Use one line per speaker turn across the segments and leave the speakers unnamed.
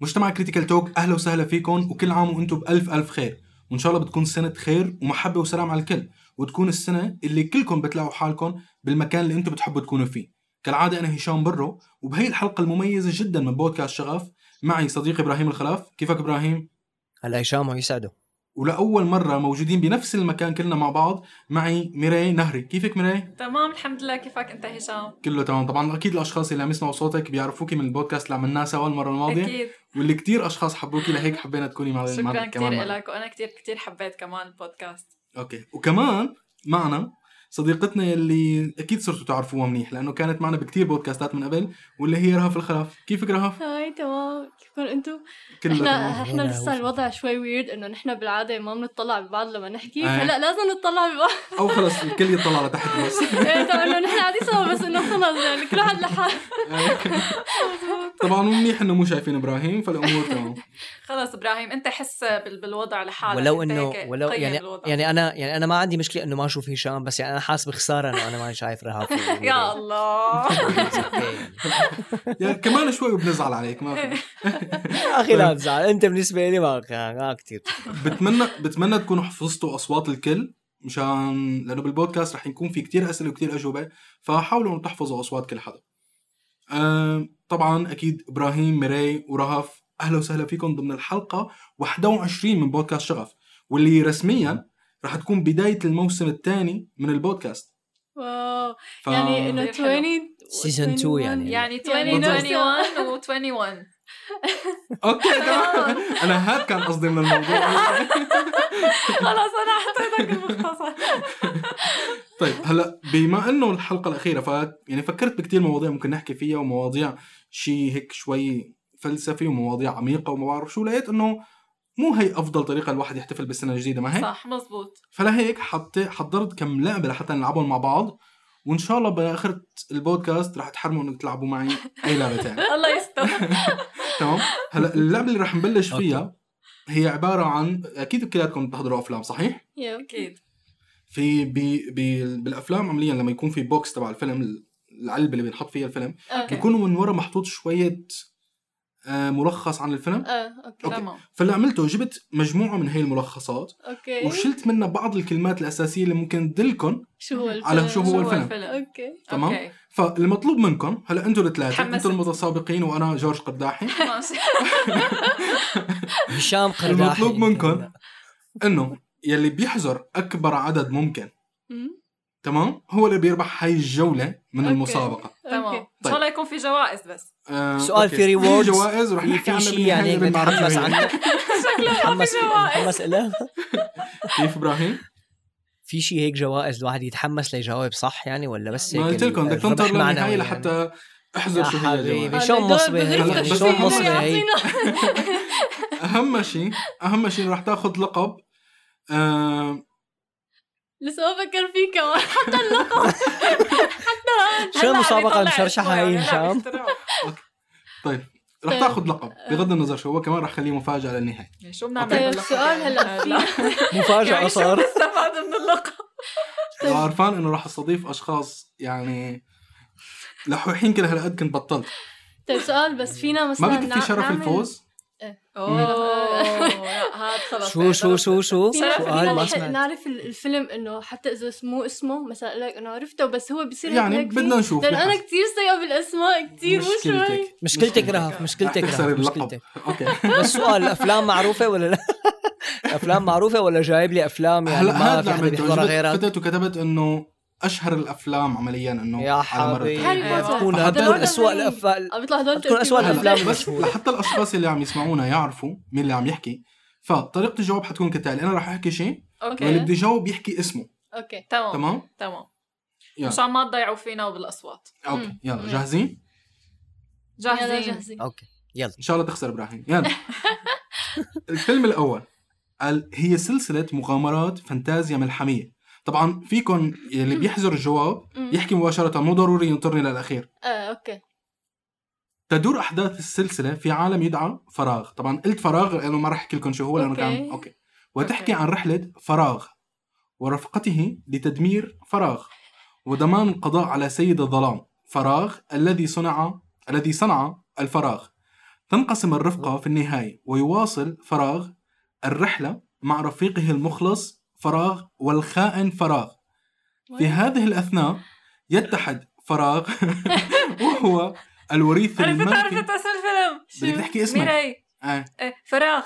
مجتمع كريتيكال توك اهلا وسهلا فيكم وكل عام وانتم بالف الف خير وان شاء الله بتكون سنه خير ومحبه وسلام على الكل وتكون السنه اللي كلكم بتلاقوا حالكم بالمكان اللي انتم بتحبوا تكونوا فيه كالعاده انا هشام برو وبهي الحلقه المميزه جدا من بودكاست شغف معي صديقي ابراهيم الخلاف كيفك ابراهيم
هلا هشام ويسعده
ولاول مره موجودين بنفس المكان كلنا مع بعض معي ميراي نهري كيفك ميراي
تمام الحمد لله كيفك انت هشام
كله تمام طبعا اكيد الاشخاص اللي عم يسمعوا صوتك بيعرفوكي من البودكاست اللي عملناه سوا المره الماضيه
اكيد
واللي كتير اشخاص حبوكي لهيك حبينا تكوني مع
شكرا
معنا
كثير
كمان معنا.
لك وانا كثير كثير حبيت كمان البودكاست
اوكي وكمان معنا صديقتنا اللي اكيد صرتوا تعرفوها منيح لانه كانت معنا بكتير بودكاستات من قبل واللي هي رهف الخلاف كيفك رهف
هاي تمام كيفكم انتم؟
كله
احنا
تمام
احنا
هلا
لسه
وفا.
الوضع شوي ويرد انه نحن بالعاده ما بنطلع ببعض لما نحكي
آه.
هلا لازم نطلع ببعض
او خلص الكل يطلع لتحت بس
ايه طبعا انه نحن قاعدين سوا بس انه خلص يعني كل واحد لحاله
طبعا منيح انه مو شايفين ابراهيم فالامور تمام
خلص ابراهيم انت حس بال- بالوضع لحالك
ولو
انت
انه
هيك
ولو
قيم
يعني
الوضع.
يعني انا يعني انا ما عندي مشكله انه ما اشوف هشام بس يعني انا حاسس بخساره انه انا ماني شايف رهاب
يا الله
يعني كمان شوي وبنزعل عليك ما في
يا اخي لا تزعل انت بالنسبه لي ما ما كثير
بتمنى بتمنى تكونوا حفظتوا اصوات الكل مشان لانه بالبودكاست رح يكون في كتير اسئله وكتير اجوبه فحاولوا انه تحفظوا اصوات كل حدا. آم، طبعا اكيد ابراهيم ميراي ورهف اهلا وسهلا فيكم ضمن الحلقه 21 من بودكاست شغف واللي رسميا رح تكون بدايه الموسم الثاني من البودكاست.
واو
ف...
يعني انه
كتير حلو.
20
Season two
21.
يعني.
يعني
يعني
20
نفس-
21 و 21
اوكي تمام انا هاد كان قصدي من الموضوع
خلص انا حطيتك المختصر
طيب هلا بما انه الحلقه الاخيره ف يعني فكرت بكتير مواضيع ممكن نحكي فيها ومواضيع شيء هيك شوي فلسفي ومواضيع عميقه وما بعرف شو لقيت انه مو هي افضل طريقه الواحد يحتفل بالسنه الجديده
إيه؟
ما هيك
صح مزبوط
فلهيك حط حضرت كم لعبه لحتى نلعبهم مع بعض وان شاء الله باخر البودكاست رح تحرموا انك تلعبوا معي اي لعبه تاني
الله يستر
تمام هلا اللعبه اللي رح نبلش فيها هي عباره عن اكيد كلياتكم بتحضروا افلام صحيح
يب.
اكيد
في بي بي بالافلام عمليا لما يكون في بوكس تبع الفيلم العلبه اللي بينحط فيها الفيلم
اوكي
بيكون من ورا محطوط شويه آه، ملخص عن الفيلم
اه اوكي
أوكي.
تمام
فاللي عملته جبت مجموعه من هي الملخصات
اوكي
وشلت منها بعض الكلمات الاساسيه اللي ممكن تدلكم
شو هو الفيلم؟
على شو هو الفيلم.
اوكي
تمام.
أوكي.
فالمطلوب منكم هلا انتم الثلاثه
تحمست.
انتم المتسابقين وانا جورج قداحي
ماشي
هشام قرداحي
المطلوب منكم انه يلي بيحزر اكبر عدد ممكن
مم.
تمام هو اللي بيربح هاي الجوله من
أوكي.
المسابقه
تمام
اوكي
ان
طيب.
شاء الله يكون في جوائز بس
آه،
سؤال
أوكي.
في rewards؟
جوائز ورح
في
نحكي
في
عنها
شيء
بالنهاية
يعني هيك
بالمعرفة
نتحمس
شوي.
عنك نتحمس
جوائز.
نتحمس له
كيف ابراهيم؟
في شيء هيك جوائز الواحد يتحمس ليجاوب صح يعني ولا بس
ما
هيك
قلت لكم بدك
الربح
تنطر
معنوي
للنهايه
يعني؟
لحتى احزر
يا
شو هي الجوائز
حبيبي شلون
هلا
مصبي
بدنا
هي
بس
شلون
في
مصبي
آه، إنه يعني
هي
يعطينا-
اهم شيء اهم شيء رح تاخذ لقب آه
لسه ما بفكر فيه كمان
شو
هلا عم
المسابقه
يطلع
المشرشحه
اسمه يعني،
هي
لا
طيب، هشام
بيخترعوا.
طيب رح
طيب.
تاخذ لقب بغض النظر شو هو كمان رح خليه مفاجاه للنهايه
يعني شو بنعمل
طيب
باللقب
السؤال
يعني؟
هلا
لا.
مفاجاه
يعني شو
صار
بنستفاد من اللقب
طيب.
عرفان انه رح استضيف اشخاص يعني لحوحين كل هالقد كنت بطلت
طيب سؤال بس فينا مثلا
ما بدك في
نع-
شرف
نعمل-
الفوز
اوه لا، هاد خلص
شو شو شو شو
فينا
سؤال
فينا
ما
نح-
سمعت
نعرف ال- الفيلم انه حتى اذا اسمه اسمه مثلا لك انه عرفته بس هو بصير هيك-
يعني
هيك فيه.
بدنا نشوف
لان انا
نحن.
كثير سيئه بالاسماء كثير مو شوي
مشكلتك
مشكلتك رهف
رح
مشكلتك
تخسري
رهف
اللقب
مشكلتك
اوكي
بس سؤال الافلام معروفه ولا لا؟ افلام معروفه ولا جايب لي افلام يعني
هلا
ما
هاد
في حدا
لعبته
بيحضرها
جبت-
غيرك
فتت وكتبت انه اشهر الافلام عمليا انه
يا
على مر
حبيبي
التاريخ.
هاري بوتر.
تكون
هذا
هتكون
لعبة
اسوء
غريب.
الافلام
عم يطلع آه، هدول
بتكون أسوأ
ترتيبهم.
الأفلام.
هلا بس لحتى الاشخاص اللي عم يسمعونا يعرفوا مين اللي عم يحكي فطريقه الجواب حتكون كالتالي انا راح احكي شيء واللي
اوكي
بده يجاوب يحكي اسمه
اوكي
تمام
تمام
تمام
يلا.
مشان ما تضيعوا فينا وبالاصوات
اوكي
مم.
يلا
مم.
جاهزين
يلا
جاهزين
جاهزين
اوكي يلا
ان شاء الله تخسر ابراهيم يلا الفيلم الاول قال هي سلسله مغامرات فانتازيا ملحميه طبعا فيكم اللي بيحزر الجواب
مم.
يحكي مباشره مو ضروري ينطرني للاخير
اه اوكي
تدور احداث السلسله في عالم يدعى فراغ طبعا قلت فراغ لانه ما راح احكي لكم شو هو لانه
أوكي.
كان اوكي وتحكي
أوكي.
عن رحله فراغ ورفقته لتدمير فراغ وضمان القضاء على سيد الظلام فراغ الذي صنع الذي صنع الفراغ تنقسم الرفقة في النهاية ويواصل فراغ الرحلة مع رفيقه المخلص فراغ والخائن فراغ في هذه الأثناء يتحد فراغ وهو الوريث
عرفت
الملكي
عرفت اسم الفيلم
بدك تحكي اسمك
ميراي
آه.
إيه، فراغ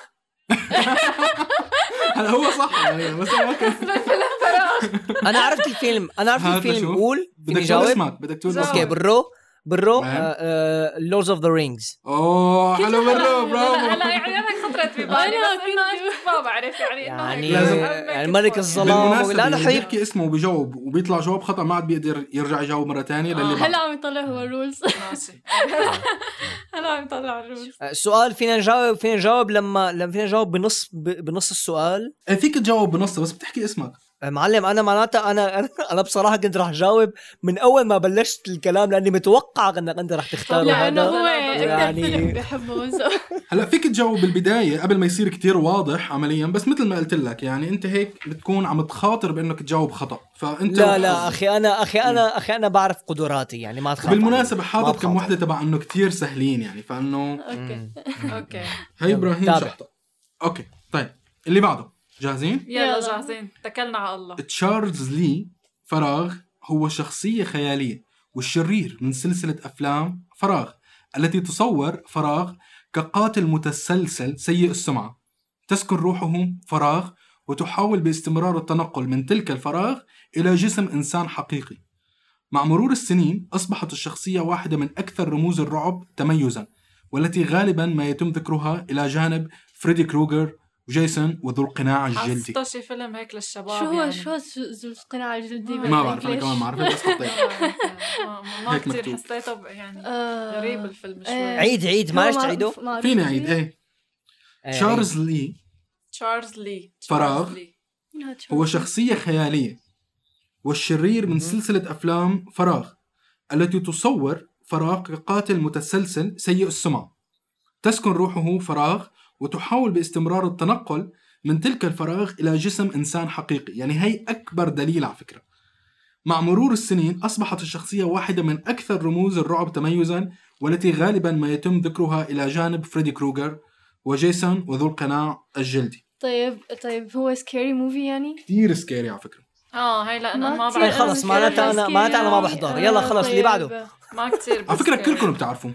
هلا آه، هو صح يعني بس أنا ما كنت-
اسم الفيلم فراغ
انا عرفت الفيلم انا عرفت
هذا
الفيلم
شو؟
قول
بدك
فيني
تقول
جاوب
اسمك بدك تقول
جاوب.
اوكي
اسمك
برو برو آه،
تمام.
لورds اوف ذا رينجز
اوه حلو برو
هلا
برافو
هلا يعني انا هيك خطرت في بالي
أنا
بس انه أشوف ما بعرف يعني انه
يعني
هيك.
لازم-
يعني ملك الظلام.
بالمناسبة
لا
اللي
نحيد.
بيحكي اسمه وبيجاوب وبيطلع جواب خطا ما عاد بيقدر يرجع يجاوب مره ثانيه
آه.
للي بعده.
هلا عم يطلع هو الرولز
ماشي هلا عم طلع الرولز
آه، السؤال فينا نجاوب فينا نجاوب لما لما فينا نجاوب بنص ب- بنص السؤال آه،
آه، فيك تجاوب بنص بس بتحكي اسمك
معلم انا معناتها انا أنا- انا بصراحه كنت راح جاوب من اول ما بلشت الكلام لاني متوقع انك انت راح تختار
لانه
هذا
هو اكثر
يعني-
فيلم بحبه so.
هلا فيك تجاوب بالبدايه قبل ما يصير كتير واضح عمليا بس مثل ما قلت لك يعني انت هيك بتكون عم تخاطر بانك تجاوب خطا فانت
لا
وحظك.
لا اخي انا اخي انا اخي انا بعرف قدراتي يعني ما تخاف
بالمناسبه
علي. ما
حاطط كم
بخاف.
وحده تبع انه كتير سهلين يعني فانه
اوكي
اوكي
هي
يلا،
ابراهيم
تابع.
شحطه اوكي طيب اللي بعده جاهزين؟
يلا
يلا.
جاهزين اتكلنا على الله
تشارلز لي فراغ هو شخصية خيالية والشرير من سلسلة أفلام فراغ التي تصور فراغ كقاتل متسلسل سيء السمعة تسكن روحه فراغ وتحاول باستمرار التنقل من تلك الفراغ إلى جسم إنسان حقيقي مع مرور السنين أصبحت الشخصية واحدة من أكثر رموز الرعب تميزا والتي غالبا ما يتم ذكرها إلى جانب فريدي كروجر وجيسون وذو القناع الجلدي
حسيته شي فيلم هيك للشباب
شو هو
يعني.
شو هو ذو القناع الجلدي
ما بعرف انا كمان ما عرفت بس حطيت
آه، يعني ما- ما- ما
هيك
كثير
مكتوب.
حسيته ب- يعني
آه.
غريب الفيلم
إيه.
شوي
عيد عيد
هو
معلش
معروف-
تعيدوه
معروف
فيني اعيد
فيه.
ايه
إيه، عيد.
تشارلز لي
تشارلز لي
فراغ.
تشارلز لي.
لا تشوف.
هو شخصية خيالية والشرير من
مهم.
سلسلة أفلام فراغ التي تصور فراغ كقاتل متسلسل سيء السمعة تسكن روحه فراغ وتحاول باستمرار التنقل من تلك الفراغ إلى جسم إنسان حقيقي يعني هي أكبر دليل على فكرة مع مرور السنين أصبحت الشخصية واحدة من أكثر رموز الرعب تميزا والتي غالبا ما يتم ذكرها إلى جانب فريدي كروجر وجيسون وذو القناع الجلدي
طيب طيب هو سكيري موفي يعني
كثير سكيري على فكرة
اه هي لا انا ما
كتير
إيه
بعرف
خلص،
scary
معناتها أنا-
يعني.
معناتها أنا ما بحضر. يلا
آه،
خلص، اللي
طيب.
بعده.
ما يعني. كثير
على فكرة كلكم بتعرفوه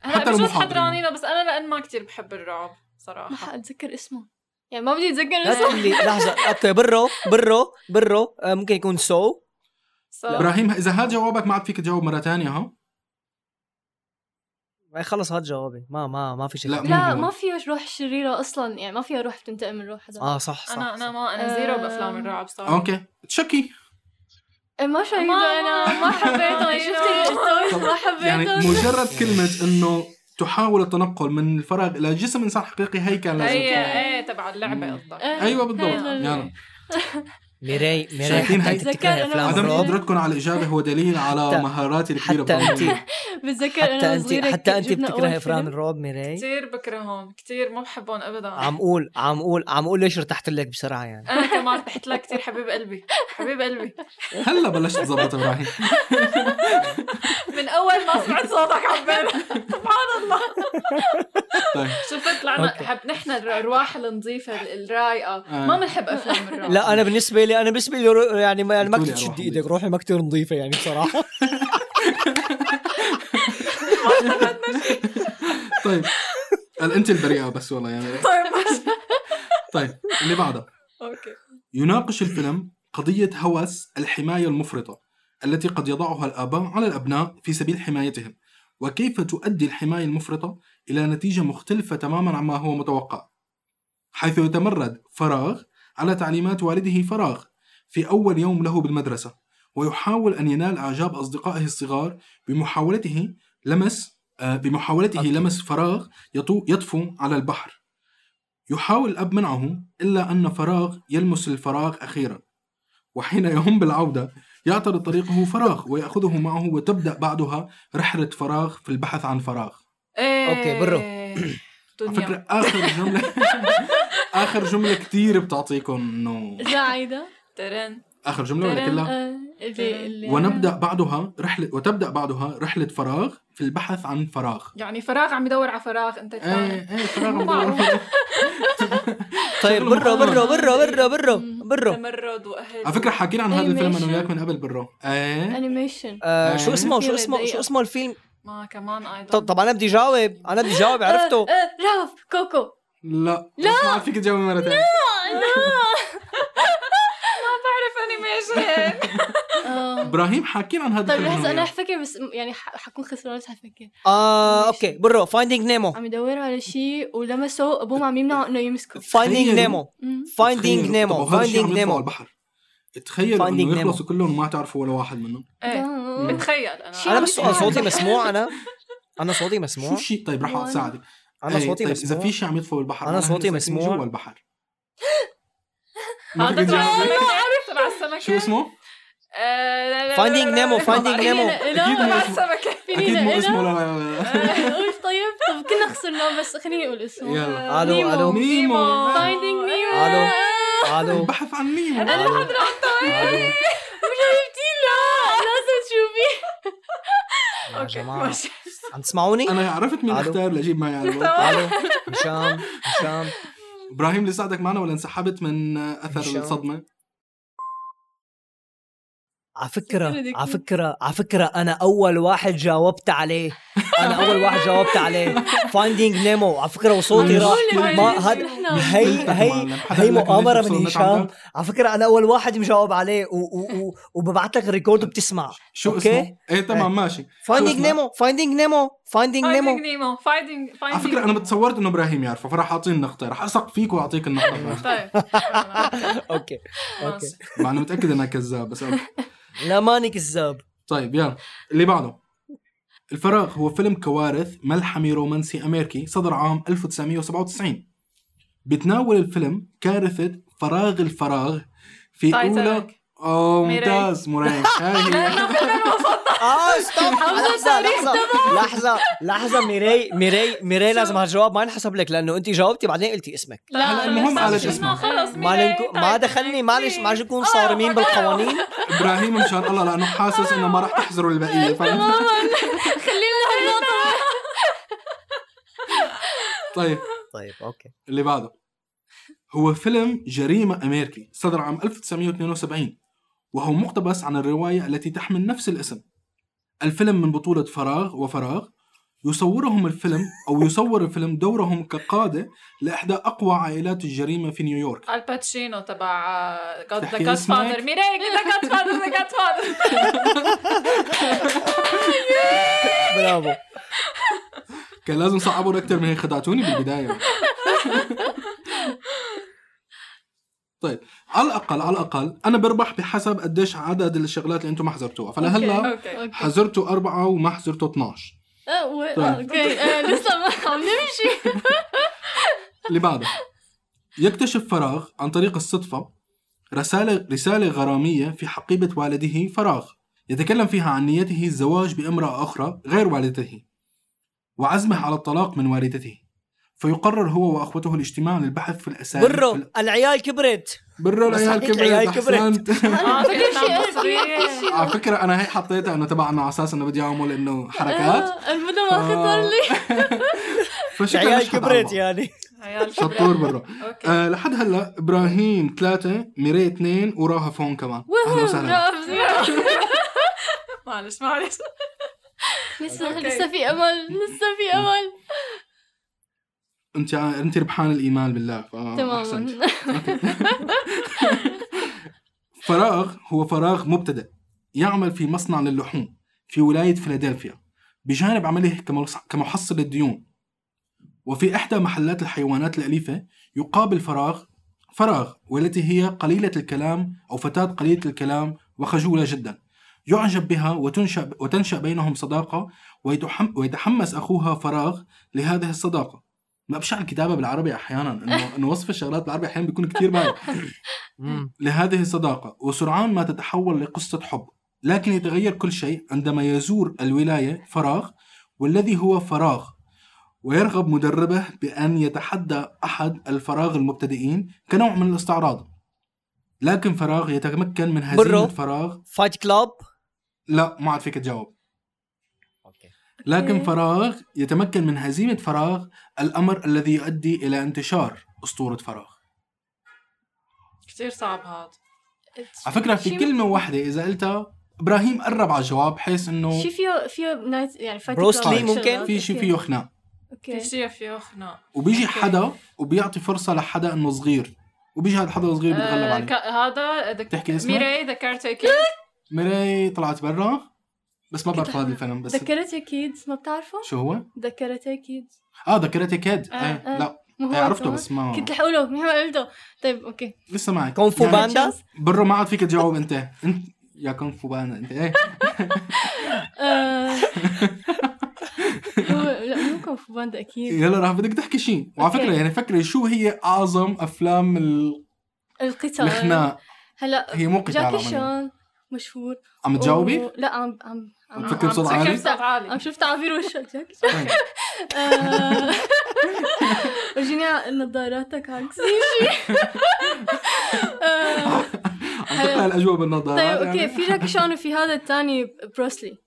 حتى
حتى بجوز
المحاضرين.
حضرانينا بس انا لان ما كثير بحب الرعب
ما
صراحه
حأتذكر اسمه يعني ما بدي اتذكر
لا
اسمه
تقول لي لحظه اوكي برو برو برو آه، ممكن يكون سو
So-
ابراهيم اذا هاد جوابك ما عاد فيك تجاوب مره ثانيه ها
إيه، خلص هاد جوابي ما ما ما في شيء
لا،
لا
مو هو.
ما فيها روح شريرة اصلا يعني ما فيها روح بتنتقم من روح حدا
اه صح صح
انا انا
صح.
ما انا زيرو
آه.
بافلام الرعب صار
اوكي تشكي
إيه، ما شايفه
ما-
انا
ما-
ما حبيته يعني شفت الستوري ما
يعني
حبيته
مجرد كلمه انه تحاول التنقل من الفراغ الى جسم انسان حقيقي هي كان لازم
هي
أيوة.
تكون.
ايه تبع اللعبه قصدك
إيه،
ايوه بالضبط
هي ال-
يلا
ميراي ميراي
شايفين
حتى
هاي؟
انت
تذكر
تكرهي
أنا
افلام
عدم
مرعب.
الرعب
قدرتكم على الاجابه هو دليل على
حتى-
مهاراتي الكبيره
حتى انت
بالموضوع.
بتذكر
حتى
انا
انت
صغيرة
حتى
كيف
انت
جبنا أول
بتكرهي افلام
فيلم.
الرعب ميراي
كثير بكرههم كثير ما بحبهم ابدا
عم اقول عم اقول عم اقول ليش ارتحت لك بسرعه يعني
انا كمان رحت لها كثير حبيب قلبي حبيب قلبي
هلا بلشت تظبط ابراهيم
من اول ما سمعت صوتك عبير سبحان الله
طيب
شفت لعنا
أوكي.
حب نحن الارواح النظيفه ال- الرايقه
آه.
ما بنحب افلام
آه.
الرعب
لا انا بالنسبه لي انا بالنسبه لي رو- يعني ما يعني ما
بتقولي
كنت
أروح
تشد
نظيفة.
ايدك روحي ما كثير نظيفه يعني بصراحه
طيب قال انت البريئه بس والله يعني
طيب ماشي.
طيب اللي بعده
اوكي
يناقش الفيلم قضية هوس الحماية المفرطة التي قد يضعها الآباء على الأبناء في سبيل حمايتهم وكيف تؤدي الحماية المفرطة إلى نتيجة مختلفة تماما عما هو متوقع حيث يتمرد فراغ على تعليمات والده فراغ في أول يوم له بالمدرسة ويحاول أن ينال إعجاب أصدقائه الصغار بمحاولته لمس آه، بمحاولته
أوكي.
لمس فراغ يطو- يطفو على البحر يحاول الأب منعه إلا أن فراغ يلمس الفراغ أخيرا وحين يهم بالعودة يعترض طريقه فراغ ويأخذه معه وتبدأ بعدها رحلة فراغ في البحث عن فراغ
إيه.
أوكي، برو.
على
دنيا
فكرة آخر جملة آخر جملة كتير بتعطيكم إنه
اذا عايدة
ترن
آخر جملة ولا
ترن.
كلها؟
آه، اللي اللي
ونبدا بعدها رحله وتبدا بعدها رحله فراغ في البحث عن فراغ
يعني فراغ عم يدور على فراغ
طيب.
انت كمان
ايه ايه فراغ عم يدور فراغ.
طيب برو برو برو برو برو برو
تمرد واهل
على فكره حكينا عن هذا
أي
الفيلم
ماشي.
انا وياك من قبل برو ايه
انيميشن
آه شو
آه.
اسمه شو
يلا
اسمه شو
دقيقة.
اسمه الفيلم
ما كمان ايضا
طب, طب انا بدي جاوب انا بدي جاوب عرفته
آه، آه، رالف كوكو
لا لا ما فيك تجاوبي مره ثانيه
بعرف انيميشن
آه.
ابراهيم حاكينا عن هذا
طيب
الفيلم
لحظة
أنا
أنا
وياك.
حفكر بس يعني ح- حكون خسرانة حفكر
اه اوكي برو فايندينج نيمو
عم يدوروا على شيء ولمسوا أبوهم عم يمنعوا إنه يمسكوا
فايندينج
تخيلوا.
نيمو
مم.
فايندينج
تخيلوا- طب
نيمو
وهذا الشيء عم
فايندينج
يطلعوا على
نيمو
البحر تخيلوا
Finding
انه
Nemo.
يخلصوا كلهم وما تعرفوا ولا واحد منهم
ايه
آه.
بتخيل انا
شو
انا بس انا
عم
صوتي
يطلعوا؟
مسموع انا انا صوتي
شو
مسموع
الشيء طيب رح
وأنا-
اساعدك
انا
إيه،
صوتي
طيب اذا
مسموع
في شيء عم يطفى بالبحر
أنا
نحن
صوتي
ساكنين
مسموع.
جوا البحر ما
هذا آه،
فيك تجاوبي
تبع السمكه
شو اسمه؟
آه، لا، لا، لا،
Finding
لا، لا،
Nemo،
لا،
Finding
لا،
Nemo.
لا،
أكيد
لا،
مو
تبع
اسمه.
السمكه
اكيد مو
إله؟
اسمه لا
قول طيب طب كنا خسرنا بس خليني أقول اسمه
يلا
ألو،
نيمو. طيب.
ألو.
نيمو.
Finding Nemo.
ألو. الو
البحث عن نيمو
ألو.
ألو.
جبتي لا لازم تشوفي
يا جماعه
ماشي.
عم تسمعوني
انا عرفت مين
ألو.
اختار لاجيب معي على الوقت
الو هشام هشام
ابراهيم اللي ساعدك معنا ولا انسحبت من اثر
إن شاء الله.
الصدمه؟
على فكرة
ذكرى.
على فكرة على فكرة أنا أول واحد جاوبت عليه أنا أول واحد جاوبت عليه فايندينج نيمو على فكرة وصوتي
أنا
راح
بقول لك
ما
عايزين
هاد هي
انت
هي
معلم. حدا قال
هي
لك إنه
مؤامرة
ليش
من
بصورة عندك؟
هشام على فكرة أنا أول واحد مجاوب عليه و- و- و- وببعث لك الريكورد وبتسمع
شو
أوكي؟ إيه.
اسمه؟ ايه تمام ماشي
فايندينج
اسمه؟
نيمو فايندينج نيمو فايندينج
فايندينج
نيمو
نيمو فايندينج
على فكره انا تصورت انه ابراهيم يعرفه فراح اعطيني النقطه راح اثق فيك واعطيك النقطه
طيب
أوكي أوكي
مع انه متاكد انها كذاب بس أوكي.
لا ماني كذاب
طيب يلا اللي بعده الفراغ هو فيلم كوارث ملحمي رومانسي امريكي صدر عام 1997 بتناول الفيلم كارثه فراغ الفراغ في اولى
تايتانيك
اوه
ميراي.
ممتاز موراي هاي هي
اه ستوب لحظة لحظة لحظة لحظة ميري ميري ميري لازم هالجواب ما ينحسب لك لأنه أنت جاوبتي بعدين قلتي اسمك
هلا المهم قالت اسمها.
خلص
معلن
طيب.
ما دخلني معلش معلش نكون صارمين بالقوانين
ابراهيم ان شاء الله لانه حاسس انه ما راح تحزروا البقيه فاهم؟
خلينا هالنقطة
طيب
طيب اوكي
اللي بعده هو فيلم جريمة أمريكي صدر عام 1972 وهو مقتبس عن الرواية التي تحمل نفس الاسم الفيلم من بطولة فراغ وفراغ يصورهم الفيلم أو يصور الفيلم دورهم كقادة لإحدى أقوى عائلات الجريمة في نيويورك
الباتشينو تبع آه، ذا
تحكي
جاد
اسمك؟
فادر ميري ذا جاد فادر ذا جاد فادر
برافو
كان لازم صعبوا أكثر من هيك خدعتوني بالبداية طيب على الأقل على الأقل أنا بربح بحسب قديش عدد الشغلات اللي أنتم حزرتوها فلهلا
اوكي
حزرته أربعة وما حزرته 12
آه، و- آه،
طيب.
اوكي آه، لسه ما عم نمشي
اللي بعده يكتشف فراغ عن طريق الصدفة رسالة رسالة غرامية في حقيبة والده فراغ يتكلم فيها عن نيته الزواج بامرأة أخرى غير والدته وعزمه على الطلاق من والدته فيقرر هو وأخوته الاجتماع للبحث في الأساليب
برو
في-
العيال كبرت
برو
بس
العيال
حقيقي
كبرت
العيال
أحسنت.
كبرت.
اه
آه، فكر شيء
فيتنام
أكيد،
بصريح
في شيء
على فكرة أنا هي حطيتها أنه تبعنا على أساس أنه بدي أعمل إنه حركات
آه، المدى ما خطر لي
فشكرا
العيال
مش حدا
كبرت
عمل.
يعني
عيال
شطور برو
اوكي
آه لحد هلا ابراهيم ثلاثة ميري اثنين وراها فون كمان اهلا وسهلا
آه،
معلش معلش
لسه
أوكي.
لسه في امل لسه في امل
انت انت ربحان الايمان بالله ف- آه، أحسنت.
تماما
فراغ هو فراغ مبتدأ يعمل في مصنع للحوم في ولاية فيلادلفيا بجانب عمله كملص- كمحصل للديون وفي إحدى محلات الحيوانات الأليفة يقابل فراغ فراغ والتي هي قليلة الكلام أو فتاة قليلة الكلام وخجولة جدا يعجب بها وتنشأ وتنشأ بينهم صداقة ويتحم- ويتحمس أخوها فراغ لهذه الصداقة ما بشع الكتابة بالعربي أحيانا إنه إنه وصف الشغلات بالعربي أحيانا بيكون كتير بايخ لهذه الصداقة وسرعان ما تتحول لقصة حب لكن يتغير كل شيء عندما يزور الولاية فراغ والذي هو فراغ ويرغب مدربه بأن يتحدى أحد الفراغ المبتدئين كنوع من الاستعراض لكن فراغ يتمكن من هزيمه
برو.
فراغ
فايت كلاب
لا ما عاد فيك تجاوب
اوكي
لكن
إيه.
فراغ يتمكن من هزيمه فراغ الامر الذي يؤدي الى انتشار اسطوره فراغ
كثير صعب هذا
على فكره في
شي-
كلمه واحده اذا قلتها ابراهيم قرب على الجواب حيث انه
شي فيه فيه نايت يعني فاتت
بروس
لي
ممكن؟
في شيء فيه خناق
في
اوكي
شيء فيه خناق
وبيجي حدا وبيعطي فرصه لحدا انه صغير وبيجي هذا الحدا الصغير بيتغلب
آه،
عليه
ك- هذا ذا-
بتحكي اسمه؟
ميراي ذا كير تيكر
ميري طلعت برا بس ما بعرف هذا الفيلم بس
ذكرتي كيدز ما بتعرفه؟
شو هو؟
ذكرتي كيدز
اه ذا كاراتيه كيد
آه،
ايه لا
مو هو
إيه، عرفته
كمان؟
بس ما
كنت رح اقوله ما قلته طيب اوكي
لسه معك
كونغ فو
يعني
باندا
برو ما عاد فيك تجاوب انت انت يا كونغ فو باندا انت ايه
آه، هو لا مو كونغ فو باندا اكيد
يلا راح بدك تحكي شيء وعلى
أوكي.
فكره يعني فكري شو هي اعظم افلام ال-
القتال
الخناق
هلا
هي مو قتال
طيب. جاكي
عمليا
شان مشهور
عم تجاوبي؟
و- لا عم عم عم
بتفكر بصوت
عم
عالي؟
بتفكر بصوت
عم
عالي
شوف تعابير وشك جاكي شان
طيب.
آه، ورجيني ع- نظاراتك عكسي شي آه،
عم تقلع الاجواء بالنظارات
طيب اوكي
يعني.
في جاكي شان وفي هذا الثاني بروسلي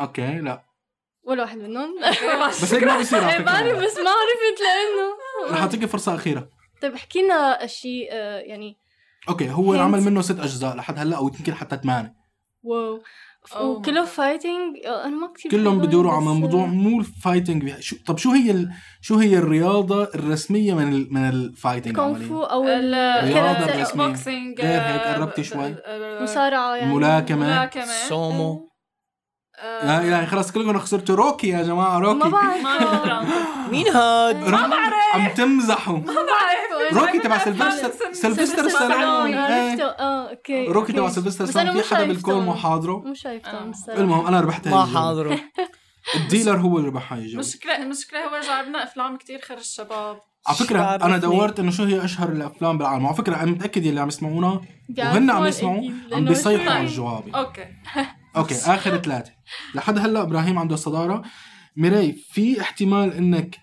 اوكي لا
ولا واحد منهم
بس هيك ما بيصير على
إيه، بعرف
فكره
بس ما عرفت لانه
رح اعطيكي فرصه اخيره
طيب احكي لنا شيء آه، يعني
اوكي هو
Hint.
عمل منه ست اجزاء لحد هلا او يمكن حتى ثمانيه
واو ف-
Oh my
وكله
God.
فايتنج انا آه، ما كثير
كلهم
بحبهم،
بدوروا على
بس- آه،
موضوع مو الفايتنج بيح- شو طب شو هي ال... شو هي الرياضه الرسميه من ال... من الفايتنج
كونغ
عمليا
فو او
ال-
رياضة
الكاراتيه
بالاسم.
أو
البوكسينج
غير هيك
آه،
قربتي
ب-
شوي.
ب- آه،
مصارعه يعني
الملاكمه
ملاكمة
سومو
آه،
لا لا خلاص كلكم خسرتوا روكي يا جماعه روكي
ما بعرف
ما ندرى
آه.
مين هاد؟
ما بعرف عم تمزحوا روكي تبع سلفستر سلفستر
سلفستر- سلفستر
ستالون
ستالون،
إيه.
عرفته اه اوكي
روكي
أوكي.
تبع سلفستر
بس أنا
ستالون
مو
في حدا بالكون
شايفتهم.
ما حاضره
مو شايفتهم
آه.
الصراحة.
المهم انا ربحت هاي
ما
الجولة.
حاضره
الديلر هو اللي ربح هاي الجولة
المشكلة المشكلة هو جايبنا أفلام كتير خير الشباب
على فكرة
شعرفني.
أنا دورت إنه شو هي أشهر الأفلام بالعالم، وعلى فكرة أنا متأكد يلي عم يسمعونا
بيعرفون
وهن عم يسمعوا
أكيد،
عم
يعني لأنه يعني؟
بيصيحوا
شوي.
على الجواب
أوكي
اوكي اخر ثلاثة لحد هلا ابراهيم عنده الصدارة ميري في احتمال انك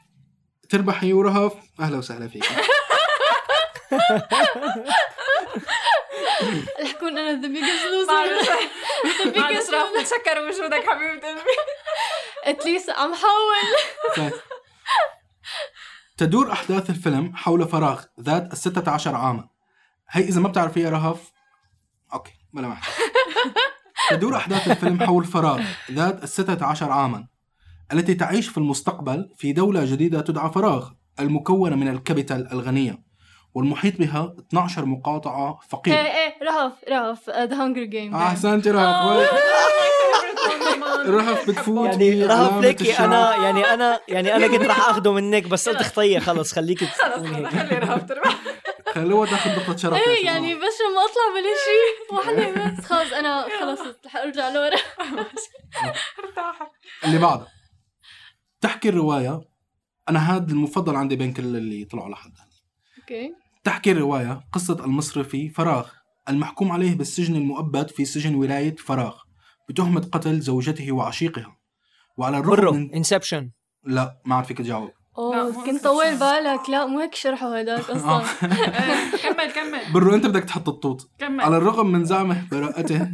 تربحي ورهف اهلا وسهلا فيك
رح كون انا ذا بيجست
معلش
لوزر
معلش راح بتشكر وجودك حبيبة قلبي
اتليست عم حاول
طيب. تدور احداث الفيلم حول فراغ ذات ال 16 عاما هي اذا ما بتعرفي يا رهف اوكي بلا ما أحكي. تدور احداث الفيلم حول فراغ ذات ال 16 عاما التي تعيش في المستقبل في دولة جديدة تدعى فراغ المكونة من الكابيتال الغنية والمحيط بها 12 مقاطعة فقيرة
ايه ايه رهف رهف ذا هانجر جيم
احسنت رهف
آه.
رهف بتفوت
يعني
في
رهف
علامة
ليكي
الشعر.
انا يعني انا يعني انا كنت رح اخده منك بس قلت خطيه خلص خليك
خلص خلص، خلي رهف تربح
خلوها تاخذ نقطة شرف يا
ايه
شباب.
يعني بس لما اطلع بلا شيء وحده بس خلص انا خلص رح ارجع لورا
ارتاح
اللي بعدها تحكي الرواية أنا هاد المفضل عندي بين كل اللي طلعوا لحد هلا
اوكي
تحكي الرواية قصة المصرفي فراغ المحكوم عليه بالسجن المؤبد في سجن ولاية فراغ بتهمة قتل زوجته وعشيقها وعلى الرغم
برو
من
انسبشن
لا ما عاد فيك تجاوب
لا،
اوه
مو
كنت
عارفة.
طول بالك لا مو هيك شرحوا هداك اصلا
آه.
إيه، كمل كمل
برو أنت بدك تحط الطوط على
كمل
الرغم من زعمه براءته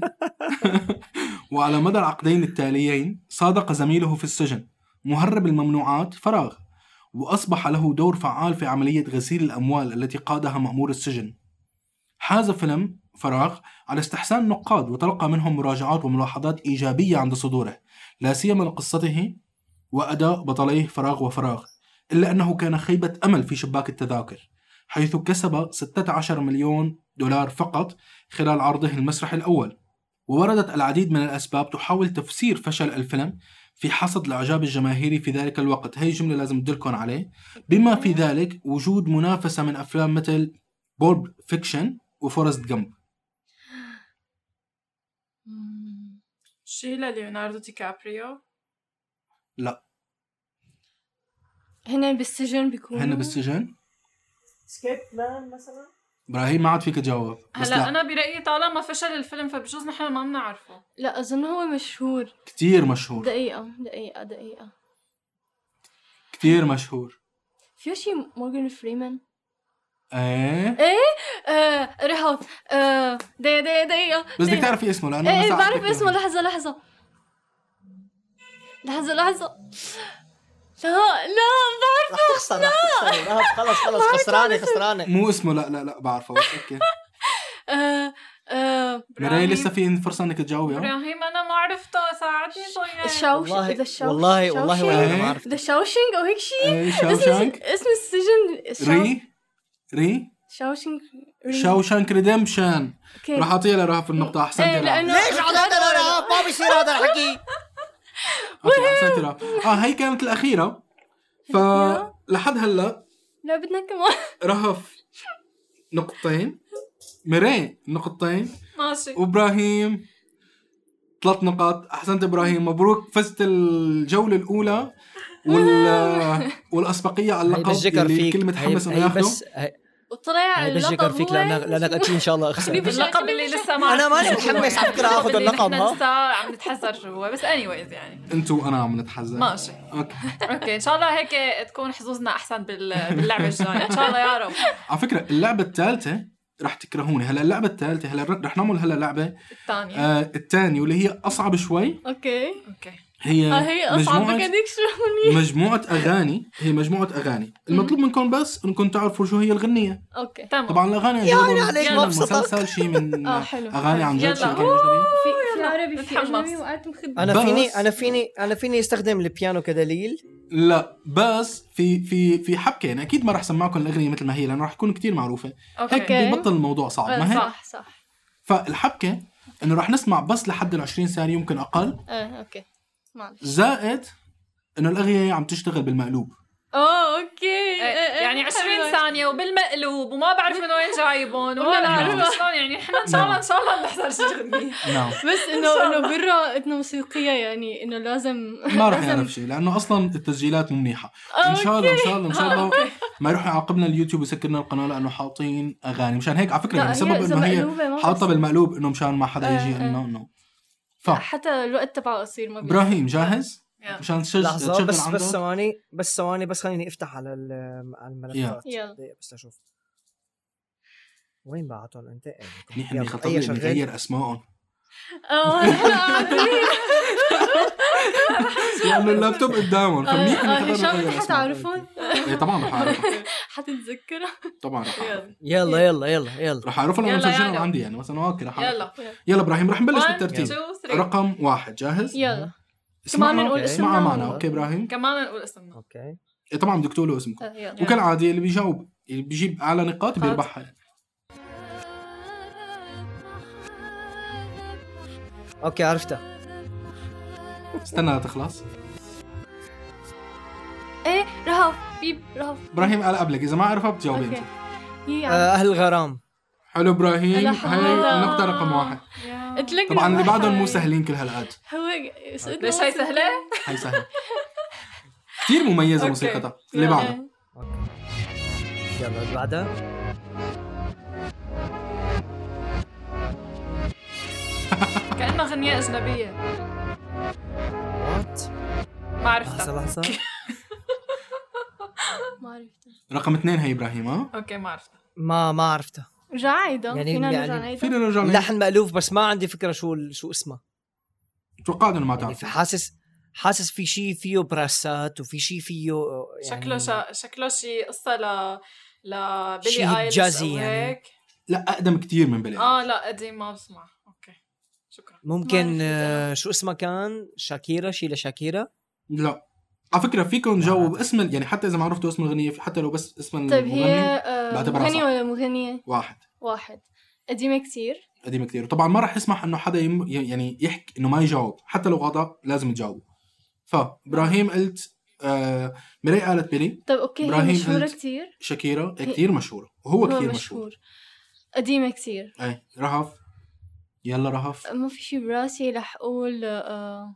وعلى مدى العقدين التاليين صادق زميله في السجن مهرب الممنوعات فراغ وأصبح له دور فعال في عملية غسيل الأموال التي قادها مأمور السجن حاز فيلم فراغ على استحسان النقاد وتلقى منهم مراجعات وملاحظات إيجابية عند صدوره لا سيما لقصته وأداء بطليه فراغ وفراغ إلا أنه كان خيبة أمل في شباك التذاكر حيث كسب 16 مليون دولار فقط خلال عرضه المسرح الأول ووردت العديد من الأسباب تحاول تفسير فشل الفيلم في حصد الإعجاب الجماهيري في ذلك الوقت هي جملة لازم أدلكم عليه بما في ذلك وجود منافسة من أفلام مثل بولب فيكشن وفورست جمب
شيلا ليوناردو دي كابريو
هن بالسجن بيكونوا
هن بالسجن إبراهيم ما عاد فيك تجاوب بس
هلا
لا
انا برايي طالما فشل الفيلم فبجوز نحن ما بنعرفه
لا اظن هو مشهور
كتير مشهور
دقيقة دقيقة دقيقة
كتير مشهور
في شي مورغان فريمان
ايه
Eh? آه رحت آه دي دي دي
بس بدك
دي.
تعرفي اسمه لانه
ايه
أنا
ايه
ساعات
بعرف
بدك
اسمه
تعرفي.
لحظة لحظة لحظة لحظة لا لا بعرف
رح تخسر رح تخسر رهف، خلص خلص خسرانه خسرانه
مو اسمه لا لا لا بعرفه بس اوكي
آه آه
مري لسه في فرصه انك تجاوبيها
ابراهيم انا ما عرفته ساعدني طيب
الشاوش
والله
ذا الشاوش
والله والله ولا انا ما
إيه.
عرفت
ذا شاوشينج او هيك شيء
ايه
اسم
شاوشانك
اسم السجن شاو-
ري ري
شاوشينج
شاوشانك ريديمشن
اوكي
راح اعطيها لرهف النقطه احسنتي
ايه
رهف.
لانه
ليش عم هذا الرهف؟ ما بيصير هذا الحكي
أوكي، احسنتي رهف اه هي كانت الاخيره ف لحد هلا
لا بدنا كمان
رهف نقطتين مري نقطتين
ماشي
وابراهيم ثلاث نقاط احسنت ابراهيم مبروك فزت الجوله الاولى وال والاسبقيه على
هي
اللقب
بس جكر
اللي
فيك
الكل متحمس
هي-
انه
هي
ياخده
بس هي
وطلع
هي بس
اللقب
جكر فيك
هو
لانك لانك قد شي ان شاء الله اخسر
اللقب اللي لسه ما
أنا ماني
عرفته شو هو
متحمس على
يعني.
فكرة آخذ
اللي
اللقب،
نحن
ها؟
لسه عم نتحذر شو هو بس اني وايز يعني
انتوا وانا عم نتحزن
ماشي
اوكي
اوكي ان شاء الله هيك تكون حظوظنا احسن بال- باللعبه الجايه ان شاء الله يا رب
على فكره اللعبه الثالثه رح تكرهوني هلا اللعبه الثالثه هلا رح- رح نعمل هلا لعبه
الثانيه
آه الثانيه واللي هي اصعب شوي
اوكي
اوكي
هي
ها آه، هي اصعب
مجموعه
ميكانيك شو
مجموعه اغاني هي مجموعه اغاني المطلوب منكم بس انكم تعرفوا شو هي الغنيه
اوكي
تمام
طبعا الاغاني عن جد
عليك
من
ما
ببسطك.
مسلسل شيء من
آه، حلو.
اغاني عن جد
يلا.
شيء كان أجنبي.
في في عربي في
نتحمس.
اجنبي وقعدت مخدة
انا
بس-
فيني انا فيني انا فيني استخدم البيانو كدليل
لا بس في في في حبكه يعني اكيد ما راح سمعكم الاغنيه مثل ما هي لانه راح تكون كتير معروفه هيك
اوكي
أوكي.
بيبطل الموضوع صعب ما هيك
آه، صح صح
فالحبكه انه راح نسمع بس لحد ال 20 ثانيه يمكن اقل
ايه اوكي معلش
زائد انه الاغنيه عم تشتغل بالمقلوب
اه اوكي
إيه،
إيه، إيه،
يعني 20
حلوة.
ثانية وبالمقلوب وما بعرف من وين جايبهم ولا
والله
بعرف شلون يعني احنا ان شاء الله ان شاء الله بنحضر شي غنية
نعم
بس انه انه برا انه موسيقيه يعني انه لازم
ما راح يعرف شيء لانه اصلا التسجيلات مو منيحه ان شاء الله ان شاء الله ان شاء الله ما يروح يعاقبنا اليوتيوب ويسكر لنا القناه لانه حاطين اغاني مشان هيك على فكره
لا،
يعني
هي
سبب
إذا
انه هي
مقلوبة ما
حاطه
بصير.
بالمقلوب انه مشان ما حدا
آه،
يجي
آه.
انه انه ف
حتى الوقت تبعه قصير ما بيعرف.
ابراهيم جاهز؟
يلا.
مشان تسجل
لحظه
تشغل
بس
عندك
بس ثواني بس ثواني بس خليني افتح على ال- على الملفات
يلا.
دقيقة بس اشوف وين بعتهم انت؟ إيه، هيك.
منيح
يلا،
اني خطر
أي
اني
شغال.
غير اسمائهم
اه نحن قاعدين
لانه اللابتوب قدامهم فمنيح
اه
اني
ان شاء
خطر
الله
غير
رح تعرفون
إيه طبعا رح اعرفها
حتتذكرها
طبعا رح اعرفها
يلا
يلا يلا يلا يلا
رح اعرفها لانه
يلا،
مسجلهم
يلا.
عندي يعني مثلا اوكي رح أعرفها.
يلا
يلا ابراهيم رح نبلش
1 2
بالترتيب
3
رقم واحد جاهز؟
يلا
اسمعها-
كمان نقول
اسمعها
اسمنا.
معنا اوكي ابراهيم؟
كمان نقول اسمنا
اوكي
إيه طبعا بدك تقولوا اسمكم
آه، يلا
وكالعادة اللي بيجاوب اللي بيجيب اعلى نقاط
خلاص.
بيربحها
اوكي عرفتها
استنى تخلص
ايه رهف بيب رهف
ابراهيم قال قبلك اذا ما عرفها بتجاوبي
أوكي.
انت
هي
آه،
عم-
اهل غرام
حلو ابراهيم
لا
هاي
حول.
النقطة رقم واحد
قلت لك
طبعا اللي
رهف.
بعدهم مو سهلين كل هالقد
هو إيه، طيب،
ليش هي سهلة؟
هاي سهلة كثير مميزة
أوكي.
موسيقتها اللي
يلا.
بعدها
اوكي يلا اللي بعدها
كأنها غنية أجنبية
وات
ما
لحظه
عرفتها
لحظه
ما عرفتها
رقم اثنين هي ابراهيم ها
اوكي ما عرفتها
ما ما عرفتها
رجع عيدها
يعني-
فينا نرجع
يعني
نعيدها
فينا نرجع لها
لحن مألوف بس ما عندي فكره شو ال- شو اسمها
توقعت انه ما
يعني
تعرف
في- حاسس حاسس في شيء فيه براسات وفي شيء فيه آه، يعني
شكله شا... شكله شي قصة ل
شي
لبيلي ايليش
جازي
أو
يعني.
هيك.
لا اقدم كثير من بلي
اه لا قديم ما بسمع اوكي شكرا
ممكن
ما
آه، شو اسمها كان شاكيرا شي لشاكيرا
لا على فكرة فيكم جاوب
آه.
اسم ال- يعني حتى اذا ما عرفتوا اسم الغنية حتى لو بس اسم
طيب هي
المغني
آه،
بعتبرها
مغني
صح.
ولا مغنية
واحد
واحد قديمة كثير
قديمة كثير طبعا ما راح يسمح انه حدا يم... ي- يعني يحكي انه ما يجاوب حتى لو غضب لازم تجاوب فابراهيم قلت آه مري قالت بيلي
طيب اوكي
إبراهيم
هي مشهورة
قلت-
كثير
شاكيرا
هي-
كثير مشهورة وهو كثير مشهور
قديمة كثير
ايه رهف يلا رهف
ما في شيء براسي رح اقول آه،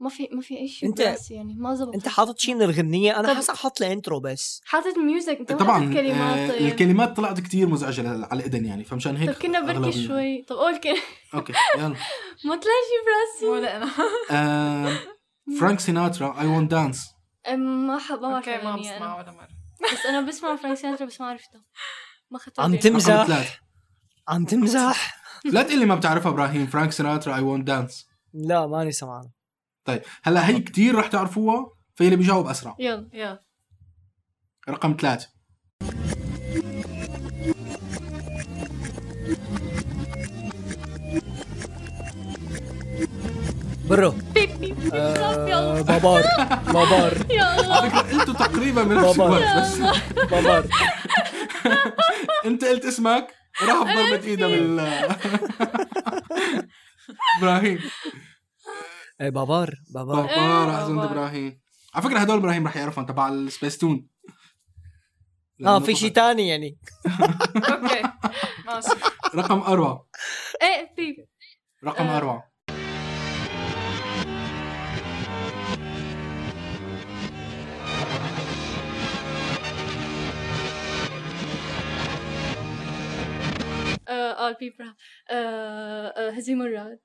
ما في ما في اي شيء
أنت-
براسي يعني ما زبط
انت حاطط شيء من الغنيه انا
طب-
حاسس حاط لي انترو بس
حاطط ميوزك انت ما
طبعا
حاطط
آه
كلمات يعني.
الكلمات طلعت كتير مزعجه لل- على الاذن يعني فمشان هيك
طب طيب، كنا بركي
أغلبنا-
شوي طب قول كده
اوكي يلا
ما طلع شيء براسي
ولا انا
آم، آه، فرانك سيناترا اي ونت دانس
أم، ما حب ما بعرف
اوكي ما
يعني
بسمع
أنا.
ولا مرة
بس انا بسمع فرانك سيناترا بس ما عرفتها ما اخذتها
عم
بالي.
رقم
تمزح
ثلاثة
عم تمزح
لا تقول لي ما بتعرفها ابراهيم فرانك سيناترا اي ونت دانس
لا ماني سمعان
طيب هلا هي كتير رح تعرفوها فيلي بيجاوب اسرع
يلا
يلا
رقم ثلاثة
برو
بيب بيب بيب. خاف،
آه،
يلا
بابار بابار
يا الله
على فكرة انتوا تقريبا بنفس
بابا.
الوقت بس
بابار
انت قلت اسمك راح ضربت ايدها بال ابراهيم
ايه بابار بابار
بابا راح زند
بابا.
ابراهيم على فكرة هدول ابراهيم راح يعرفهم تبع السبيستون
اه في شيء تاني يعني
اوكي ماشي
رقم أربعة
ايه بيب
رقم
آه.
أربعة
اه البيب راب آه، هزيم الرعد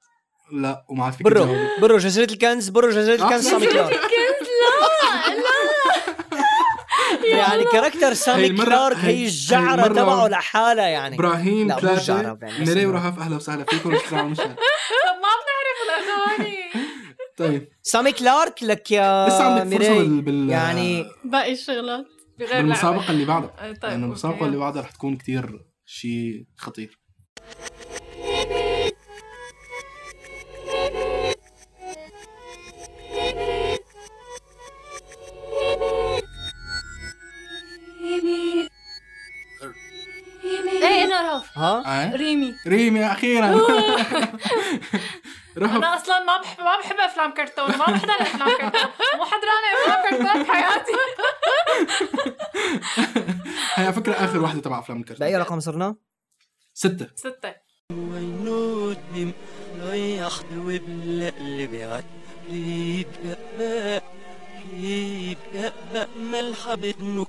لا وما عاد فيك
برو
تجاوبي
برو جزيرة الكنز برو جزيرة
آه،
الكنز سامي كلار يعني كاركتر سامي
هي المرة-
كلارك
هي-
هي
هي
الجعرة
المرة-
تبعه لحالها يعني
ابراهيم
لا، مو
ثلاثة
الجعرة، يعني بس
ميري
إنه-
ورهف أهلا وسهلا فيكم شكرا على المشاهدة
طب ما بنعرف الاغاني
طيب
سامي كلارك لك يا
لسه عندك فرصة
ميري.
بال... بال...
يعني
باقي الشغلات
بغير
بالمسابقة اللي بعدها
لعبة. آه، طيب
لأن
أوكي.
المسابقة اللي بعدها رح تكون كتير شيء خطير
ايه انا رهف
ها
آه؟
ريمي
ريمي أخيرا رهف
انا اصلا ما بحب ما بحب افلام كرتون ما بحضر افلام كرتون مو حضرانه افلام كرتون بحياتي
هي على فكرة آخر واحدة تبع أفلام الكرتون
بأي رقم صرنا؟
ستة
سته
وينوت بم ريح وبلا اللي بيعد بيبقى بقى بيبقى بقى ملحة بدنك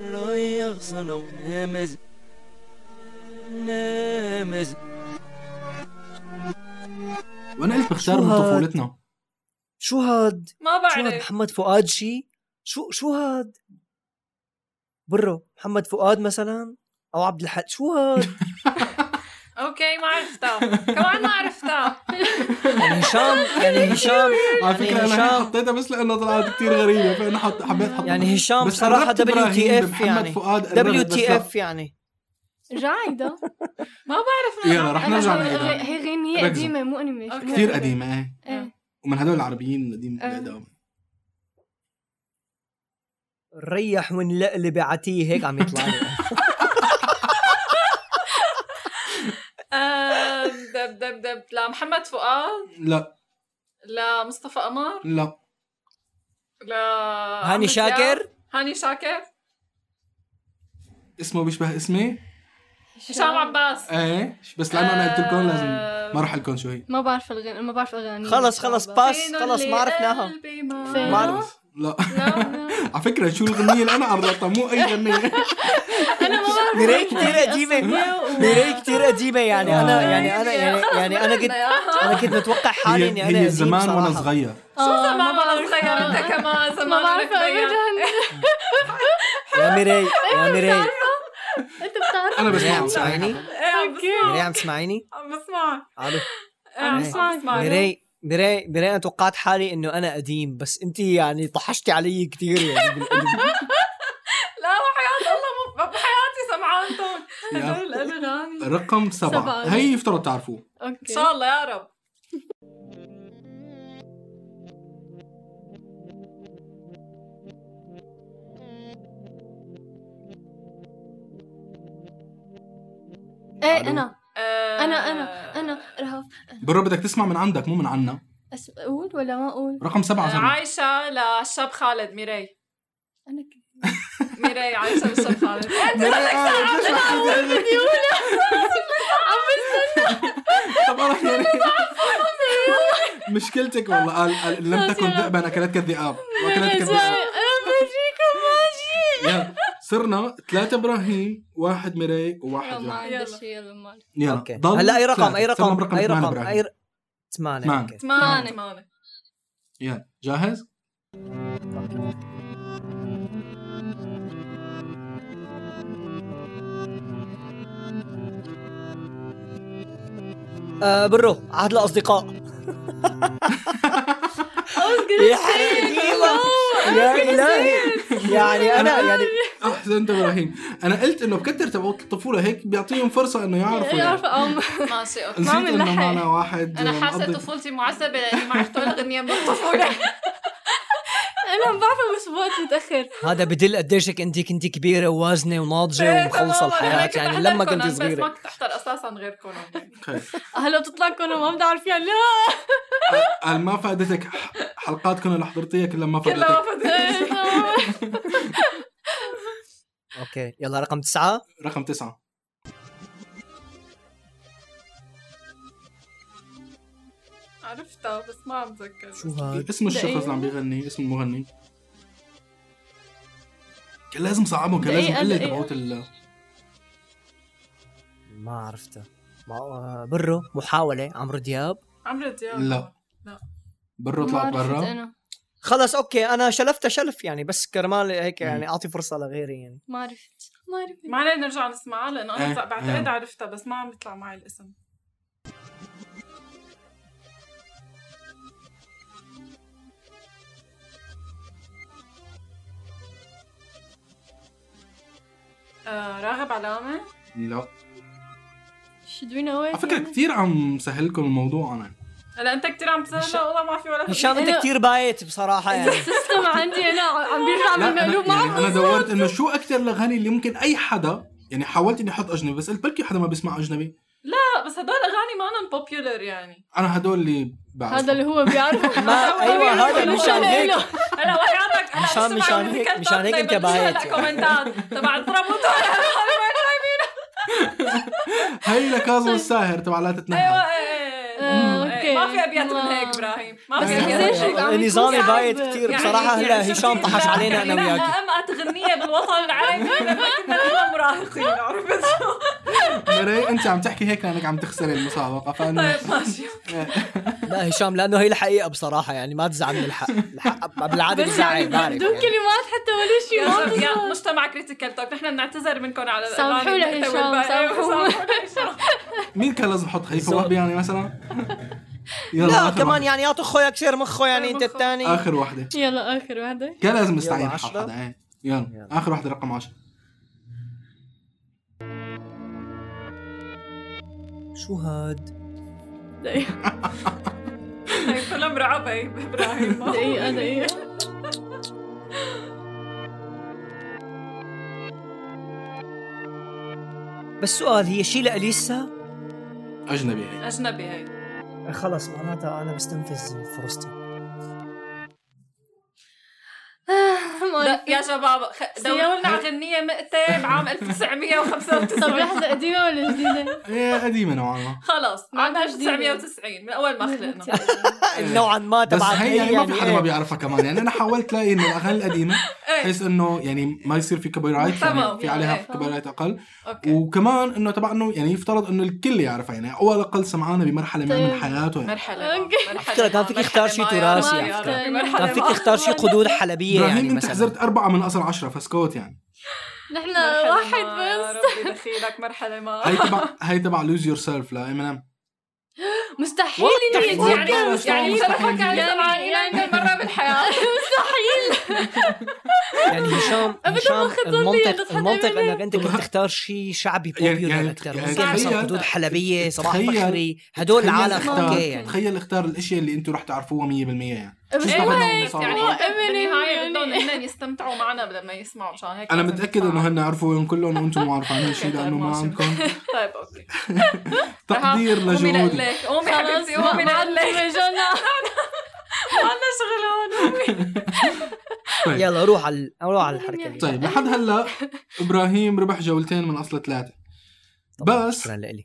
ريح صنع ونامز نامز
وأنا قلت بختار
شو
من
هاد؟
طفولتنا
شو هاد؟
ما
شو هاد
بعرف
محمد فؤاد شي؟ شو شو هاد؟ برو محمد فؤاد مثلا او عبد الحق شو هاد؟
اوكي ما عرفتها كمان ما عرفتها
يعني هشام يعني هشام
على
يعني
فكرة أنا هي
هشام-
حطيتها بس لأنها طلعت كتير غريبة فأنا حط... حبيت أحطها
يعني هشام
بس
بصراحة
قربت
دبليو تي
إبراهيم
اف
بمحمد
يعني
فؤاد قربت،
دبليو
بس
تي
لا.
اف يعني
جايدة
ما بعرف
يلا رح
أنا
نرجع
هي-
نعيدها
هي غنية
ركزوا.
قديمة مو انمي
أوكي.
شكراً.
كثير قديمة ايه
إيه.
ومن هدول العربيين القديم
آه.
القدام
ريح ونلقلب عتيه هيك عم يطلع لي
آم، آه، دب دب دب لا محمد فؤاد
لا
لا مصطفى قمر
لا
لا عمرو
هاني شاكر
دياب. هاني شاكر
اسمه بيشبه اسمي
هشام عباس
ايه بس لانه انا قلت لكم لازم ما راح لكم شو هي
ما بعرف الغنى ما بعرف اغاني
خلص خلص باس خلص ما عرفناها
فين؟
ما عرف-
لا
لا
على فكره شو الاغنيه اللي انا عرضتها مو اي اغنيه
انا ما بعرف
ميري كثير قديمة ميري كثير قديمة يعني انا يعني انا يعني, يعني انا كنت انا كنت متوقع حالي
هي,
اني انا قديم
هي زمان وانا
صراحة.
صغير
شو زمان وانا صغير انت كمان زمان
آه، ما بعرف
وأنت صغير.
ابدا
يا ميري يا ميري
انت بتعرف
انا
ميري عم
بسمع
تسمعيني
إيه، عم بسمع
ميري عم تسمعيني
عم بسمع
الو
إيه، عم
إيه.
بسمع
ميري ميري ميري انا توقعت حالي انه انا قديم بس انت يعني طحشتي علي كثير يعني بالقلب.
لا وحياة الله ما- بحياتي سمعانتهم
يا.
هدول الاغاني
رقم سبعة
سبعة.
هي يفترض تعرفوه
ان
اوكي
شاء الله يا رب
ايه انا
آه،
انا انا انا رهف
برا بدك تسمع من عندك مو من عنا
أس- اقول ولا ما اقول
رقم سبعة
آه،
سبعة
عايشة للشاب خالد ميري
انا كنت
ميري عايشة للشاب خالد
ميري، آه، ليش ما حكيت لي؟ طب انا يعني مشكلتك والله قال قال إن لم
خلاص
تكن
يا رب.
ذئبا اكلتك الذئاب واكلتك الذئاب
زعل. انا بجيكم ماشي
يلا صرنا ثلاثة ابراهيم واحد ميري وواحد
يلا
يوحنا
يلا.
عندي شيء يلا ما عندي.
يلا
اوكي
ضل
هلا اي رقم
ثلاثة.
اي
صرنا
رقم
برقم
اي
ثمانية
رقم
إبراهيم.
اي رقم ثمانية
ثمانية.
اوكي
ثمانية ثمانية
يلا جاهز
آه برو عهد الاصدقاء يا حبيبي يا إلهي. يعني انا يعني
احسنت ابراهيم انا قلت انه بكتر تبعوت الطفوله هيك بيعطيهم فرصه انه يعرفوا يعني.
يعرف ام
ماشي اوكي
نسيت
عم
انه
نلحق.
معنا واحد
انا حاسه
مقضي-
طفولتي معذبه لاني ما عرفت ولا اغنيه من الطفوله
انا ما بعرفها بس بوقت متاخر
هذا بدل قديش هيك انت كنتي كبيره ووازنه
إيه،
وناضجه ومخلصه الحياه يعني لما كنت
بس ما
صغيره
كنت احضر اساسا غيركم
خير.
هلا بتطلع كنا ما بتعرف يعني لا
قال ما فادتك ح- حلقات كنا اللي حضرتيها كلها ما
كلها ما
فادتك
فضلت
اوكي يلا رقم تسعه
رقم تسعة
عرفتها بس ما عم بتذكر
شو هاد
اسم الشخص
دقيقة.
اللي عم بيغني اسم المغني كان لازم صعبهم كان لازم
دقيقة،
قلل
دقيقة.
تبعوت ال
ما عرفتها ما آه، برو محاوله عمرو دياب
عمرو دياب
لا. برا
ما
طلعت
عرفت
برا
انا
خلص اوكي انا شلفت شلف يعني بس كرمال هيك يعني اعطي فرصه لغيري يعني
ما عرفت ما عرفت
ما علينا نرجع نسمعها لانه
إيه،
انا بعتقد
إيه.
عرفتها بس ما عم بيطلع معي الاسم آه، راغب علامة
لا
شدوينا وين
على فكرة كثير عم سهلكم الموضوع انا
هلا انت كثير عم تسهل والله ما في ولا
هشام انت
أنا-
كثير بايت بصراحه يعني
السيستم عندي انا عم
لا
بيرجع من
انا,
مقلوب ما
يعني
عم
أنا دورت انه شو اكثر الاغاني اللي ممكن اي حدا يعني حاولت اني احط اجنبي بس قلت بلكي حدا ما بيسمع اجنبي
لا بس هدول اغاني ما أنا popular يعني
انا هدول اللي بعرف
هذا اللي هو بيعرفه
ما ايوه هذا مشان هيك
هلا وحياتك هلا
مشان-
بسمع
مشان هيك-
الموسيقى
مشان هيك
التوب
أنت
دايماً
بايت
بتشوف
يعني.
كومنتات تبع ترابوتو
هي
طيب.
لكاظم الساهر تبع لا تتنهى
ايوه ايه
آه،
إيه.
أوكي.
ما في ابيات من
ما-
هيك ابراهيم ما
بس
في
يعني
ابيات
زي شو عم يكون
نظامي
صعب.
بايت كثير
يعني-
بصراحه
يعني
هلا هشام
شفتي
طحش
لا،
علينا انا
يعني لا،
وياك
امقت غنيه بالوطن العربي لما كنا نحن مراهقين عرفت شو؟
مري انت عم تحكي هيك لانك عم تخسري المسابقة فانا
طيب ماشي
لا هشام لانه هي الحقيقه بصراحه يعني ما تزعل من الحق الحق بالعاده
بس يعني
بزعل بعرف
بدون
يعني.
كلمات حتى ولا شيء
يا
ما
شباب، يا
بتزعل.
مجتمع كريتيكال توك نحن بنعتذر منكم على
سامحونا
الأغاني
إن شاء
والباقي.
الله، سامحونا.
سامحونا إن شاء الله.
مين كان لازم احط خليفة
زو-
وهبي يعني مثلا يلا
لا
آخر
كمان
واحدة.
يعني يا تخو يا كثير مخو يعني انت
مخه.
الثاني
اخر وحدة
يلا اخر وحده
كان لازم استعين
يلا
حق
عشرة.
حدا ايه يلا
يلا.
اخر وحدة رقم 10
شو هاد
دقيقه
هي كلها مرعبة هي ابراهيم ما هو.
دقيقه دقيقه
بس سؤال هي شيلا اليسا
اجنبي هي
اجنبي هي
آه، خلص معناتها انا بستنفذ فرصتي
لا، يا شباب دوروا لنا على غنية مقتة بعام
طب
1995
لحظه قديمه ولا جديده؟
ايه قديمة نوعا ما
خلص عام
عندها جديدة.
1990 من اول ما خلقنا
نوعا ما
بس
تبعت
هي يعني ما في حدا
إيه.
ما بيعرفها كمان يعني انا حاولت لاقي انه الاغاني القديمه
إيه.
بحيث انه يعني ما يصير في كوبي رايت
تمام.
يعني في عليها
إيه.
كوبي رايت اقل
اوكي
وكمان انه تبع انه يعني يفترض انه الكل يعرفها يعني او على الاقل سمعانه بمرحله ما من
طيب.
حياته يعني
مرحلة
أوكي.
مرحلة
فكرة كان فيك
مرحلة
اختار شي
ما يا
تراثي
رب،
على
يا رب،
فكرة.
مرحلة
كان
ما.
فيك تختار شي قدود حلبيه
ابراهيم
يعني
انت
مثلا
حزرت اربعه من اصل عشره فسكوت يعني
نحن
مرحلة
واحد
ما، يا
بس
ربي دخيلك مرحلة يعني ما
هي
آه.
تبع هي تبع لوز يور سيلف لامينيم
مستحيل
What the
اني
fuck؟
يعني
يعني يعني
مستحيل.
شرفك يعني
يعني-
سمعانين
يعني-
عندنا مرة بالحياة
يعني هشام هشام المنطق المنطق انك انت كنت تختار شيء شعبي
يعني-
بوبيولر
يعني-
اكثر
يعني
ممكن
تخيل-
مثلا حدود حلبيه صباح
تخيل-
فخري هدول
تخيل
العالم
اختار-
اوكي يعني
تخيل اختار الاشياء اللي انتم رح تعرفوها 100% يعني
بس
شو
هو
استفدنا من
هيك،
المسابقة؟
يعني
هو
أنت بالنهاية
Eminem
بدهم
يعني.
هن يستمتعوا معنا لما يسمعوا مشان
آه،
هيك
انا
لازم
متاكد
نسمع.
انه هن عرفوا وين كلهم وانتم ما عارفين هالشيء لانه ما
ماشي.
عندكم
طيب اوكي
تقدير
قومي
لجهودي
لقلك قومي
خلاص
حبيبتي قومي
ما عاد
لقلك
رجعنا
ما عندنا شغل هون قومي
طيب.
يلا روح على روح على الحركه اللي
طيب لحد هلا ابراهيم ربح جولتين من اصل ثلاثه
طبعاً،
بس-
شكرا لإلي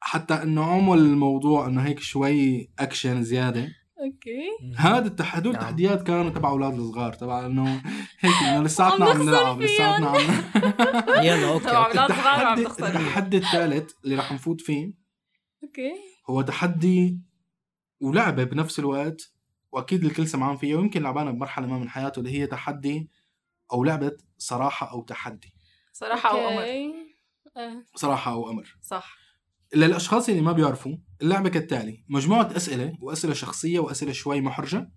حتى انه عمل الموضوع انه هيك شوي اكشن زياده
اوكي
هذا التح... هدول
نعم.
التحديات كانوا تبع اولاد الصغار تبع انه هيك انه لساتنا
عم
عم
نخسر
نلعب
فيهم.
لساتنا عم
يلا اوكي
طبعاً،
اوكي
لا. أولاد صغار عم
التحدي-
تخسر فيهم.
التحدي الثالث اللي رح نفوت فيه
اوكي
هو تحدي ولعبه بنفس الوقت واكيد الكل سمعان فيها ويمكن لعبانه بمرحله ما من حياته اللي هي تحدي او لعبه صراحه او تحدي
صراحة وأمر
أوكي. آه.
صراحه او امر
صح
للاشخاص اللي ما بيعرفوا اللعبه كالتالي مجموعه اسئله واسئله شخصيه واسئله شوي محرجه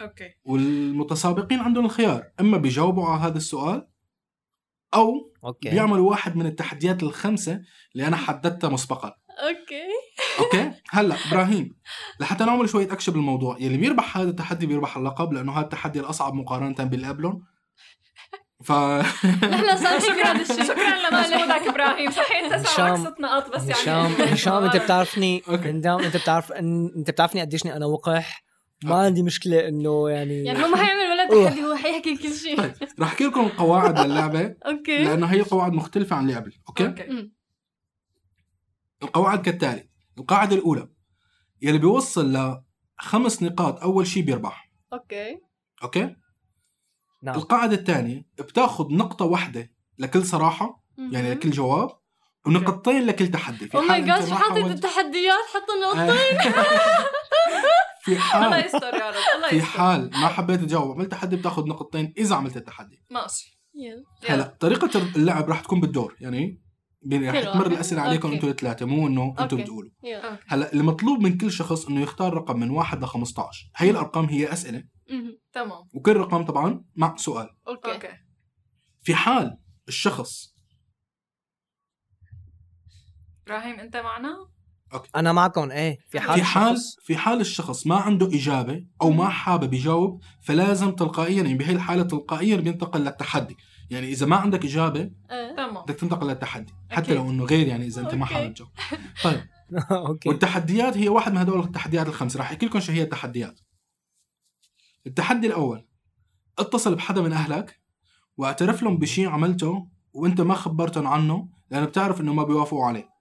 اوكي
والمتسابقين عندهم الخيار اما بيجاوبوا على هذا السؤال او
اوكي
بيعملوا واحد من التحديات الخمسه اللي انا حددتها مسبقا
اوكي
اوكي هلا ابراهيم لحتى نعمل شويه اكشن بالموضوع يلي بيربح هذا التحدي بيربح اللقب لانه هذا التحدي الاصعب مقارنه باللي قبلهم ف
نحن صار
شكرا
شكرا للشيء
شكرا لمجهودك ابراهيم صحيح انت ساعدك
هشام-
ست نقاط بس يعني
هشام هشام انت بتعرفني
أوكي.
انت انت بتعرف إن- انت بتعرفني قديش انا وقح ما عندي مشكله انه
يعني
يعني
هو ما حيعمل ولا تحدي هو حيحكي كل شيء
رح احكي لكم القواعد للعبه
اوكي
لانه هي قواعد مختلفه عن اللي قبل اوكي
اوكي
القواعد كالتالي القاعده الاولى يلي بيوصل لخمس نقاط اول شيء بيربح
اوكي
اوكي
نعم
القاعده الثانيه بتاخذ نقطه واحده لكل صراحه يعني لكل جواب ونقطتين لكل تحدي في
او ماي
حال أنت آه.
جاد شو
ما
Oh حاطط
حاولت-
التحديات حطوا نقطة
في
الله
حال
يستر يا رب الله
في
يستر
حال ما حبيت تجاوب عملت تحدي بتاخذ نقطتين اذا عملت التحدي
ماشي
يلا
يلا.
هلا طريقه اللعب راح تكون بالدور يعني بين- رح
حلو.
تمر الاسئله عليكم
أوكي.
انتم الثلاثه مو انه انتم
أوكي.
بتقولوا
يلا
اوكي
هلا المطلوب من كل شخص انه يختار رقم من 1 ل 15 هي الارقام هي اسئله
مهم.
تمام
وكل رقم طبعا مع سؤال
اوكي
اوكي
في حال الشخص
ابراهيم انت معنا؟
انا معكم ايه في حال
في حال
الشخص-
في حال الشخص ما عنده اجابه او ما حابب يجاوب فلازم تلقائيا يعني بهي الحاله تلقائيا بينتقل للتحدي يعني اذا ما عندك اجابه
آه.
تمام
بدك تنتقل للتحدي حتى
أكيد.
لو انه غير يعني اذا انت ما
أوكي.
حابب تجاوب طيب
اوكي
والتحديات هي واحد من هدول التحديات الخمسه راح احكي لكم شو هي التحديات التحدي الاول اتصل بحدا من اهلك واعترف لهم بشيء عملته وانت ما خبرتهم عنه لانه بتعرف انه ما بيوافقوا عليه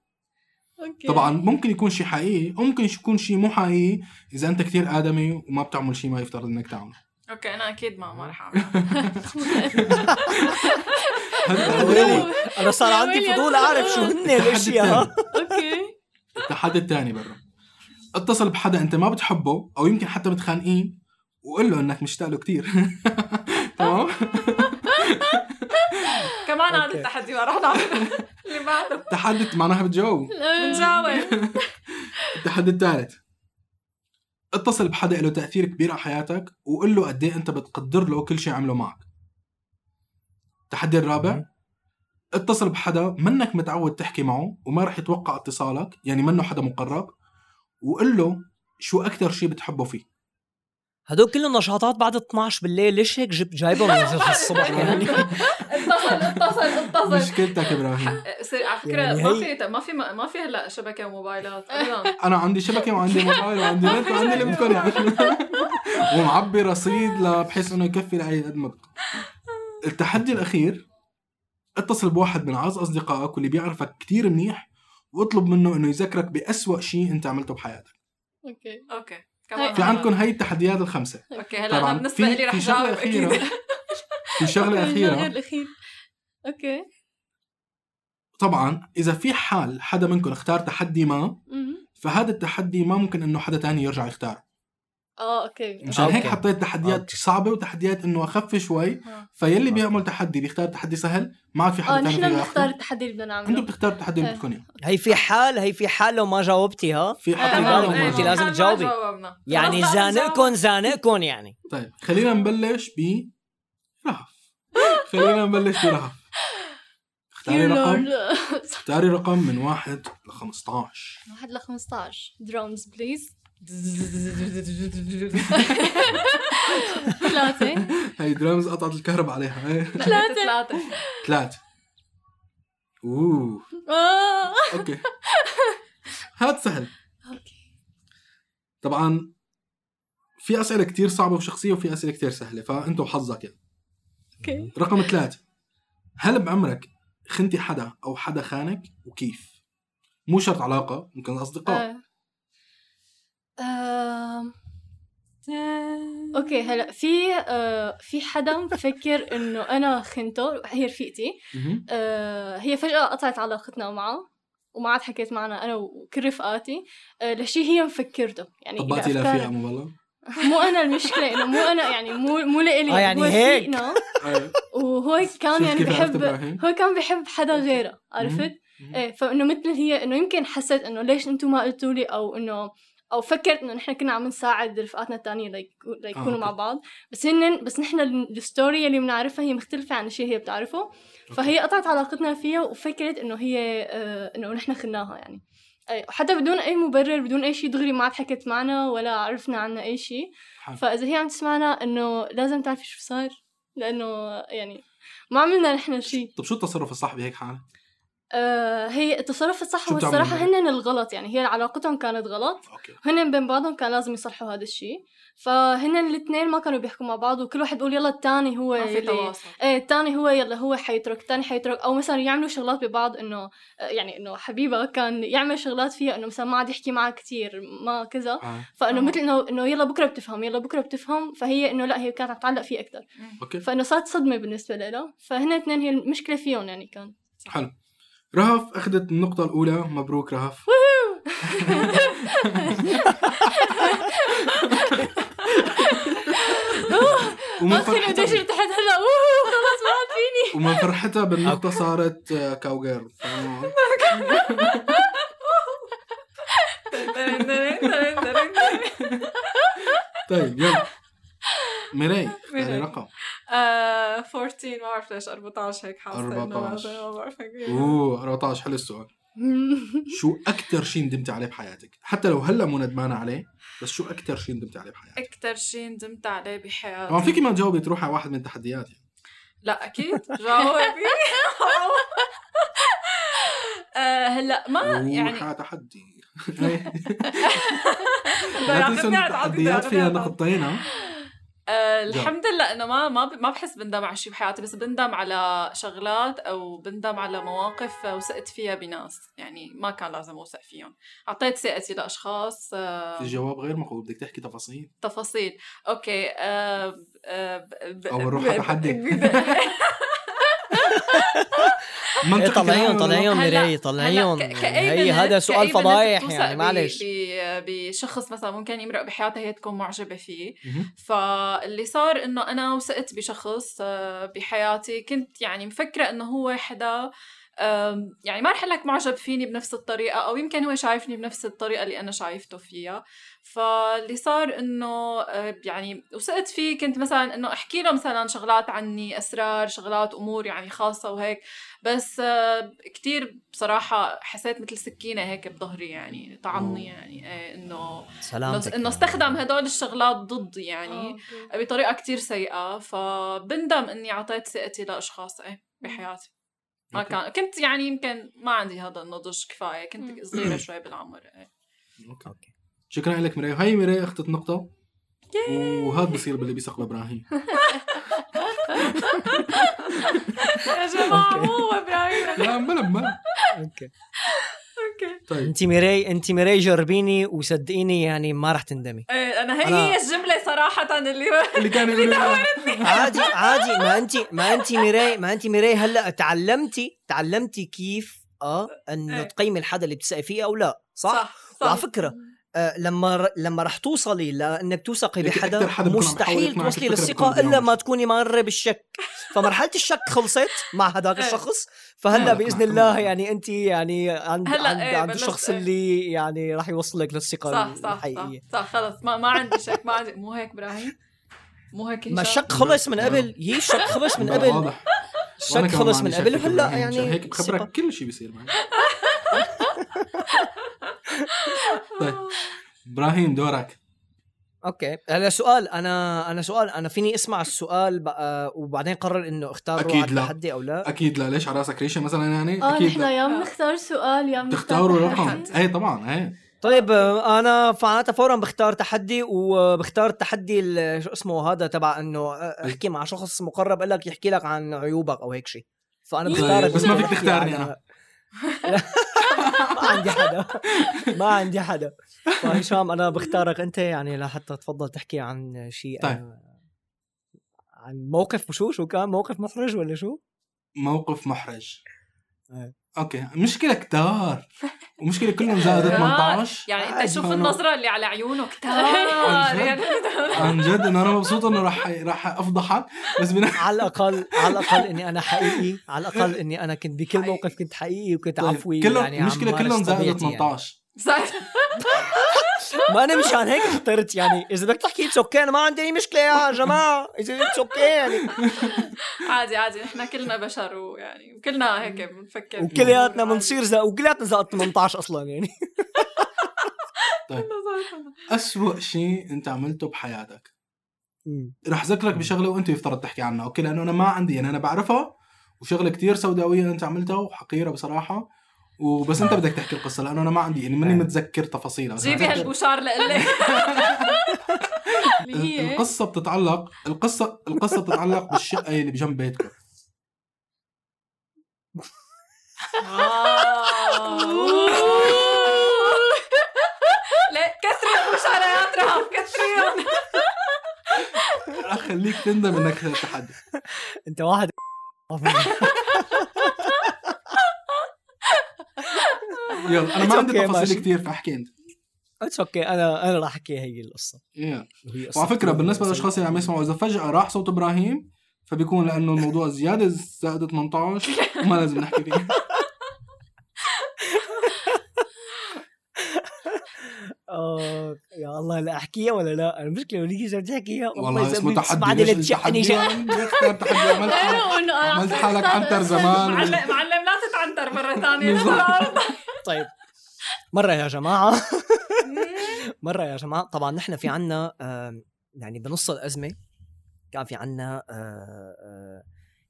اوكي
طبعا ممكن يكون شيء حقيقي أو ممكن يكون شيء مو حقيقي اذا انت كتير ادمي وما بتعمل شيء ما يفترض انك تعمله
اوكي انا اكيد ما ما رح اعمل
هذا الأول.
ويلي، انا صار عندي فضول اعرف شو هن
التحدي الثاني
الاشياء
اوكي
التحدي الثاني برا اتصل بحدا انت ما بتحبه او يمكن حتى متخانقين وقول له انك مشتاق له كثير تمام
كمان هذا
أوكي.
التحدي ما رح نعمله اللي بعده
تحدي معناها بتجاوب
بنجاوب
التحدي الثالث اتصل بحدا له تاثير كبير على حياتك وقول له قد ايه انت بتقدر له كل شيء عمله معك التحدي الرابع اتصل بحدا منك متعود تحكي معه وما رح يتوقع اتصالك يعني منه حدا مقرب وقول له شو اكثر شيء بتحبه فيه
هدول كلهم نشاطات بعد 12 بالليل ليش هيك جبت جايبهم من الصبح يعني
اتصل اتصل اتصل
مشكلتك ابراهيم
بصير على فكره
يعني
ما
هي-
في ما في ما في هلا شبكه موبايلات ابدا
انا عندي شبكه وعندي موبايل وعندي نت وعندي اللي بدكم يعني ومعبي رصيد ل- بحيث انه يكفي لاي قد ما بدكم التحدي الاخير اتصل بواحد من اعز اصدقائك واللي بيعرفك كتير منيح واطلب منه انه يذكرك بأسوأ شيء انت عملته بحياتك
اوكي
اوكي كمان
في
آه.
عندكم هي التحديات الخمسه
اوكي هلا انا
طبعا
بالنسبه لي
في,
رح
في شغله
جاوب
اخيره
اكيد
في شغله
الشغلة
اخيره
الاخير اوكي
طبعا اذا في حال حدا منكم اختار تحدي ما
مهم.
فهذا التحدي ما ممكن انه حدا تاني يرجع يختاره
اه اوكي
مشان هيك
أوكي.
حطيت تحديات
أوكي.
صعبه وتحديات انه اخف شوي
آه.
فيلي
أوكي.
بيعمل تحدي بيختار تحدي سهل ما عاد في
اه
حدا ثاني
نحن بنختار التحدي اللي بدنا
انتم
نعمله
بتختاروا التحدي اللي
إيه.
بدكم اياه
هي في حال هي في حال لو ما جاوبتي ها
في
إيه،
آه،
حدا
بالك
قالوا ما
آه،
أنت
جاوب.
لازم
ما
تجاوبي.
جاوبنا.
يعني
خلاص، لازم
زانقكم زانقكم يعني
طيب خلينا نبلش ب رهف خلينا نبلش برهف اختاري
Dear
رقم
Lord.
اختاري رقم من واحد ل 15
واحد ل 15 درامز بليز ثلاثة
هاي درامز قطعت الكهرب عليها إيه.
ثلاثة ثلاثة
ثلاثة اوه
آه.
اوكي هاد سهل
اوكي
طبعا في اسئله كتير صعبه وشخصيه وفي اسئله كتير سهله فانت وحظك يعني
اوكي
رقم ثلاثة هل بعمرك خنتي حدا او حدا خانك وكيف مو شرط علاقه ممكن اصدقاء
آه. آم. اوكي هلا في آه، في حدا مفكر انه انا خنته هي رفيقتي
مهم.
آه، هي فجأة قطعت علاقتنا معه وما عاد حكيت معنا أنا وكل رفقاتي آه، لشي هي مفكرته يعني إلى
طبقتي لها
أفكار-
فيها مو والله
مو أنا المشكلة إنه مو أنا يعني مو مو لإلي
آه، يعني
هو
هيك.
رفيقنا
إيه.
وهو كان
شفت
يعني
كيف عرفت
بحب
إبراهيم؟
هو كان بحب حدا غيره عرفت ايه فانه مثل هي انه يمكن حسيت انه ليش انتم ما قلتوا لي او انه او فكرت انه نحن كنا عم نساعد رفقاتنا الثانيه ليكو- ليكونوا مع
آه، أوكي.
بعض بس هن بس نحن ال- الستوري اللي بنعرفها هي مختلفه عن الشيء هي بتعرفه فهي قطعت علاقتنا فيها وفكرت انه هي آه، انه نحن خناها يعني إيه، وحتى بدون اي مبرر بدون اي شيء دغري ما عاد حكت معنا ولا عرفنا عنها اي شيء
حلو.
فاذا هي عم تسمعنا انه لازم تعرفي شو صار لانه يعني ما عملنا نحن شيء
طب شو التصرف الصح بهيك حالة؟
آه، هي التصرف الصح
شو
هو
بتعملوا
الصراحة
بالبيت؟
هن الغلط يعني هي علاقتهم كانت غلط
اوكي
هن بين بعضهم كان لازم يصلحوا هذا الشيء فهن الاثنين ما كانوا بيحكوا مع بعض وكل واحد يقول يلا الثاني هو
ما في
اللي-
تواصل
ايه الثاني هو يلا هو حيترك الثاني حيترك او مثلا يعملوا شغلات ببعض انه آه، يعني انه حبيبه كان يعمل شغلات فيها انه مثلا ما عاد يحكي معها كثير ما كذا
آه.
فانه
آه.
مثل انه انه يلا بكره بتفهم يلا بكره بتفهم فهي انه لا هي كانت عم تعلق فيه اكثر
اوكي
فانه صارت صدمه بالنسبه لها فهن الاثنين هي المشكله فيهم يعني كان
حلو رهف اخذت النقطة الأولى مبروك رهف ومن
اخي قديش
فرحتها
ارتحت هلا اوه خلص ما عاد فيني
ومن فرحتها بالنقطة صارت آه، كاوغير فاهمة؟ طيب يلا ميراي اختاري
ميراي.
رقم
آه، 14 ما بعرف ليش 14 هيك حاسه إنه
14.
هذا ما بعرف هيك
اوه 14 حلو السؤال شو أكتر شيء ندمت عليه بحياتك؟ حتى لو هلا مو ندمانة عليه بس شو أكتر شيء ندمت عليه بحياتك؟
اكثر شيء ندمت عليه بحياتي
طبعا فيكي ما تجاوبي تروحي على واحد من التحديات يعني
لا اكيد جاوبي آه، هلا ما يعني
روحي تحدي إيه. لا
ضيعتني
تنسوا إنه
على تعطيني
التحديات فيها
تعطيني.
نقطتين ها؟
آه،
جاوب.
الحمد لله انه ما ما ب- ما بحس بندم على شيء بحياتي بس بندم على شغلات او بندم على مواقف وثقت فيها بناس يعني ما كان لازم اوثق فيهم اعطيت ثقتي لاشخاص آه،
في جواب غير مقبول بدك تحكي تفاصيل
تفاصيل اوكي آه، آه، ب- ب-
أو نروح على
ب-
تحدي.
ب-
إيه،
منطقي كلامي
طلعيهم
ولا
طلعيهم
هلا-
ميري
هلا
طلعيهم
ك- كأي
هي
بنت-
هذا سؤال
كأي بنت
فضايح
بتوثق
يعني
ب-
معلش
ب- بشخص مثلا ممكن يمرق بحياتها هي تكون معجبه فيه
مهم.
فاللي صار انه انا وثقت بشخص آه، بحياتي كنت يعني مفكره انه هو حدا آم، يعني ما رح لك معجب فيني بنفس الطريقه او يمكن هو شايفني بنفس الطريقه اللي انا شايفته فيها فاللي صار انه آه، يعني وثقت فيه كنت مثلا انه احكي له مثلا شغلات عني اسرار شغلات امور يعني خاصه وهيك بس آه، كتير بصراحه حسيت مثل سكينه هيك بظهري يعني طعنني يعني إيه، انه
سلامتك يعني.
إنه- انه استخدم هدول الشغلات ضدي
آه،
يعني بطريقه كتير سيئه فبندم اني اعطيت ثقتي لاشخاص ايه بحياتي ما
أوكي.
كان كنت يعني يمكن ما عندي هذا النضج كفايه
مم.
كنت صغيره شوي بالعمر ايه
أوكي.
أوكي.
شكرا لك ميراي هاي ميراي أخذت نقطة وهذا بصير باللي بيثق بإبراهيم
يا جماعه
أوكي.
هو بعينك
لا بلا بلا
أوكي.
طيب
انت ميري انت ميري جربيني وصدقيني يعني ما رح تندمي
ايه انا هي
أنا-
هي الجمله صراحه اللي
اللي كان يقول
عادي عادي ما انت ما انت ميري ما انت ميري هلا تعلمتي تعلمتي كيف اه انه
إيه.
تقيمي الحدا اللي بتثقي فيه او لا صح, صح. وعلى فكره آه لما ر- لما رح توصلي لانك توثقي
لكن
بحدا
أكتر حدا بيكون عم يحاول
مستحيل
يقنعك
توصلي
بالفكرة
للثقه
بيكون
الا ما
بيومك.
تكوني مره بالشك فمرحله الشك خلصت مع هذاك
إيه.
الشخص
ما رح
فهلا باذن
نعتمد.
الله يعني انت يعني عند
هلأ
عند,
إيه،
عند
بلشت
الشخص
إيه.
اللي يعني رح يوصلك للثقه
صح صح صح
الحقيقيه
صح خلص ما ما عندي شك ما عندي مو هيك ابراهيم مو هيك هشام؟
ما الشك خلص من
لا.
قبل يي الشك خلص من
بلا
قبل
واضح وأنا
الشك
كمان
خلص
عندي
من
شك
قبل
لك
هلا
إبراهيم،
يعني
مشان هيك
ثقة.
بخبرك كل شيء بيصير معي طيب ابراهيم دورك
اوكي هلا سؤال انا انا سؤال انا فيني اسمع السؤال بقى وبعدين قرر انه اختار
أكيد
روعة
لا.
التحدي او لا
اكيد لا ليش على راسك ريشه مثلا يعني
اه
اكيد
نحن
لا
يا بنختار سؤال يا بنختار
تختاروا
تحدي.
رقم إيه، اي طبعا اي
طيب آه، انا فعناتها فورا بختار تحدي وبختار التحدي ال- شو اسمه هذا تبع انه
إيه.
آه، احكي مع شخص مقرب لك يحكي لك عن عيوبك او هيك شيء فانا
طيب،
بختار
بس
إنه
ما
إيه، فيك
أحكي
تختارني
عن-
أنا.
لا، ما عندي حدا ما عندي حدا فهشام انا بختارك انت يعني لحتى تفضل تحكي عن شيء
طيب.
آه، عن موقف شو شو كان موقف محرج ولا شو؟
موقف محرج
إيه.
اوكي مشكله كتار ومشكله كلهم زائد 18
يعني
عادي،
انت شوف
أنا-
النظره اللي على عيونه كتار
جد.
يعني
عن جد انه انا مبسوط انه راح راح افضحك بس بنا...
على الاقل على الاقل اني انا حقيقي على الاقل اني انا كنت بكل موقف كنت حقيقي وكنت عفوي
طيب، كلهم
يعني عم
المشكله
مارس
كلهم زائد
طبيعتي يعني.
18
زائد-
ما انا مشان هيك اخترت يعني اذا بدك تحكي اتس اوكي انا ما عندي اي مشكله يا جماعه اذا اتس اوكي يعني
عادي عادي نحن كلنا بشر ويعني وكلنا هيك بنفكر
وكلياتنا
بالأمور
بنصير زق وكلياتنا زق 18 اصلا يعني
عادي.
أسوأ شيء انت عملته بحياتك
مم.
رح ذكرك بشغله وانت يفترض تحكي عنها اوكي لانه انا ما عندي يعني انا بعرفها وشغله كتير سوداويه انت عملتها وحقيره بصراحه وبس
نعم.
انت بدك تحكي القصه لانه انا ما عندي يعني ماني
إيه.
متذكر تفاصيلها بس
جيبي
أنا
هالبوشار لإلي
آه،
اللي هي
القصه بتتعلق القصه القصه بتتعلق بالشقه اللي بجنب بيتكم
لا كسري البوشارات رهف كسريهم
اخليك تندم انك تحدث
انت واحد
يلا انا ما عندي
أوكي، ماشي.
تفاصيل كتير فاحكي انت
اتس اوكي انا انا راح احكي هي القصه
يلا.
وهي قصة
وعلى فكره
كتير
بالنسبه
مسلية.
للاشخاص اللي عم يسمعوا اذا فجاه راح صوت ابراهيم فبيكون لانه الموضوع زياده زائد 18 وما لازم نحكي فيه
آه، يا الله لا احكيها ولا لا المشكله لو ليكي صرت احكيها
والله اسمه تحدي
بعدين
ليش
لتشحني
التحدي
شيء
اختار تحدي
إيه،
عملت حالك-
انه
عملت حالك عنتر زمان
معلم معلم لا تتعنتر مره ثانيه
طيب مرة يا جماعة مرة يا جماعة طبعا نحن في عنا آم، يعني بنص الأزمة كان في عنا آه، آه،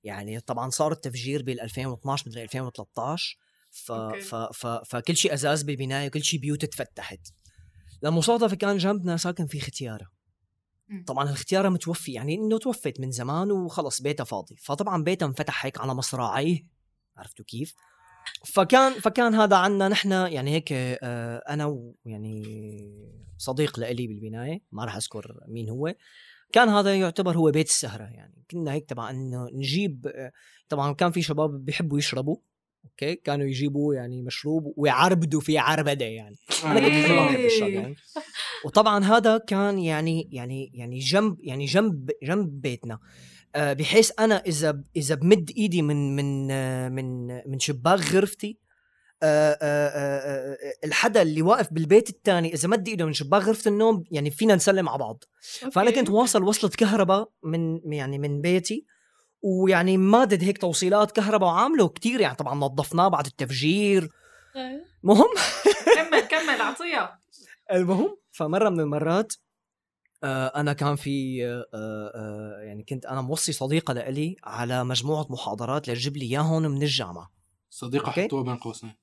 يعني طبعا صار التفجير بال 2012 مدري 2013 ف
أوكي.
ف ف فكل شيء أزاز بالبناية وكل شيء بيوت اتفتحت للمصادفة كان جنبنا ساكن في ختيارة
مم.
طبعا الختيارة متوفي يعني انه توفت من زمان وخلص بيتها فاضي فطبعا بيتها انفتح هيك على مصراعيه عرفتوا كيف فكان فكان هذا عنا نحن يعني هيك آه، يعني انا ويعني صديق لإلي بالبنايه ما راح اذكر مين هو كان هذا يعتبر هو بيت السهره يعني كنا هيك تبع انه نجيب آه، طبعا كان في شباب بيحبوا يشربوا اوكي كانوا يجيبوا يعني مشروب ويعربدوا فيه عربده يعني انا كنت
إيه.
زمان بحب الشرب يعني وطبعا هذا كان يعني يعني يعني جنب يعني جنب جنب بيتنا آه، بحيث انا اذا ب- اذا بمد ايدي من من آه، من من شباك غرفتي آه، آه، آه، آه، الحدا اللي واقف بالبيت الثاني اذا مد ايده من شباك غرفه النوم يعني فينا نسلم على بعض فانا كنت
إيه.
واصل وصله كهرباء من يعني من بيتي ويعني مادد هيك توصيلات كهرباء وعامله كتير يعني طبعا نظفناه بعد التفجير مهم
كمل كمل اعطيها
المهم فمره من المرات آه، انا كان في آه، آه، يعني كنت انا موصي صديقه لإلي على مجموعه محاضرات لتجيب لي اياهم من الجامعه
صديقه
أوكي.
حطوها بين قوسين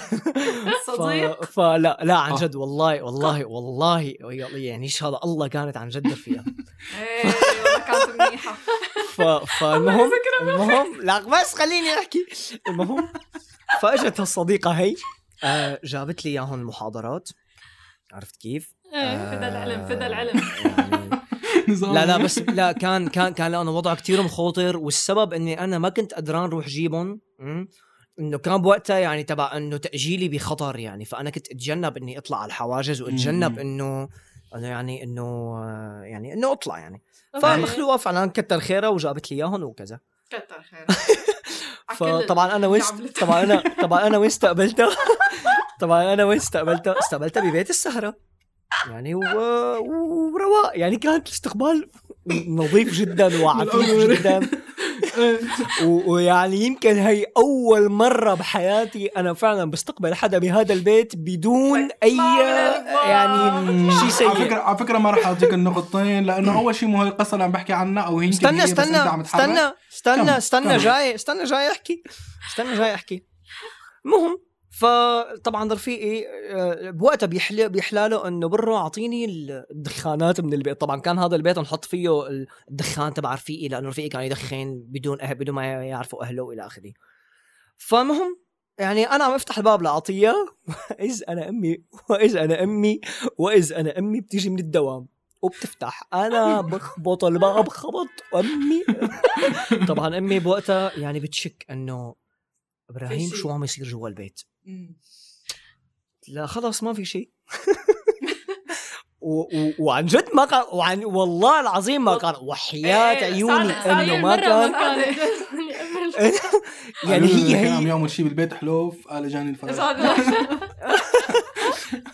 ف...
صديق
فلا لا عن
آه.
جد والله والله والله يعني ان شاء الله الله كانت عن جد فيها
ايه والله كانت منيحه
ف... فالمهم المهم لا بس خليني احكي المهم فاجت هالصديقه هي آه، جابت لي اياهم المحاضرات عرفت كيف؟
إيه،
إيه،
آه.
فدا العلم، فدا العلم.
يعني لا لا بس لا كان كان كان لانه وضعه كتير مخاطر والسبب اني انا ما كنت قدران روح جيبهم أم؟ انه كان بوقتها يعني تبع انه تاجيلي بخطر يعني فانا كنت اتجنب اني اطلع على الحواجز واتجنب
مم.
انه انه يعني انه آه، يعني انه اطلع يعني
أوكي.
فالمخلوقه فعلا كتر خيرها وجابت لي اياهم وكذا
كتر خير
فطبعا انا وين
عملتها.
طبعا انا طبعا انا وين استقبلتها طبعا انا وين استقبلتها استقبلتها ببيت السهره يعني و... ورواء يعني كانت الاستقبال نظيف جدا وعفيف
بالأول.
جدا و... ويعني يمكن هي اول مره بحياتي انا فعلا بستقبل حدا بهذا البيت بدون اي يعني شيء
على
سيء
فكره على فكره ما راح اعطيك النقطتين لانه اول شيء مو هي القصه اللي عم بحكي عنها او هي يمكن
استنى
هي بس
استنى
أنت عم تحرك.
استنى
كمل،
استنى استنى
كمل.
جاي استنى جاي احكي استنى جاي احكي المهم فطبعا رفيقي آه، بوقتها بيحل بيحلاله انه برو اعطيني الدخانات من البيت طبعا كان هذا البيت نحط فيه الدخان تبع رفيقي لانه رفيقي كان يدخن بدون أهل بدون ما يعرفوا اهله والى اخره فالمهم يعني انا عم افتح الباب لاعطيها واذ انا امي واذ انا امي واذ انا امي بتيجي من الدوام وبتفتح انا بخبط الباب خبط امي طبعا امي بوقتها يعني بتشك انه ابراهيم
في شي.
شو عم يصير جوا البيت
مم.
لا خلص ما في شيء و- و- وعن جد ما كان وعن والله العظيم ما كان وحياة
إيه،
عيوني
صار- صار
انه ما
مرة
كان يعني
قالوا لنا
هي
كان عم
هي
يعمل شيء بالبيت حلوف قال اجاني الفرج
صار-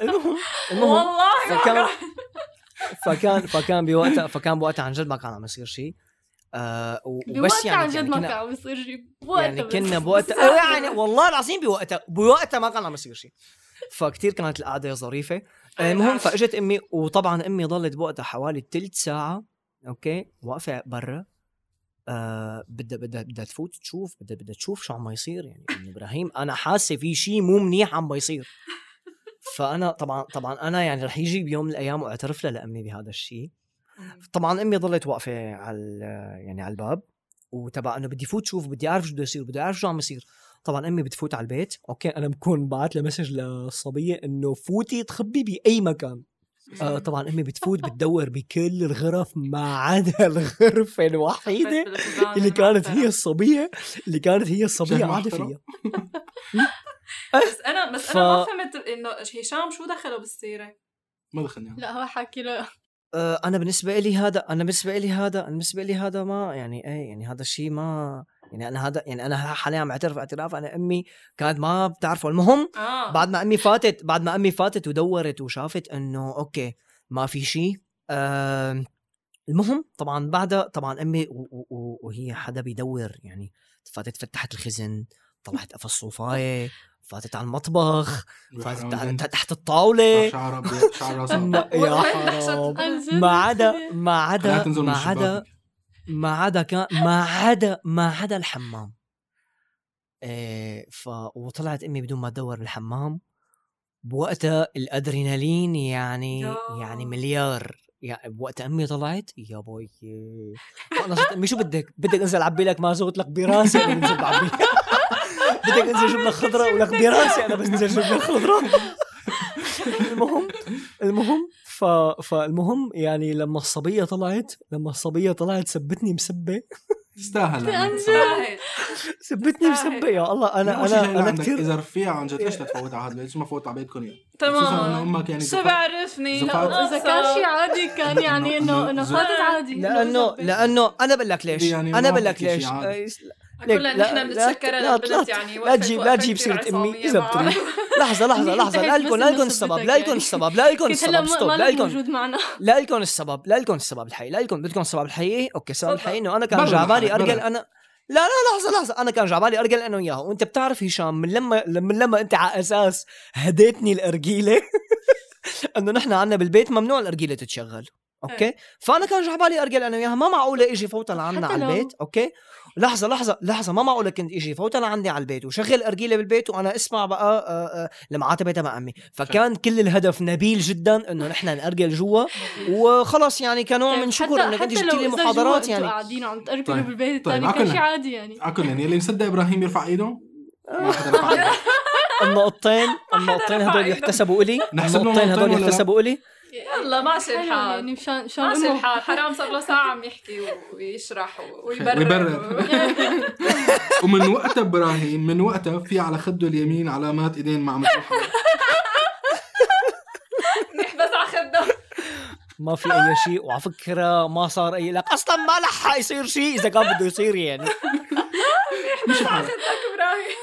المهم المهم
والله ما
فكان فكان فكان بوقتها فكان بوقتها عن جد ما كان عم يصير شيء آه و- وبس
بوقتها
يعني
عن جد
يعني
ما
كنا-
كان عم يصير شيء بوقتها
يعني
بس.
كنا بوقتها يعني والله العظيم بوقتها بوقتها ما كان عم يصير شيء فكتير كانت القعده ظريفه المهم فاجت امي وطبعا امي ضلت بوقتها حوالي ثلث ساعه اوكي واقفه برا آه بدها بدها بدها تفوت تشوف بدها بدها تشوف شو عم يصير يعني إنه ابراهيم انا حاسه في شيء مو منيح عم يصير فانا طبعا طبعا انا يعني رح يجي بيوم من الايام واعترف لها لامي بهذا الشيء طبعا امي ضلت واقفه على ال- يعني على الباب وتبع انه بدي فوت شوف بدي اعرف شو بده يصير بدي اعرف شو عم يصير طبعا امي بتفوت على البيت اوكي انا بكون بعت لها مسج للصبيه انه فوتي تخبي باي مكان آه طبعا امي بتفوت بتدور بكل الغرف ما عدا الغرفه الوحيده اللي كانت هي الصبيه اللي كانت هي الصبيه
شيخ
قاعده
محترم.
فيها
بس انا بس انا ما
ف-
فهمت انه هشام شو دخله بالسيره؟
ما دخلني أنا.
لا هو حكي له
آه، انا بالنسبه لي هذا انا بالنسبه لي هذا انا بالنسبه لي هذا ما يعني ايه يعني هذا الشيء ما يعني انا هذا يعني انا حاليا عم اعترف اعتراف انا امي كانت ما بتعرفه المهم
اه
بعد ما امي فاتت بعد ما امي فاتت ودورت وشافت انه اوكي ما في شيء آه المهم طبعا بعدها طبعا امي و- و- و- وهي حدا بيدور يعني فاتت فتحت الخزن طلعت قفص الصوفايه فاتت على المطبخ فاتت على- تحت الطاوله
آه، شعر أبيض، شعر راسها
ما- يا
حرام.
حرام ما عدا ما
لا
عدا
تنزل من
ما عدا
الشباك
ما عدا كان ما عدا ما عدا الحمام إيه ف وطلعت امي بدون ما تدور بالحمام بوقتها الادرينالين يعني
يا.
يعني مليار يعني بوقت امي طلعت يا بوي فانا صرت امي شو بدك؟ بدك انزل اعبي لك ما زوت لك براسي بدك انزل بعبي لك. بدك انزل اجيب لك خضره ولك براسي انا بس انزل اجيب لك خضره المهم المهم ف... فالمهم يعني لما الصبيه طلعت لما الصبيه طلعت سبتني مسبه
تستاهل يعني.
تستاهل.
سبتني مسبه يا الله انا
أول شي شغلة
انا انا
عندك،
كثير
اذا رفيع عن جد ليش تفوت على هذا البيت؟ ليش ما فوت على بيتكم يعني؟ خصوصا انه
تمام
امك يعني
شو
زفت-
بعرفني
زفاف.
لا
إذا كان
أقصى.
شيء عادي كان يعني إنه إنه فاتت عادي
لانه لانه انا بقول لك ليش
يعني ما
انا بقول لك
في شي
ليش
عادي.
آه، ليك،
كلنا
لا-
نحن
لا-
بنتشكرها
لا-
البنت
لا-
يعني
لا
وقفت-
تجيب- لا
وقفت
تجيب
كتير
سيرة أمي،
عصامية
إذا
معها.
لحظه لحظه
أمي
لحظه
انتهت
لا
بس
لكم لا لكم
إنه
السبب
صبتك
لا لكم
يعني.
السبب لا لكم
كنت
السبب
هلا
ستوب
ما
لا
لك
لكم
موجود معنا
لا لكم السبب لا لكم السبب الحقيقي لا لكم بدكم السبب الحقيقي اوكي السبب
تفضل.
الحقيقي انه انا كان
برا
جعبالي
لحالك، برا.
ارجل انا لا لا لحظه لحظه انا كان جعبالي ارجل انا وياها وانت بتعرف هشام من لما من لما انت على اساس هديتني الارجيله انه نحن عنا بالبيت ممنوع الارجيله تتشغل اوكي فانا كان جعبالي ارجل انا وياها ما معقوله اجي فوتها لعنا
إيه. حتى
على
لو-
البيت اوكي لحظه لحظه لحظه ما معقوله كنت اجي فوتها لعندي على البيت وشغل ارجيله بالبيت وانا اسمع بقى آه، آه، لمعاتبتها مع امي فكان كل الهدف نبيل جدا انه نحن نارجل جوا وخلص يعني كنوع
طيب،
من شكر
حتى-
انك انت
حتى
جبتي
لو
لي
إذا جوا
محاضرات
أنتوا
يعني
قاعدين عم تأركلوا
طيب،
بالبيت
طيب،
الثاني كان
عقلنا.
شيء عادي يعني
عقل يعني اللي مصدق ابراهيم يرفع ايده ما حدا رفع ايده
النقطتين النقطتين
رفع
هدول
إيده.
يحتسبوا لي
نحسب لهم
النقطتين
نقطتين
هدول
ولا لا؟
يحتسبوا لي
يلا ماشي
حلو
الحال
يعني مشان مشان
ماشي
أمه
الحال حرام صار له ساعة عم يحكي و- ويشرح و- ويبرر
ويبرر. ومن وقتها ابراهيم من وقتها في على خده اليمين علامات ايدين مع مفتوحه
منيح بس على خده
ما في اي شيء وعلى فكره ما صار اي لك اصلا ما لحق يصير شيء اذا كان بده يصير يعني
مشي حالك
ابراهيم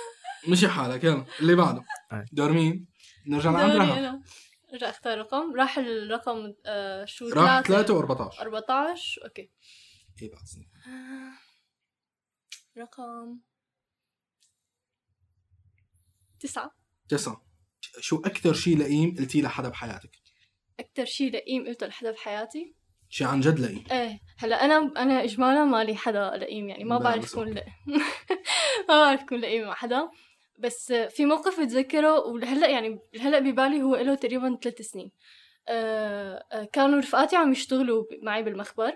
مشي حالك يلا اللي بعده
أي.
دور مين؟ نرجع لعند
دوري
رهف
أنا رح أختار رقم راح الرقم آه، شو
راح
ثلاثة؟
3 و14
14 أوكي
ايه بعد سنة.
رقم تسعة
تسعة شو اكثر شيء لئيم قلتيه لحدا بحياتك؟
أكتر شيء لئيم قلته لحدا بحياتي
شيء عن جد لئيم
ايه هلا انا انا اجمالا مالي حدا لئيم يعني ما
لا،
بعرف
بس
كون ل... ما بعرف كون لئيم مع حدا بس في موقف بتذكره وهلا يعني هلا ببالي هو له تقريبا ثلاث سنين آه، آه، كانوا رفقاتي عم يشتغلوا ب- معي بالمخبر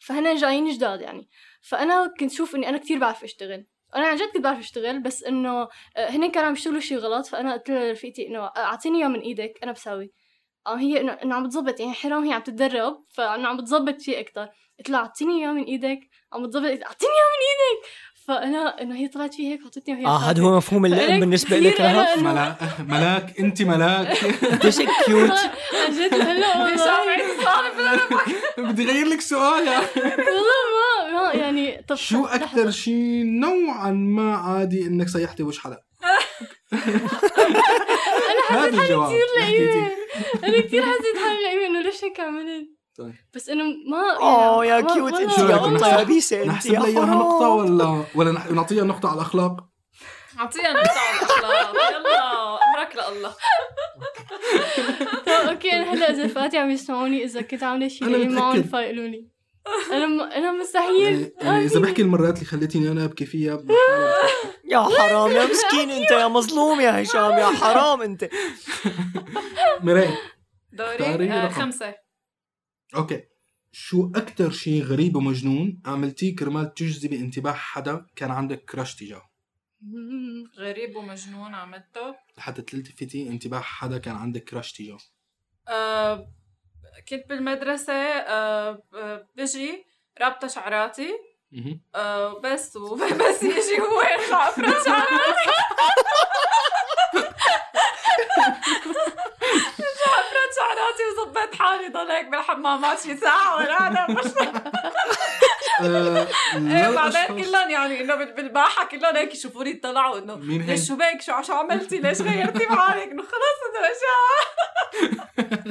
فهنا جايين جداد يعني فانا كنت شوف اني انا كتير بعرف اشتغل انا عن جد كنت بعرف اشتغل بس انه آه، هن كانوا عم يشتغلوا شي غلط فانا قلت لرفيقتي انه آه، اعطيني اياه من ايدك انا بساوي آه، هي انه إنه عم بتظبط يعني حرام هي عم تتدرب فانه عم بتظبط شيء اكثر قلت لها اعطيني اياه من ايدك عم بتظبط اعطيني اياه من ايدك ف فانا انه هي طلعت فيه هيك حطتني وهي
آه،
اه
خاطرة.
هذا هو مفهوم اللعب
فلك
بالنسبه
كثير
لك رهف
أنا-
ملاك ملاك انت ملاك
انت شيء كيوت
عن جد هلا والله
بدي غير لك سؤال يا أخي.
والله ما ما يعني طب
شو
لحظة.
اكثر شيء نوعا ما عادي انك سيحتي وش حدا انا حسيت حالي كثير
لئيمة. انا كثير إيه، حسيت حالي لئيمة انه ليش هيك عملت
طيب.
بس انه ما يعني،
اوه آه، يا
ما-
كيوت انت
والله-
شو
يا
رأيكم
الله
نحسب-
خبيثه انت
نحسب لي
يا
اياها
خراب.
نقطة ولا ولا نح- نعطيها نقطة على الأخلاق؟
اعطيها نقطة على الاخلاق يلا امرك لله
طب اوكي انا Oh, هلا اذا رفقاتي عم يسمعوني اذا كنت يعني عاملة شيء
أنا
لئيم معهم
متأكد.
فيقولوا لي انا م... انا مستحيل
يعني يعني إذا بحكي المرات اللي خليتيني أنا أبكي فيها بحالها بتحكي.
يا حرام يا مسكين انت يا مظلوم يا هشام يا حرام انت
مراية
دوري
اختاري
آه،
رقم.
خمسة
أوكي شو أكتر شيء غريب ومجنون عملتيه كرمال تجذبي انتباه حدا كان عندك كراش تجاهه؟
مم.
غريب ومجنون عملته
لحتى تلتفتي انتباه حدا كان عندك كراش تجاهه
آه، كنت بالمدرسة آه، آه، بجي رابطة شعراتي
مهم.
آه، بس وبس يجي هو يرجع افرز شعراتي يرجع افرز شعراتي وظبيت حالي ضل هيك بالحمام ماشي ساعة ورا مش
آه، لا
ايه بعدين
الأشخاص-
كلهم يعني انه بال- بالباحه كلهم هيك يشوفوني يطلعوا انه
مين هي؟
ليش شو بك شو شو عملتي ليش غيرتي بحالك انه خلاص انه اشياء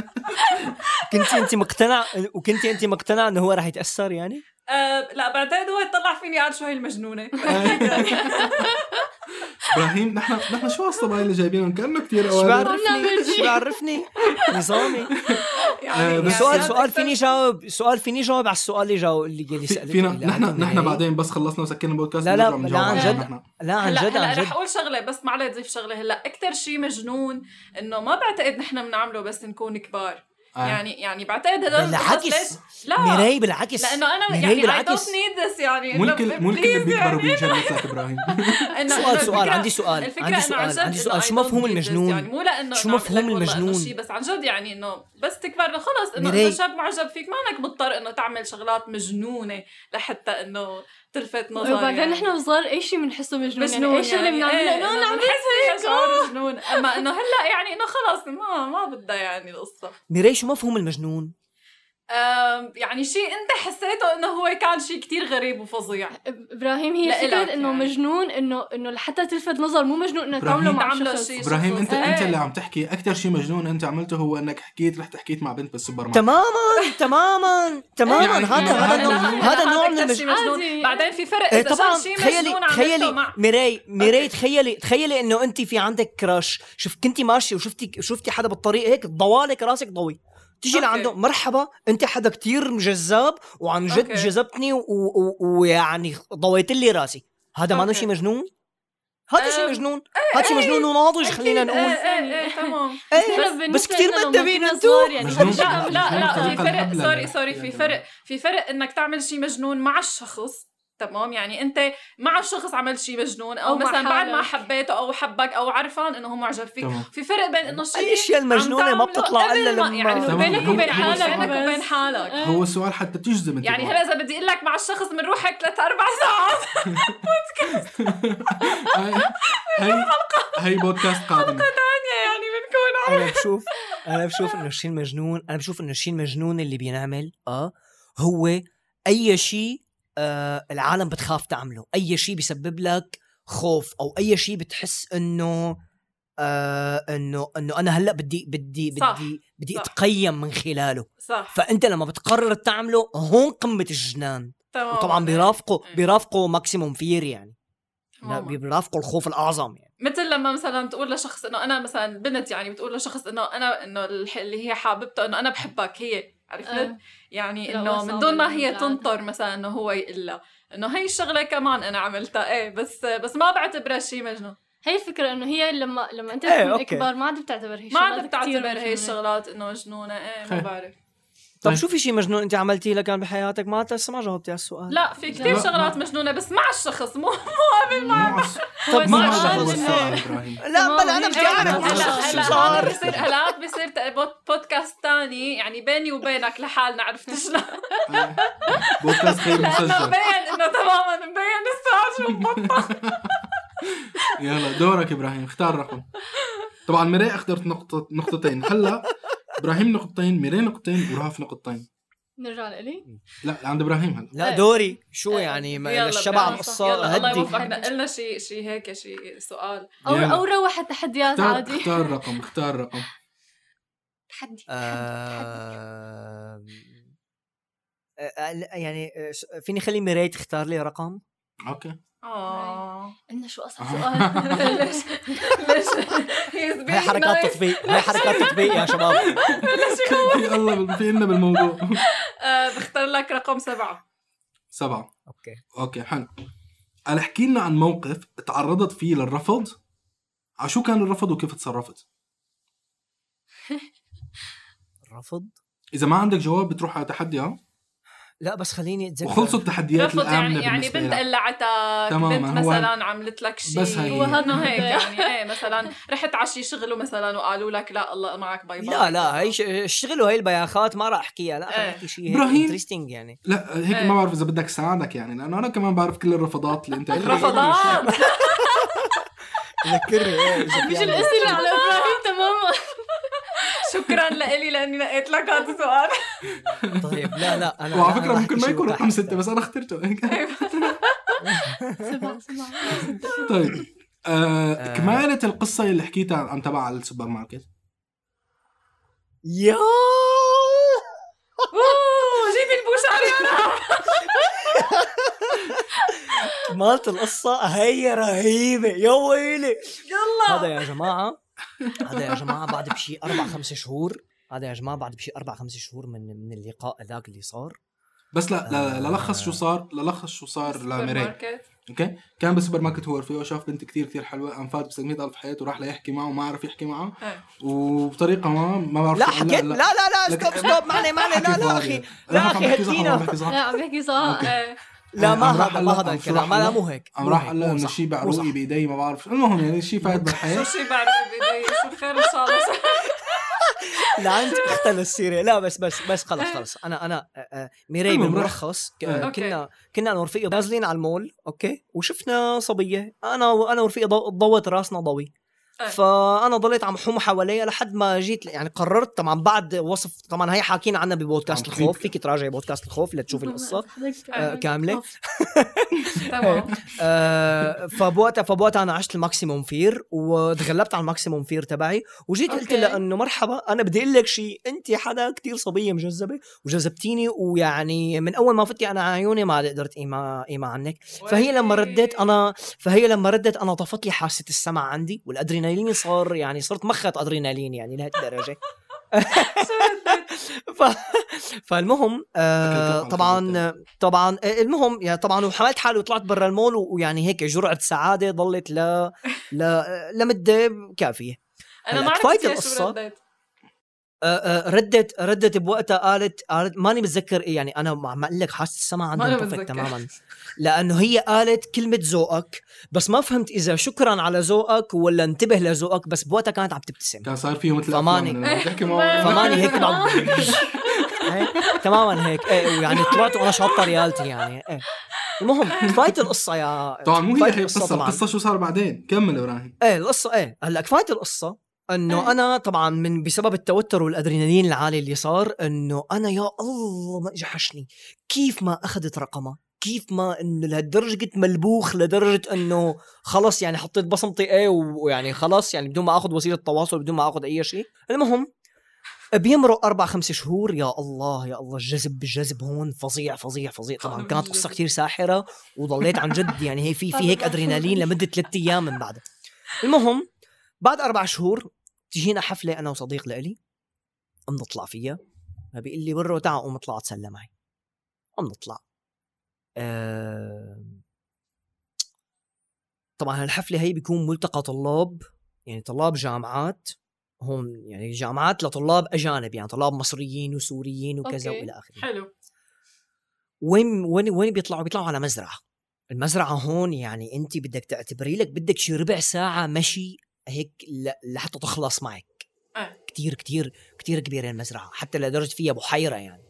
كنت انت مقتنع وكنت انت مقتنع انه هو راح يتاثر يعني
آه لا بعدين هو يطلع فيني قال شو هي المجنونه
إبراهيم نحن نحن شو هالصبايا اللي جايبينهم كأنه كثير
شو
أوادم
بعرفني شو بعرفني نظامي
يعني
آه، بس
سؤال
أنا
سؤال
أكتر-
فيني جاوب سؤال فيني جاوب على السؤال اللي جاوب اللي اللي سالته
فينا
اللي
نحن
أعطوني
نحن
إياه.
بعدين بس خلصنا وسكرنا البودكاست
لا، لا،
بنرجع بنجاوب على
لا، عن
الأسئلة
جد.
نحن.
لا عن
هلا
جد
هلا
عن
رح
جد
اقول شغله بس ما علي اضيف شغله هلا اكثر شيء مجنون انه ما بعتقد نحن بنعمله بس نكون كبار
آه.
يعني يعني بعتقد هدول الأشخاص
بالعكس
ليش لا
ميراي بالعكس
لانه انا
ميراي
يعني اي
بالعكس
دونت نيد ذس يعني
مو
إنه
الكل مو الكل
please يعني.
بيكبر وبينشر مثلك ابراهيم
إنه- إنه
سؤال سؤال
الفكرة-
عندي سؤال
الفكرة
عندي
إنه
سؤال
عن جد
عندي
إنه
سؤال
I
شو
don't
مفهوم
need this يعني
المجنون
مو لانه
شو
أنا عم
مفهوم
لك والله إنه
المجنون؟
شي بس عن جد يعني انه بس تكبر إنه خلص انه
ميري.
اذا شاب معجب فيك ما انك مضطر انه تعمل شغلات مجنونه لحتى انه تلفت نظر
وبعدين نحن وصغار اي شيء بنحسه مجنون يعني
مجنون
اي شيء اللي
إيه،
بنعمله انه انا عم
بحس
آه.
مجنون اما انه هلا يعني انه خلص ما ما بدها يعني القصه
ميراي شو مفهوم المجنون
أم، يعني شيء انت حسيته انه هو كان شيء كتير غريب وفظيع
ابراهيم هي
لإلك
فكره انه
يعني.
مجنون انه انه لحتى تلفت نظر مو مجنون انه تعمله
إبراهيم
مع
عامله
شخص
شيء
ابراهيم
شخص.
انت
إيه.
انت اللي عم تحكي اكثر شيء مجنون انت عملته هو انك حكيت رحت حكيت مع بنت بالسوبر ماركت
تماما تماما تماما
يعني
هذا
يعني أنا-
هذا نوع
أنا-
هذا نوع من
أكتر شي
المجنون
مجنون
عادي.
بعدين في فرق
إيه
اذا
طبعا
صار شيء
تخيلي
مجنون عملته
تخيلي
مع
ميراي ميراي تخيلي تخيلي انه انت في عندك كراش شوف كنتي ماشيه وشفتي شفتي حدا بالطريق هيك ضوالك راسك ضوي تيجي
أوكي.
لعنده مرحبا انت حدا كتير جذاب وعن جد
أوكي.
جذبتني و- و- ويعني ضويت لي راسي هذا ما
أوكي.
شيء مجنون هذا شيء
أم، إيه،
مجنون هذا شيء مجنون وناضج خلينا
أكيد،
نقول
إيه، إيه، إيه، تمام
إيه،
نحن بالنسبة
بس كتير
لنا لما
مدبين
كنا
انتو
صغار يعني
مجنون.
كنا-
لا لا لا في
طريقة
فرق
الحبل
سوري
يعني.
سوري في فرق في فرق انك تعمل شيء مجنون مع الشخص تمام يعني انت مع الشخص عملت شيء مجنون او,
أو مع
مثلا بعد ما
حالك.
حبيته او حبك او عرفان انه هو معجب فيك
تمام.
في فرق بين انه شيء
الاشياء
عم
المجنونه ما
تعمله
بتطلع
قبل
الا
ما-
لما
يعني
تمام.
بينك
هو- هو
وبين حالك
السؤال
بينك وبين حالك
هو السؤال حتى تجذب انت
يعني هلا اذا بدي اقول لك مع الشخص بنروح هيك ثلاث اربع ساعات
هي هي بودكاست قادمة
يعني بنكون عم
انا بشوف انا بشوف انه الشيء المجنون انا بشوف انه الشيء المجنون اللي بينعمل اه هو اي شيء آه العالم بتخاف تعمله اي شيء بيسبب لك خوف او اي شيء بتحس انه آه انه انه انا هلا بدي بدي
صح،
بدي بدي
صح.
اتقيم من خلاله
صح
فانت لما بتقرر تعمله هون قمه الجنان
تمام
وطبعا بيرافقه
إيه.
بيرافقه ماكسيموم فير يعني لا
تماماً.
بيرافقه الخوف الاعظم يعني
مثل لما مثلا تقول لشخص انه انا مثلا بنت يعني بتقول لشخص انه انا انه الح- اللي هي حاببته انه انا بحبك هي عرفت؟
آه.
يعني
لا،
انه
وصل
من دون ما هي
للمبلغ.
تنطر مثلا انه هو يقلها انه هي الشغله كمان انا عملتها ايه بس بس ما بعتبرها شيء مجنون
هي الفكرة انه هي لما لما انت
إيه،
تكون
أوكي.
كبار ما عاد بتعتبر
ما
هي
عاد
شغلات كتير
بتعتبر هي
مجنونة.
الشغلات انه مجنونه ايه ما
خير.
بعرف
طب
طيب.
شو في شيء مجنون انت عملتيه لكان بحياتك ما أنت لسه ما جاوبتي على السؤال
لا في كثير
لا.
شغلات مجنونه بس مع الشخص مو
طب
ما
ما
هذا هو
شاء
السؤال ابراهيم
لا بلا انا بدي
إيه، هلا
اعرف
هلا
شو
هلا
صار.
هلا بصير هلا بصير تق- بود- بودكاست تاني يعني بيني وبينك لحالنا عرفت شلون؟
آه. بودكاست غير
لانه
مسجل
مبين انه تماما مبين السؤال شو مبطل
يلا دورك ابراهيم اختار رقم طبعا مراء اخترت نقطة نقطتين هلا ابراهيم نقطتين مراء نقطتين ورهف نقطتين
نرجع لإلي
لا عند ابراهيم هلا
لا
إيه.
دوري شو
إيه.
يعني ما
يلا
الشبع
بدنا نصح.
قصة
يلا الله
هدي
يوفقك نقلنا شيء شيء هيك شيء سؤال
أو
يلا.
أو روح التحديات
اختار
عادي
اختار رقم اختار رقم
تحدي
آه، آه، لا، يعني آه، ش- فيني خلي ميراي تختار لي رقم
اوكي
اه
قلنا شو أصعب
آه.
سؤال
ليش ليش هي is
هي
being
حركات
nice.
تطبيق هي حركات تطبيق يا شباب
في الله بال- في لنا بالموضوع
آه، بختار لك رقم سبعه
سبعة
اوكي
اوكي حلو قال احكي لنا عن موقف تعرضت فيه للرفض عشو كان الرفض وكيف تصرفت
رفض
اذا ما عندك جواب بتروح على تحدي ها
لا بس خليني اتذكر
وخلصوا التحديات
رفض يعني
الامنه
يعني
بالنسبه
بنت
لها
قلعتك
تماماً،
بنت
هو-
مثلا عملت لك شيء
بس هي-
وهنا هيك يعني ايه مثلا رحت على شيء شغله مثلا وقالوا لك لا الله معك باي
طيب،
باي
لا لا هي ش- اشتغلوا هي البياخات ما راح احكيها لا خليني
إيه.
احكي شيء
إبراهيم.
هيك interesting يعني
لا هيك
إيه.
ما بعرف اذا بدك ساعدك يعني لانه انا كمان بعرف كل الرفضات اللي انت
رفضات
ذكرني ايه إذا في
مش
عندك.
الاسم على إبراهيم تماما
شكرا لإلي لاني نقيت لك هذا السؤال
طيب لا لا انا
وعلى
لا، أنا
فكره
راح
ممكن
أحكي
ما
شيء
يكون
واحد.
رقم ستة بس انا اخترته
إيه.
سبعة سبعة
طيب آه
آه.
كمالة القصة اللي حكيتها عن تبع على السوبر ماركت
يا
اوه جيبي البوشاري
مالت القصة هي رهيبة يا ويلي
يلا
هذا يا جماعة هذا يا جماعة بعد بشي أربع خمس شهور هذا يا جماعة بعد بشي أربع خمس شهور من من اللقاء ذاك اللي صار
بس لا لا لا
آه.
لخص شو صار للخص شو صار لميري
ماركت.
اوكي كان بالسوبر ماركت هو رفيقه شاف بنت كثير كثير حلوه انفات ب 700000 حيط وراح ليحكي معه وما عرف يحكي معه
إيه.
وبطريقه ما ما بعرف
لا
شو قال.
حكيت لا لا لا
لك-
ستوب ستوب معني معني لا
حكي فاضي.
لا أخي
لا
لا
أخي،
أخي
عم بحكي صح،
احكينا.
عم بحكي صح.
آه،
لا عم بحكي
Ah,
صح
ايه
لا
عم
ما
راح
هذا ما
هلا-
هذا
عم
الكلام
راح
لا
هلا-
مو هيك
عم
مو
راح
هيك،
قال
مو
انه
صح،
شيء
مو
بعروقي
صح.
بايدي ما بعرف شو المهم يعني شيء فات بالحياه
شو شي بعد بدي شو خير ان شاء الله
لعنت اختل السيرة لا بس بس بس خلص خلص انا انا آه، آه، ميري
المهم، راح.
بالملخص ك-
آه.
كنا كنا انا ورفيقي نازلين على المول اوكي وشفنا صبية انا وانا ورفيقي ضو- ضوت راسنا ضوي
آه.
فانا ضليت عم حوم حواليها لحد ما جيت يعني قررت طبعا بعد وصف طبعا هي حاكينا عنها ببودكاست
عم
الخوف
تخيب.
فيك تراجعي بودكاست الخوف لتشوفي القصه آه،
آه،
كامله
تمام
آه، فبوقتها فبوقتها انا عشت الماكسيموم فير وتغلبت على الماكسيموم فير تبعي وجيت قلت
أوكي.
لها انه مرحبا انا بدي اقول لك شيء انت حدا كتير صبيه مجذبه وجذبتيني ويعني من اول ما فتي انا عيوني ما عاد قدرت ايما ايما عنك فهي لما ردت انا فهي لما ردت انا طفت لي حاسه السمع عندي والادرينالين صار يعني صرت مخة ادرينالين يعني لهالدرجه ف... فالمهم آه
أكلت
طبعا طبعا آه، المهم يعني طبعا وحملت حالي وطلعت برا المول و- ويعني هيك جرعه سعاده ضلت ل ل آه، لمده كافيه
انا ما
هلأ،
عرفت
كفاية
يا شو
القصة.
ردت
آه، آه، ردت ردت بوقتها قالت قالت ماني متذكر إيه يعني انا ما عم اقول لك حاسه السمع عندي
أنا
انطفت
بتذكر.
تماما لانه هي قالت كلمه ذوقك بس ما فهمت اذا شكرا على ذوقك ولا انتبه لذوقك بس بوقتها كانت عم تبتسم
كان صار فيه مثل
فماني.
تحكي معه
فماني هيك بعض هيك، تماما هيك ايه ويعني طلعت وانا شاطه ريالتي يعني ايه المهم كفايه القصه يا
طبعا مو هي
كفاية
هي القصه القصه شو صار بعدين كمل ابراهيم
ايه القصه ايه هلا كفايه القصه انه انا طبعا من بسبب التوتر والادرينالين العالي اللي صار انه انا يا الله ما جحشني كيف ما اخذت رقمها كيف ما انه لهالدرجه كنت ملبوخ لدرجه انه خلص يعني حطيت بصمتي ايه و- ويعني خلص يعني بدون ما اخذ وسيله تواصل بدون ما اخذ اي شيء المهم بيمروا اربع خمس شهور يا الله يا الله الجذب الجذب هون فظيع فظيع فظيع طبعا كانت قصه كتير ساحره وضليت عن جد يعني هي في في هيك ادرينالين لمده ثلاث ايام من بعدها المهم بعد اربع شهور تجينا حفله انا وصديق لإلي عم نطلع فيها فبيقول لي برو تعا قوم اطلع اتسلى معي عم نطلع أه... طبعا هالحفله هي بيكون ملتقى طلاب يعني طلاب جامعات هون يعني جامعات لطلاب اجانب يعني طلاب مصريين وسوريين وكذا
أوكي.
والى اخره
حلو
وين وين وين بيطلعوا بيطلعوا على مزرعه المزرعه هون يعني انت بدك تعتبري لك بدك شي ربع ساعه مشي هيك ل- لحتى تخلص معك
آه.
كتير كتير كتير كبيرة المزرعة حتى لدرجة فيها بحيرة يعني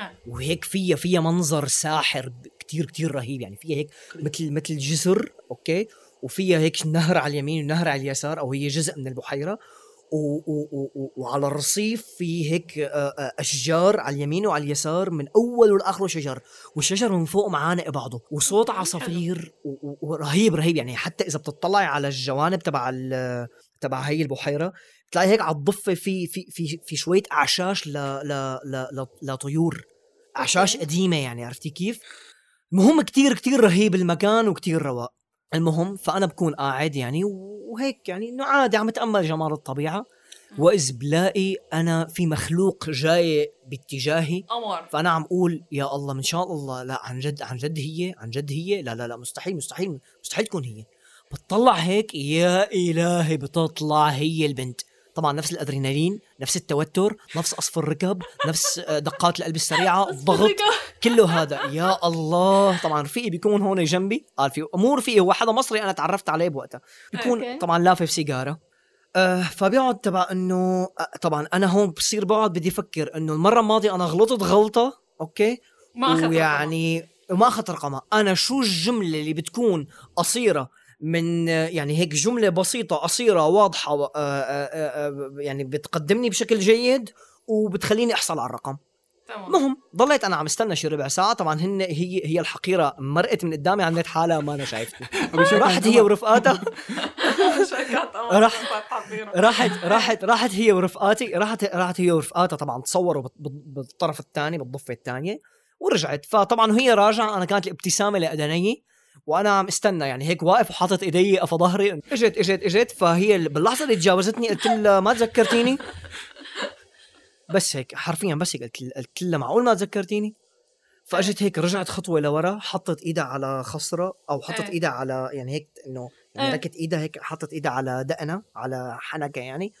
آه.
وهيك فيها فيها منظر ساحر ب- كتير كتير رهيب يعني فيها هيك مثل مثل جسر اوكي وفيها هيك نهر على اليمين ونهر على اليسار او هي جزء من البحيرة و و و و وعلى الرصيف في هيك آه، آه، اشجار على اليمين وعلى اليسار من اوله لاخره شجر والشجر من فوق معانق بعضه وصوت عصافير و- و- ورهيب رهيب يعني حتى اذا بتطلعي على الجوانب تبع ال- تبع هي البحيره بتلاقي هيك على الضفه في في في في شويه اعشاش ل ل ل ل لطيور اعشاش قديمه يعني عرفتي كيف؟ المهم كتير كتير رهيب المكان وكتير رواق المهم فانا بكون قاعد يعني وهيك يعني انه عادي عم اتامل جمال الطبيعه واذ بلاقي انا في مخلوق جاي باتجاهي
قمر
فانا عم اقول يا الله ان شاء الله لا عن جد عن جد هي عن جد هي لا لا لا مستحيل مستحيل مستحيل تكون هي بتطلع هيك يا الهي بتطلع هي البنت طبعا نفس الادرينالين نفس التوتر نفس اصف الركب نفس آه، دقات القلب السريعه الضغط كله هذا يا الله طبعا رفيقي بيكون هون جنبي قال في مو رفيقي هو حدا مصري انا تعرفت عليه بوقتها بيكون
أوكي.
طبعا لافف سيجاره أه فبيقعد تبع انه آه، طبعا انا هون بصير بقعد بدي افكر انه المره الماضيه انا غلطت غلطه اوكي
ما اخذ رقمه.
ويعني وما اخذت رقمها انا شو الجمله اللي بتكون قصيره من آه، يعني هيك جمله بسيطه قصيره واضحه و- آه، آه، آه، آه، يعني بتقدمني بشكل جيد وبتخليني احصل على الرقم
تمام
المهم ضليت انا عم استنى شي ربع ساعه طبعا هن هي هي الحقيره مرقت من قدامي عملت حالها ما انا شايفتني
أبو شيخ،
راحت هي ورفقاتها
شركات قمر
راح-
فتحت حظيرة.
راحت راحت راحت هي ورفقاتي راحت راحت هي ورفقاتها طبعا تصوروا بال- بال- بالطرف الثاني بالضفه الثانيه ورجعت فطبعا وهي راجعه انا كانت الابتسامه لأدني وانا عم استنى يعني هيك واقف وحاطط ايدي قفا ظهري اجت اجت اجت فهي ال- باللحظه اللي تجاوزتني قلت لها ما تذكرتيني بس هيك حرفيا بس هيك قلت- قلت لها معقول ما تذكرتيني فاجت هيك رجعت خطوه لورا حطت ايدها على خصره او حطت
إيه.
ايدها على يعني هيك انه يعني
إيه.
ركت ايدها هيك حطت ايدها على دقنها على حنكه يعني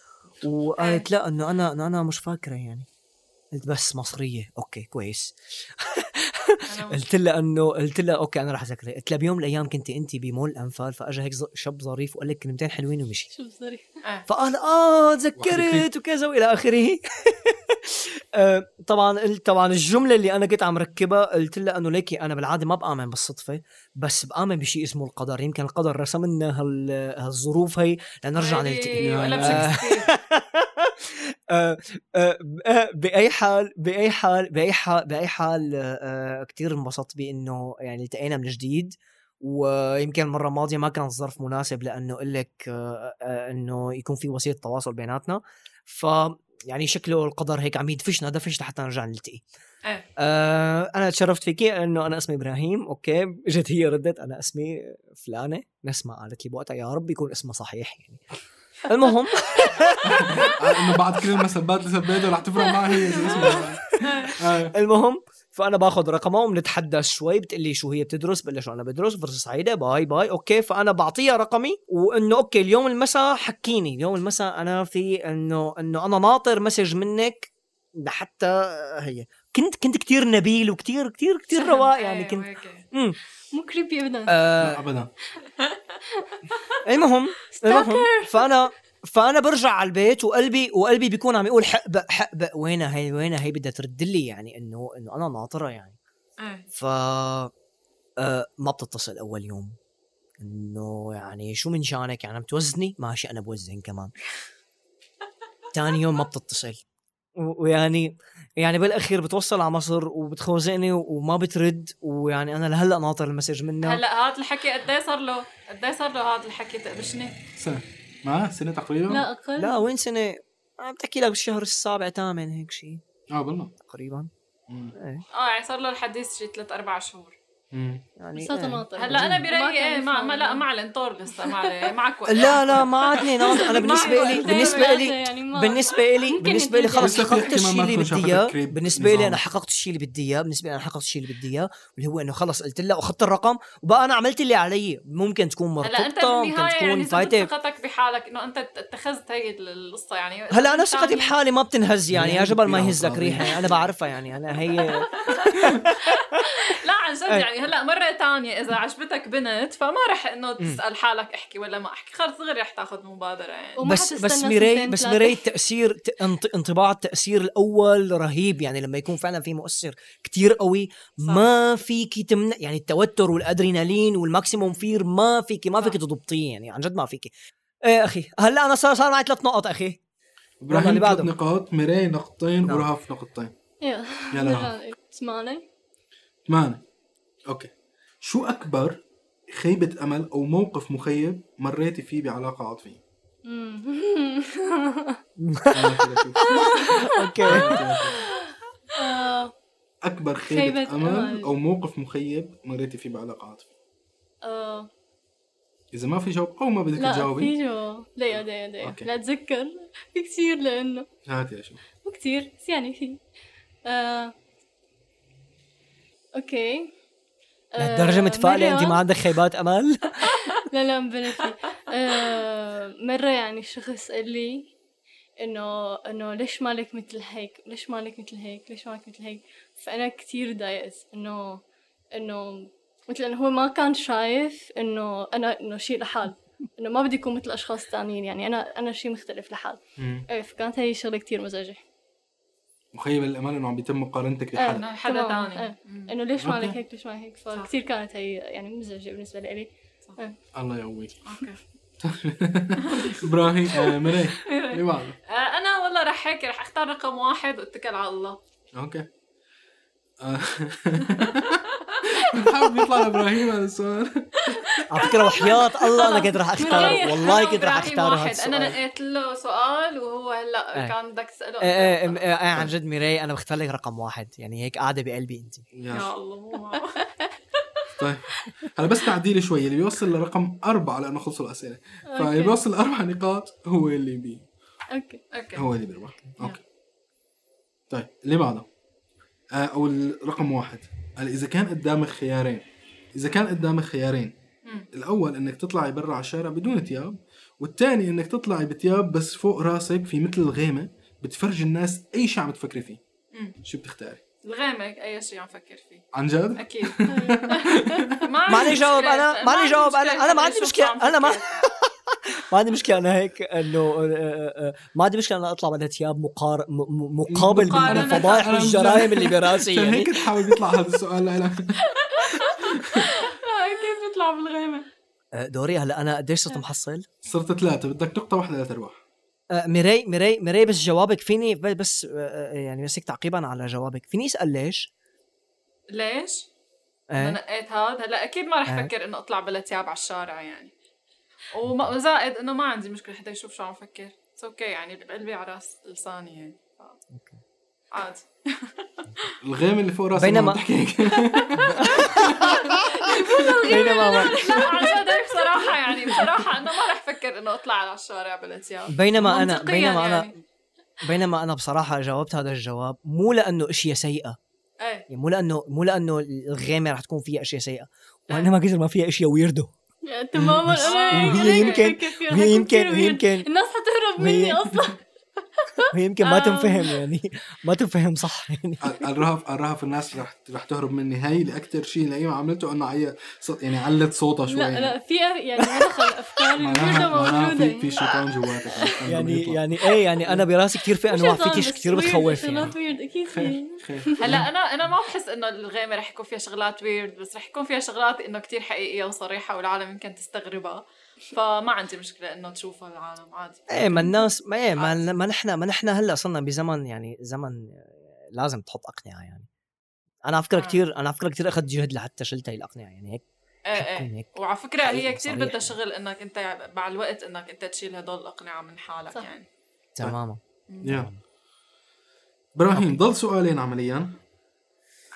إيه.
وقالت لا انه انا انه انا مش فاكره يعني قلت بس مصريه اوكي كويس
أنا مش-
قلت لها انه قلت لها اوكي انا رح اذكرك قلت لها بيوم من الايام كنت انت بمول الانفال فاجا هيك ز- شاب ظريف وقال لك كلمتين حلوين ومشي
شو بصري
إيه.
فقال اه
وحركي.
تذكرت وكذا والى اخره آه، طبعا قلت- طبعا الجمله اللي انا كنت عم ركبها قلت لها انه ليكي انا بالعاده ما بامن بالصدفه بس بامن بشيء اسمه القدر يمكن القدر رسم لنا هال- هالظروف هي لنرجع
هيدي
نلتقي
ولا
آه.
بشكسبير.
آه، آه، آه، باي حال باي حال باي حال باي حال آه، آه، كتير انبسطت بانه يعني التقينا من جديد ويمكن المره الماضيه ما كان الظرف مناسب لانه اقول لك آه، آه، انه يكون في وسيله تواصل بيناتنا ف يعني شكله القدر هيك عم يدفشنا دفش لحتى نرجع نلتقي.
إيه.
آه انا تشرفت فيكي انه انا اسمي ابراهيم، اوكي، اجت هي ردت انا اسمي فلانه، نفس ما قالت لي بوقتها يا رب يكون اسمها صحيح يعني. المهم
انه بعد كل المسبات اللي سبيتها رح تفرق معها هي شو اسمها آه.
المهم فانا باخذ رقمها وبنتحدث شوي بتقول لي شو هي بتدرس بقول لها شو انا بدرس فرصه سعيده باي باي اوكي فانا بعطيها رقمي وانه اوكي اليوم المساء حكيني اليوم المساء انا في انه انه انا ناطر مسج منك لحتى هي كنت كنت كتير نبيل وكتير كتير كتير
فهم.
رواق يعني
إيه،
كنت
وهيك.
امم
مو كريبي ابدا
آه
لا ابدا
المهم المهم فانا فانا برجع على البيت وقلبي وقلبي بيكون عم يقول حقبق حقبق وينها هي وينها هي بدها ترد لي يعني انه انه انا ناطرها يعني
إيه.
ف آه، ما بتتصل اول يوم انه يعني شو من شانك يعني عم توزني ماشي انا بوزن كمان تاني يوم ما بتتصل و- ويعني يعني بالاخير بتوصل على مصر وبتخوزقني وما بترد ويعني انا لهلا ناطر المسج منها
هلا هذا الحكي قد ايه صار له؟ قد ايه صار له هذا الحكي تقبشني؟
سنه ما سنه تقريبا
لا اقل
لا وين سنه؟ عم بتحكي لك بالشهر السابع ثامن هيك شيء
اه والله
تقريبا
مم.
آه، اه يعني صار له الحديث شي ثلاث اربع شهور
مم.
يعني
لساتها
إيه.
ناطر
هلا انا ما
كان
برايي ايه مع
ينفع
ما لا مع الانطار لسه مع معك وقت.
لا لا ما عادني ناطر انا بالنسبه لي
وقتين
بالنسبه
وثلاثة
لي
يعني ما-
بالنسبه لي
ممكن
بالنسبه لي
يتنزل.
خلص
بس في
حققت الشيء
احتمال
اللي
ما تكون
بدي
شافت
اياه
الكريب
بالنسبه لي
نظام.
انا حققت الشيء اللي بدي اياه بالنسبه لي انا حققت الشيء اللي بدي اياه اللي هو انه خلص قلت لها اخذت الرقم وبقى انا عملت اللي علي ممكن تكون
هلا انت
مرتبطه ممكن
بالنهايه
تكون
يعني
فايته
زدت ثقتك بحالك انه انت اتخذت هي القصه يعني
هلا انا
تاني-
ثقتي بحالي ما بتنهز يعني يا
يعني
جبل ما
فيها
يهزك
أصابع.
ريحه انا بعرفها يعني انا هي
لا عن جد
أي.
يعني هلا مره تانية اذا عجبتك بنت فما رح انه تسال حالك احكي ولا ما احكي خلص دغري رح تاخذ مبادره يعني
وما
بس بس
حتستنى
ميري
سنتين
بس
ثلاثة.
ميري تاثير ت- انط- انطباع التاثير الاول رهيب يعني لما يكون فعلا في مؤثر كتير قوي ما فيكي تمنع يعني التوتر والادرينالين والماكسيموم فير ما فيكي ما فيكي تضبطيه يعني عن جد ما فيكي ايه اخي هلا انا صار صار معي ثلاث نقط اخي يلا
ابراهيم
اللي
ثلاث
بعده.
نقاط ميري نقطتين
نعم.
ورهف نقطتين
يلا
يلا رهف
نرجع اسمعني
ثمانية اوكي شو اكبر خيبة امل او موقف مخيب مريتي فيه بعلاقة عاطفية؟
أمم.
أنا كده أشوف.
اوكي
آه،
اكبر خيبة,
خيبة
أمل,
أمل.
او موقف مخيب مريتي فيه بعلاقة عاطفية
آه،
اذا ما في جواب او ما بدك
لا
تجاوبي
في جو دقيقة دقيقة دقيقة
أوكي.
لا اتذكر في كثير لانه
هاتي اشوف
مو كثير بس يعني في آه، اوكي آه،
لهالدرجه متفائله
مرة-
انت ما عندك خيبات امل
لا لا مبنتي آه مرة يعني شخص قال لي انه انه ليش مالك مثل هيك ليش مالك مثل هيك ليش مالك مثل هيك فانا كتير ضايقت انه انه مثل انه هو ما كان شايف انه انا انه شيء لحال انه ما بدي اكون مثل اشخاص تانيين يعني انا انا شيء مختلف لحال
مم.
ايه فكانت هي الشغله كتير مزعجه
مخيب الامل انه عم بيتم مقارنتك
آه،
بحدا
إنه حدا
تمام،
تاني.
إيه.
مم.
انه ليش مالك
أوكي.
هيك ليش مالك هيك فكتير كانت هي يعني مزعجه بالنسبه لي
الله يقويك
أوكي.
ابراهيم آه مري اللي بعده
آه، انا والله رح هيك رح اختار رقم واحد واتكل على الله
اوكي آه. حابب يطلع ابراهيم هذا السؤال
على فكره وحياة الله انا كنت راح
من
اختار
أي
والله
حرف
كنت راح
إبراهيم
اختار هذا
واحد انا
السؤال
نقيت له سؤال وهو هلا
إيه.
كان بدك تساله
ايه ايه إم- إيه، عن جد ميري انا بختار لك رقم واحد يعني هيك قاعده بقلبي انت
يا
يا الله
طيب هلا بس تعديل شوي اللي بيوصل لرقم أربعة لأنه خلصوا الأسئلة فاللي
أوكي.
بيوصل لأربع نقاط هو اللي بي
اوكي
اوكي
هو اللي بيربح أوكي طيب اللي بعده آه، أو الرقم واحد هلا إذا كان قدامك خيارين إذا كان قدامك خيارين
مم.
الأول إنك تطلعي برا على الشارع بدون ثياب والثاني إنك تطلعي بثياب بس فوق راسك في مثل الغيمة بتفرجي الناس أي شيء عم تفكري فيه
مم.
شو بتختاري؟
الغامق اي شيء عم فكر فيه
عن جد؟
اكيد أيوه. ما
معني جاوب أنا- معني جاوب أنا- أنا ما عندي مشكلة. أنا ما- ما عندي مشكله انا هيك انه آه، آه، آه، ما عندي مشكله انا اطلع بدها ثياب مقار... م... م- مقابل
مقارنة.
من الفضائح والجرائم اللي براسي
عشان
يعني
هيك تحاول يطلع هذا السؤال لإلك
آه، كيف بيطلع بالغيمه
آه، دوري هلا انا قديش
آه.
صرت محصل؟
صرت ثلاثة بدك نقطة واحدة لتربح
آه، ميري ميري ميري بس جوابك فيني ب- بس آه، آه، يعني بس هيك تعقيبا على جوابك فيني اسال ليش؟
ليش؟
آه،
انا نقيت هذا هلا اكيد ما رح
إيه.
افكر انه اطلع بلا تياب على الشارع يعني وما- وزائد انه ما عندي مشكله حدا يشوف شو عم فكر اتس اوكي يعني قلبي على راس لساني يعني ف- عادي
الغيم اللي فوق راسك
بينما-
ما عم تحكي هيك
بينما ما...
لا عن جد هيك بصراحه يعني بصراحه انه ما رح افكر انه اطلع على الشارع بلا تياب
بينما انا
منطقياً
بينما انا
يعني.
بينما انا بصراحه جاوبت هذا الجواب مو لانه اشياء سيئه
ايه
يعني مو لانه مو لانه الغيمه رح تكون فيها اشياء سيئه
آه.
وانما كثر ما فيها اشياء ويردو
تماما
بس-
انا هيك-
وهي
أنا هيك
يمكن-
فكرت فيها.
وهي
حكون
يمكن-
كتير
وهي
weird.
يمكن-
الناس حتهرب
وهي-
مني اصلا
هي يمكن ما
آه.
تنفهم يعني ما تنفهم صح يعني
الرهف الرهف الناس رح رح تهرب مني هي لأكثر شيء لقيمة عملته انه عي ص- يعني علت صوتها شوي
لا لا في أف- يعني مدخل افكار الوحده
معناها معناها
موجوده
في
يعني.
في شيطان جواتك عم يطلع.
يعني يعني ايه يعني انا براسي كثير في انواع في
شيطان،
كيش
بس
كثير
weird،
بتخوف يعني
شغلات weird، يعني. اكيد في
خير خير
هلا انا انا ما بحس انه الغيمه رح يكون فيها شغلات ويرد بس رح يكون فيها شغلات انه كتير حقيقيه وصريحه والعالم يمكن تستغربها فما عندي مشكله انه تشوفها العالم عادي
ايه ما الناس ما ايه ما, ما نحن ما نحن هلا صرنا بزمن يعني زمن آه، لازم تحط اقنعه يعني انا على فكره
آه.
كثير انا على فكره كثير اخذت جهد لحتى شلت هي الاقنعه يعني هيك
ايه
تكون
ايه
هيك
وعلى فكره هي
حقيقة
كتير
وصريحة.
بدها شغل انك انت مع الوقت انك انت تشيل هدول الاقنعه من حالك
صح.
يعني
تماما
يا. ابراهيم ضل سؤالين عمليا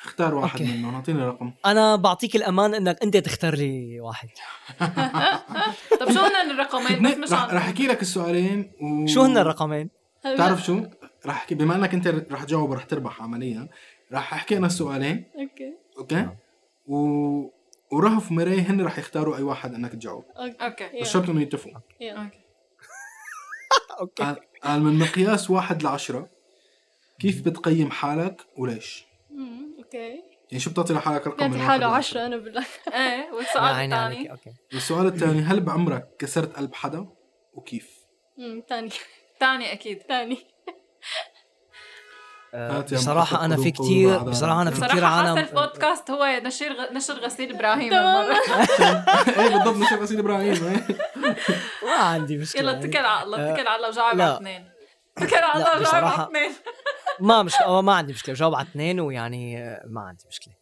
اختار واحد
أوكي.
منهم اعطيني رقم
انا بعطيك الامان انك انت تختار لي واحد
طب شو هن الرقمين بس
اثنين-
مش
رح
عن
رح احكي لك السؤالين و...
شو هن الرقمين
هلا-
بتعرف شو؟ رح احكي بما انك انت رح تجاوب ورح تربح عمليا رح احكي انا السؤالين
اوكي
اوكي؟
نعم.
و... ورهف وميري هن رح يختاروا اي واحد انك تجاوب
اوكي
اوكي
بس شرط انه يتفقوا
يلا.
اوكي
اوكي
قال- قال من مقياس واحد لعشرة كيف بتقيم حالك وليش؟
مم، اوكي
يعني شو بتعطي لحالك رقم
بيعطي
من واحد
أمم، حاله
لعشرة؟
عشرة انا بالله
ايه
يا
والسؤال
عيني عليك
الثاني
اوكي
والسؤال الثاني هل بعمرك كسرت قلب حدا وكيف؟
مم، تاني
الثاني اكيد
تاني
آه،
هات يا
بصراحة
محقق
أنا في
قلوب
كتير
بعضها.
بصراحة أنا في كتير
صراحة حاسة
عالم
البودكاست هو نشير غ... نشر غسيل ابراهيم
تمام.
المرة
ايه بالضبط مش غسيل ابراهيم إيه.
ما عندي مشكلة
يلا
يعني.
اتكل على الله اتكل على الله وجاوب
لا.
على اثنين اتكل على الله
لا،
وجاوب على
بصراحة-
اثنين
ما مش أو ما عندي مشكله بجاوب على اثنين ويعني آه، ما عندي مشكله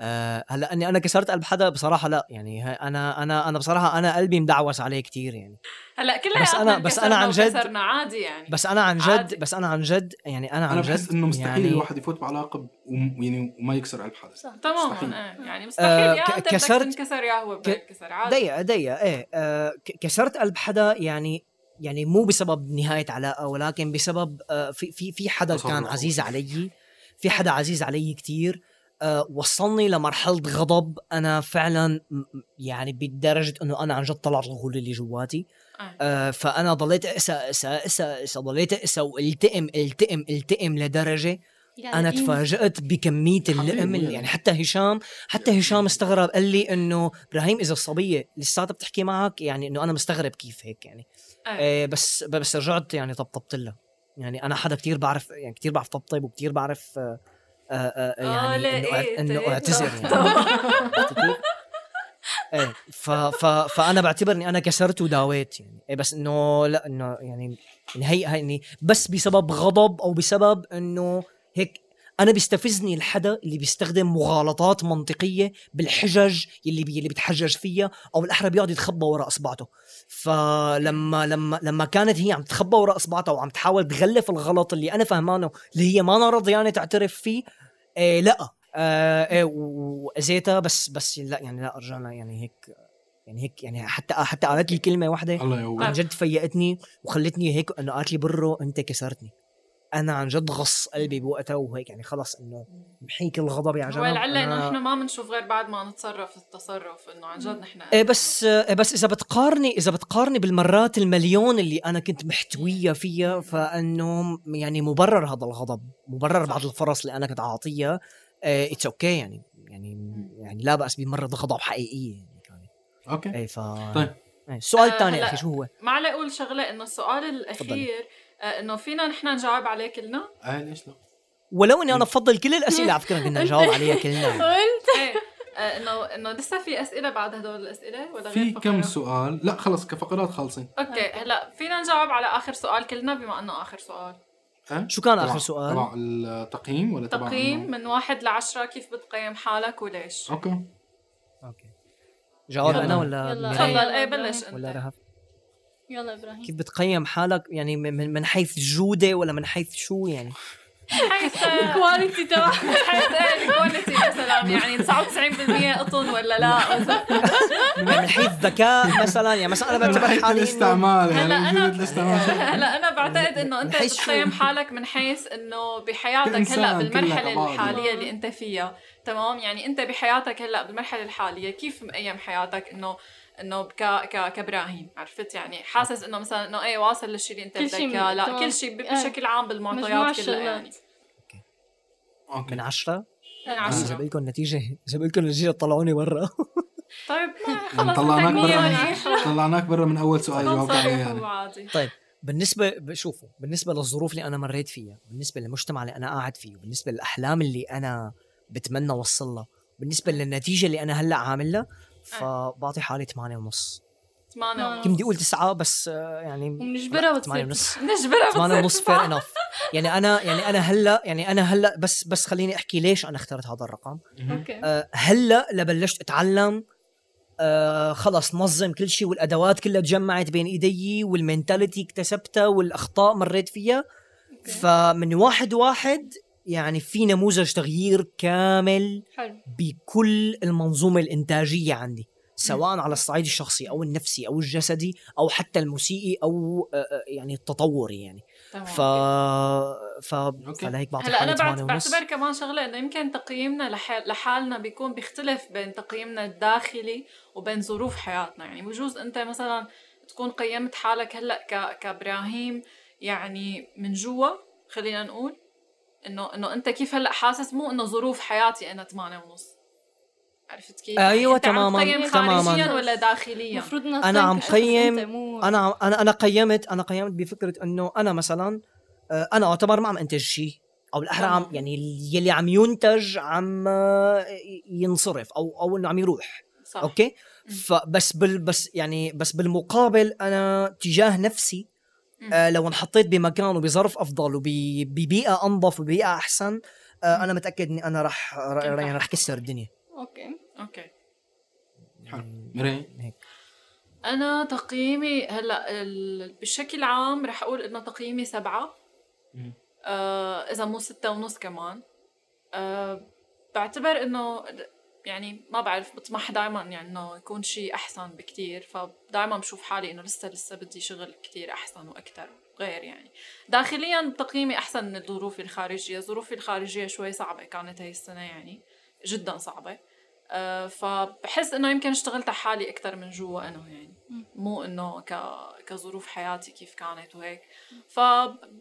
أه هلا اني انا كسرت قلب حدا بصراحه لا يعني ه- انا انا انا بصراحه انا قلبي مدعوس عليه كتير يعني
هلا كلنا
بس أنا- بس أنا عن جد-
كسرنا عادي يعني
بس انا عن
عادي.
جد بس انا عن جد يعني انا عن
انا
جد
بحس انه مستحيل
يعني
الواحد يفوت بعلاقه ب- وم- يعني وما يكسر قلب حدا مستحيل.
تماما ايه يعني
آه،
مستحيل يا
ك-
انت
كسرت-
كسرت تنكسر يا هو
ك-
بينكسر عادي
ضيق ضيق ايه آه ك- كسرت قلب حدا يعني يعني مو بسبب نهايه علاقه ولكن بسبب آه في في في حدا
تصرف.
كان عزيز علي في حدا عزيز علي كتير آه وصلني لمرحله غضب انا فعلا م- م- يعني بدرجه انه انا عن جد طلعت الغول اللي جواتي
آه.
آه فانا ضليت اقسى اقسى اقسى اقسى ضليت اقسى والتئم التئم التئم لدرجه انا تفاجات بكميه اللئم
حبيبي.
اللي يعني حتى هشام حتى هشام استغرب قال لي انه ابراهيم اذا الصبيه لساتها بتحكي معك يعني انه انا مستغرب كيف هيك يعني
ايه.
آه بس بس رجعت يعني طبطبت لها يعني انا حدا كتير بعرف يعني كتير بعرف طبطب وكتير بعرف آه آه آه
آه،
يعني انه
لقيت،
أعت- انه
لقيت.
اعتذر يعني
طبعاً.
عرفت كيف؟ ايه ف ف فانا بعتبر اني انا كسرت وداويت يعني إيه بس انه لا انه يعني إن هي هي- يعني بس بسبب غضب او بسبب انه هيك انا بيستفزني الحدا اللي بيستخدم مغالطات منطقيه بالحجج اللي بي اللي بتحجج فيها او الاحرى بيقعد يتخبى وراء اصبعته فلما لما لما كانت هي عم تتخبى وراء اصبعتها وعم تحاول تغلف الغلط اللي انا فهمانه اللي هي ما أنا رضيانه تعترف فيه إيه لا آه، ايه واذيتها بس بس لا يعني لا رجعنا يعني هيك يعني هيك يعني حتى حتى قالت لي كلمه واحده
الله يقوي
أيوة.
عن جد فيقتني وخلتني هيك انه قالت لي برو انت كسرتني انا عن جد غص قلبي بوقتها وهيك يعني خلص انه محيك الغضب يا
هو
جماعه
العلة انه نحن ما بنشوف غير بعد ما نتصرف التصرف انه عن جد نحن
ايه بس إيه بس اذا بتقارني اذا بتقارني بالمرات المليون اللي انا كنت محتويه فيها فانه يعني مبرر هذا الغضب مبرر بعض الفرص اللي انا كنت اعطيها اتس اوكي يعني يعني يعني لا باس بمرض غضب حقيقيه يعني كان.
اوكي
ايه ف
طيب.
إيه، السؤال
آه،
الثاني
هلأ.
اخي شو هو؟
ما علي اقول شغله انه السؤال الاخير آه، انه فينا نحن نجاوب عليه كلنا
ايه ليش لا؟
ولو اني انا بفضل كل الاسئله على فكره كنا نجاوب عليها كلنا
قلت
ايه آه، انه انه لسه في اسئله بعد هدول الاسئله ولا غير
في كم
فقرة؟
سؤال لا خلص كفقرات خالصين
اوكي هلا فينا نجاوب على اخر سؤال كلنا بما انه اخر سؤال
أه؟
شو كان
تبع-
اخر سؤال؟
تبع التقييم ولا تبع
تقييم
إنه-
من واحد لعشرة كيف بتقيم حالك وليش
اوكي
اوكي جاوب
يلا.
انا ولا
يلا.
ميراي؟
تفضل
يلا
ايه
إبراهيم.
بلش
ولا
انت
رهف؟
يلا ابراهيم
كيف بتقيم حالك يعني من- من من حيث الجوده ولا من حيث شو يعني؟
حيث
الكواليتي تبعها
حيث ايه الكواليتي مثلا يعني 99% قطن ولا لا
من حيث ذكاء مثلا يعني مثلا انا بعتبر
رأيت
حالي إنه-
الاستعمال يعني
هلا أنا-
وجودة الاستعمال
هلا انا بعتقد انه انت
من حيث شو؟
بتقيم حالك من حيث انه بحياتك
كإنسان
هلا
كلنا
بالمرحله
كبعض.
الحاليه اللي انت فيها تمام يعني انت بحياتك هلا بالمرحله الحاليه كيف مقيم حياتك انه انه ك ك كابراهيم عرفت يعني حاسس انه مثلا انه ايه واصل للشيء اللي انت
كل
بدك
شي
اياه لا
تمام.
كل شيء
إيه.
بشكل عام
مجموعة
بالمعطيات كلها يعني
الشغلات
من
اوكي
عشرة
من
يعني جاب
عشرة
لكم نتيجة جاب لكم نتيجة طلعوني برا
طيب ما
يعني طلعناك برا من-
خلص بدك مية من عشرة.
طلعناك برا من اول سؤال
كون
جاوبت عليه
صريح
يعني
وعادي
طيب، بالنسبة شوفوا بالنسبة للظروف اللي أنا مريت فيها بالنسبة للمجتمع اللي أنا قاعد فيه بالنسبة للأحلام اللي أنا بتمنى أوصل لها بالنسبة للنتيجة اللي أنا هلأ عاملها فبعطي حالي ثمانية ونص
ثمانية
كنت بدي أقول تسعة بس آه، يعني
ومنجبرها بتصير
ثمانية ونص
نجبرها
ثمانية
بتصير
ونص
تسعة.
فير انف يعني انا يعني انا هلا يعني انا هلا بس بس خليني احكي ليش انا اخترت هذا الرقم
مهم.
اوكي
أه هلا لبلشت اتعلم أه خلص نظم كل شيء والادوات كلها تجمعت بين ايدي والمنتاليتي اكتسبتها والاخطاء مريت فيها فمن واحد واحد يعني في نموذج تغيير كامل
حلو
بكل المنظومه الانتاجيه عندي سواء على الصعيد الشخصي او النفسي او الجسدي او حتى الموسيقي او آه، آه، يعني التطوري يعني
تمام
ف ف فلهيك بعطي
آه، هلا انا
حالي
بعت-
8 ونص
بعتبر كمان شغله انه يمكن تقييمنا لح- لحالنا بيكون بيختلف بين تقييمنا الداخلي وبين ظروف حياتنا يعني بجوز انت مثلا تكون قيمت حالك هلا ك... كابراهيم يعني من جوا خلينا نقول انه انه انت كيف هلا حاسس مو انه ظروف حياتي انا 8 ونص عرفت كيف؟
أيوة،
يعني أنت عم
تماما،
تقيم
تماما.
خارجيا ولا داخليا؟
المفروض انك
أنا عم
تشوف
قيم-
أنت مو-
انا انا انا قيمت انا قيمت بفكره انه انا مثلا آه، انا اعتبر ما عم انتج شيء او الاحرى عم يعني يلي عم ينتج عم آه، ينصرف او او انه عم يروح
صح
اوكي
مم.
فبس بال بس يعني بس بالمقابل انا تجاه نفسي
مم.
آه لو انحطيت بمكان وبظرف افضل وببيئه انظف وببيئه احسن آه انا متاكد اني انا رح رح- يعني رح كسر الدنيا
اوكي
اوكي
حلو مري
هيك
انا تقييمي هلا ال... بشكل عام رح اقول انه تقييمي سبعة
مم.
آه اذا مو ستة ونص كمان آه بعتبر انه يعني ما بعرف بطمح دائما يعني انه يكون شيء احسن بكتير فدائما بشوف حالي انه لسه لسه بدي شغل كتير احسن واكثر غير يعني داخليا تقييمي احسن من الظروف الخارجيه ظروفي الخارجيه شوي صعبه كانت هاي السنه يعني جدا صعبه آه فبحس انه يمكن اشتغلت على حالي اكثر من جوا انا يعني مو انه ك... كظروف حياتي كيف كانت وهيك ف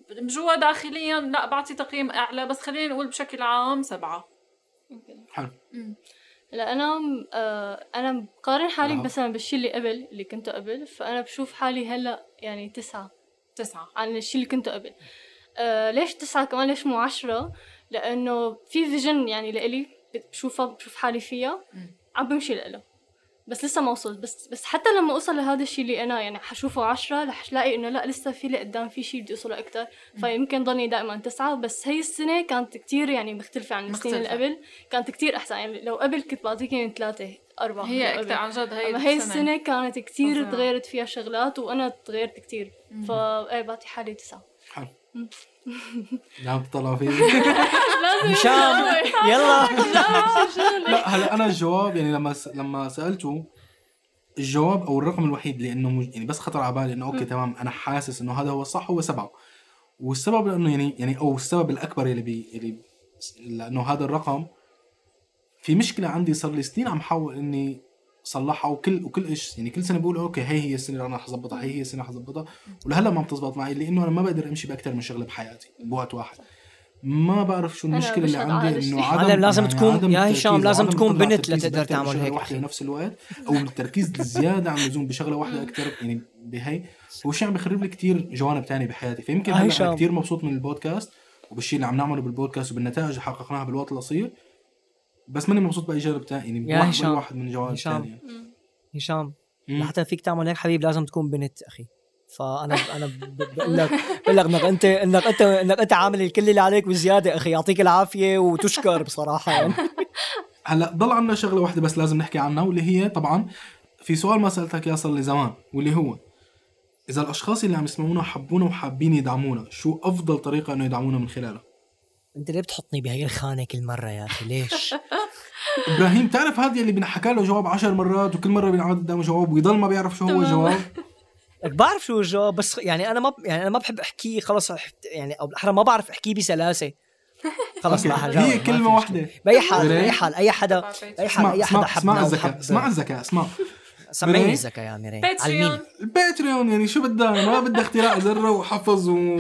جوا داخليا لا بعطي تقييم اعلى بس خلينا نقول بشكل عام سبعة
اوكي
حلو
لا انا آه انا بقارن حالي
نعم.
مثلا بالشيء اللي قبل اللي كنته قبل فانا بشوف حالي هلا يعني تسعة
تسعة
عن الشيء اللي كنته قبل آه ليش تسعة كمان ليش مو عشرة لأنه في فيجن يعني لإلي بشوفها بشوف حالي فيها
مم.
عم بمشي لإله بس لسه ما وصلت بس بس حتى لما اوصل لهذا الشيء اللي انا يعني حشوفه عشرة رح الاقي انه لا لسه في لقدام في شيء بدي اوصله اكثر فيمكن ضلني دائما تسعة بس هي السنة كانت كتير يعني مختلفة عن السنين اللي
مختلفة.
قبل كانت كتير احسن يعني لو قبل كنت بعطيك يعني ثلاثة
آه،
أربعة لو
هي
قبل.
اكثر عن جد هي
أما هي السنة كانت كتير
فظيعة.
تغيرت فيها شغلات وأنا تغيرت كتير فا إيه بعطي حالي تسعة
حلو نعم طلع فيه
هشام يلا
لا هلا انا الجواب يعني لما س... لما سالته الجواب او الرقم الوحيد لانه مج... يعني بس خطر على بالي انه اوكي تمام انا حاسس انه هذا هو الصح هو سبعه والسبب لانه يعني يعني او السبب الاكبر اللي بي اللي لانه هذا الرقم في مشكله عندي صار لي سنين عم حاول اني صلحها وكل وكل ايش يعني كل سنه بقول اوكي هي هي السنه اللي انا حظبطها هي هي السنه اللي حظبطها ولهلا ما بتزبط معي لانه انا ما بقدر امشي باكثر من شغله بحياتي بوقت واحد ما بعرف شو
أنا
المشكله اللي
بشهد على
عندي
هالشي.
انه
معلم، لازم تكون-
عدم
يا
التركيز
هشام،
أو
لازم
عدم
تكون
القدرة على
بنت
التركيز بأكثر
لتقدر
من
تعمل
شغلة
هيك
واحده
أشياء.
بنفس الوقت او التركيز الزياده عن اللزوم بشغله واحده اكثر يعني بهي هو شيء عم بخرب لي كثير جوانب تانية بحياتي فيمكن
آه،
هلا
هشام.
انا كثير مبسوط من البودكاست وبالشيء اللي عم نعمله بالبودكاست وبالنتائج اللي حققناها بالوقت القصير بس ماني مبسوط باي جانب تاني يعني
يا
واحد
هشام.
واحد من الجوانب
هشام.
الثانيه
هشام
مم.
لحتى فيك تعمل هيك حبيب لازم تكون بنت اخي فانا انا ب- بقول لك بقول لك انك انت انك انت انك انت عامل الكل اللي عليك وزياده اخي يعطيك العافيه وتشكر بصراحه يعني
هلا ضل عنا شغله واحده بس لازم نحكي عنها واللي هي طبعا في سؤال ما سالتك اياه صار لي زمان واللي هو اذا الاشخاص اللي عم يسمعونا حبونا وحابين يدعمونا شو افضل طريقه انه يدعمونا من خلالها
انت ليه بتحطني بهي الخانه كل مره يا اخي ليش؟
ابراهيم تعرف هذا اللي بنحكى له جواب عشر مرات وكل مره بينعاد قدامه جواب ويضل ما بيعرف شو هو الجواب
بعرف شو الجواب بس يعني انا ما ب- يعني انا ما بحب احكيه خلص أحت- يعني او بالاحرى ما بعرف احكيه بسلاسه خلص
أوكي،
ما حجاوب، ما
هي
في
كلمه
مشكلة.
واحده
باي حال
مريم.
باي حال اي حدا اي
اسمع
حدا اي حدا
اسمع اسمع
حبنا
الذكاء
وحب
اسمع الذكاء اسمع
سمعني
مريم.
الذكاء يا ميري علميني
باتريون
الباتريون يعني شو بدها ما بدها اختراع ذره وحفظ و...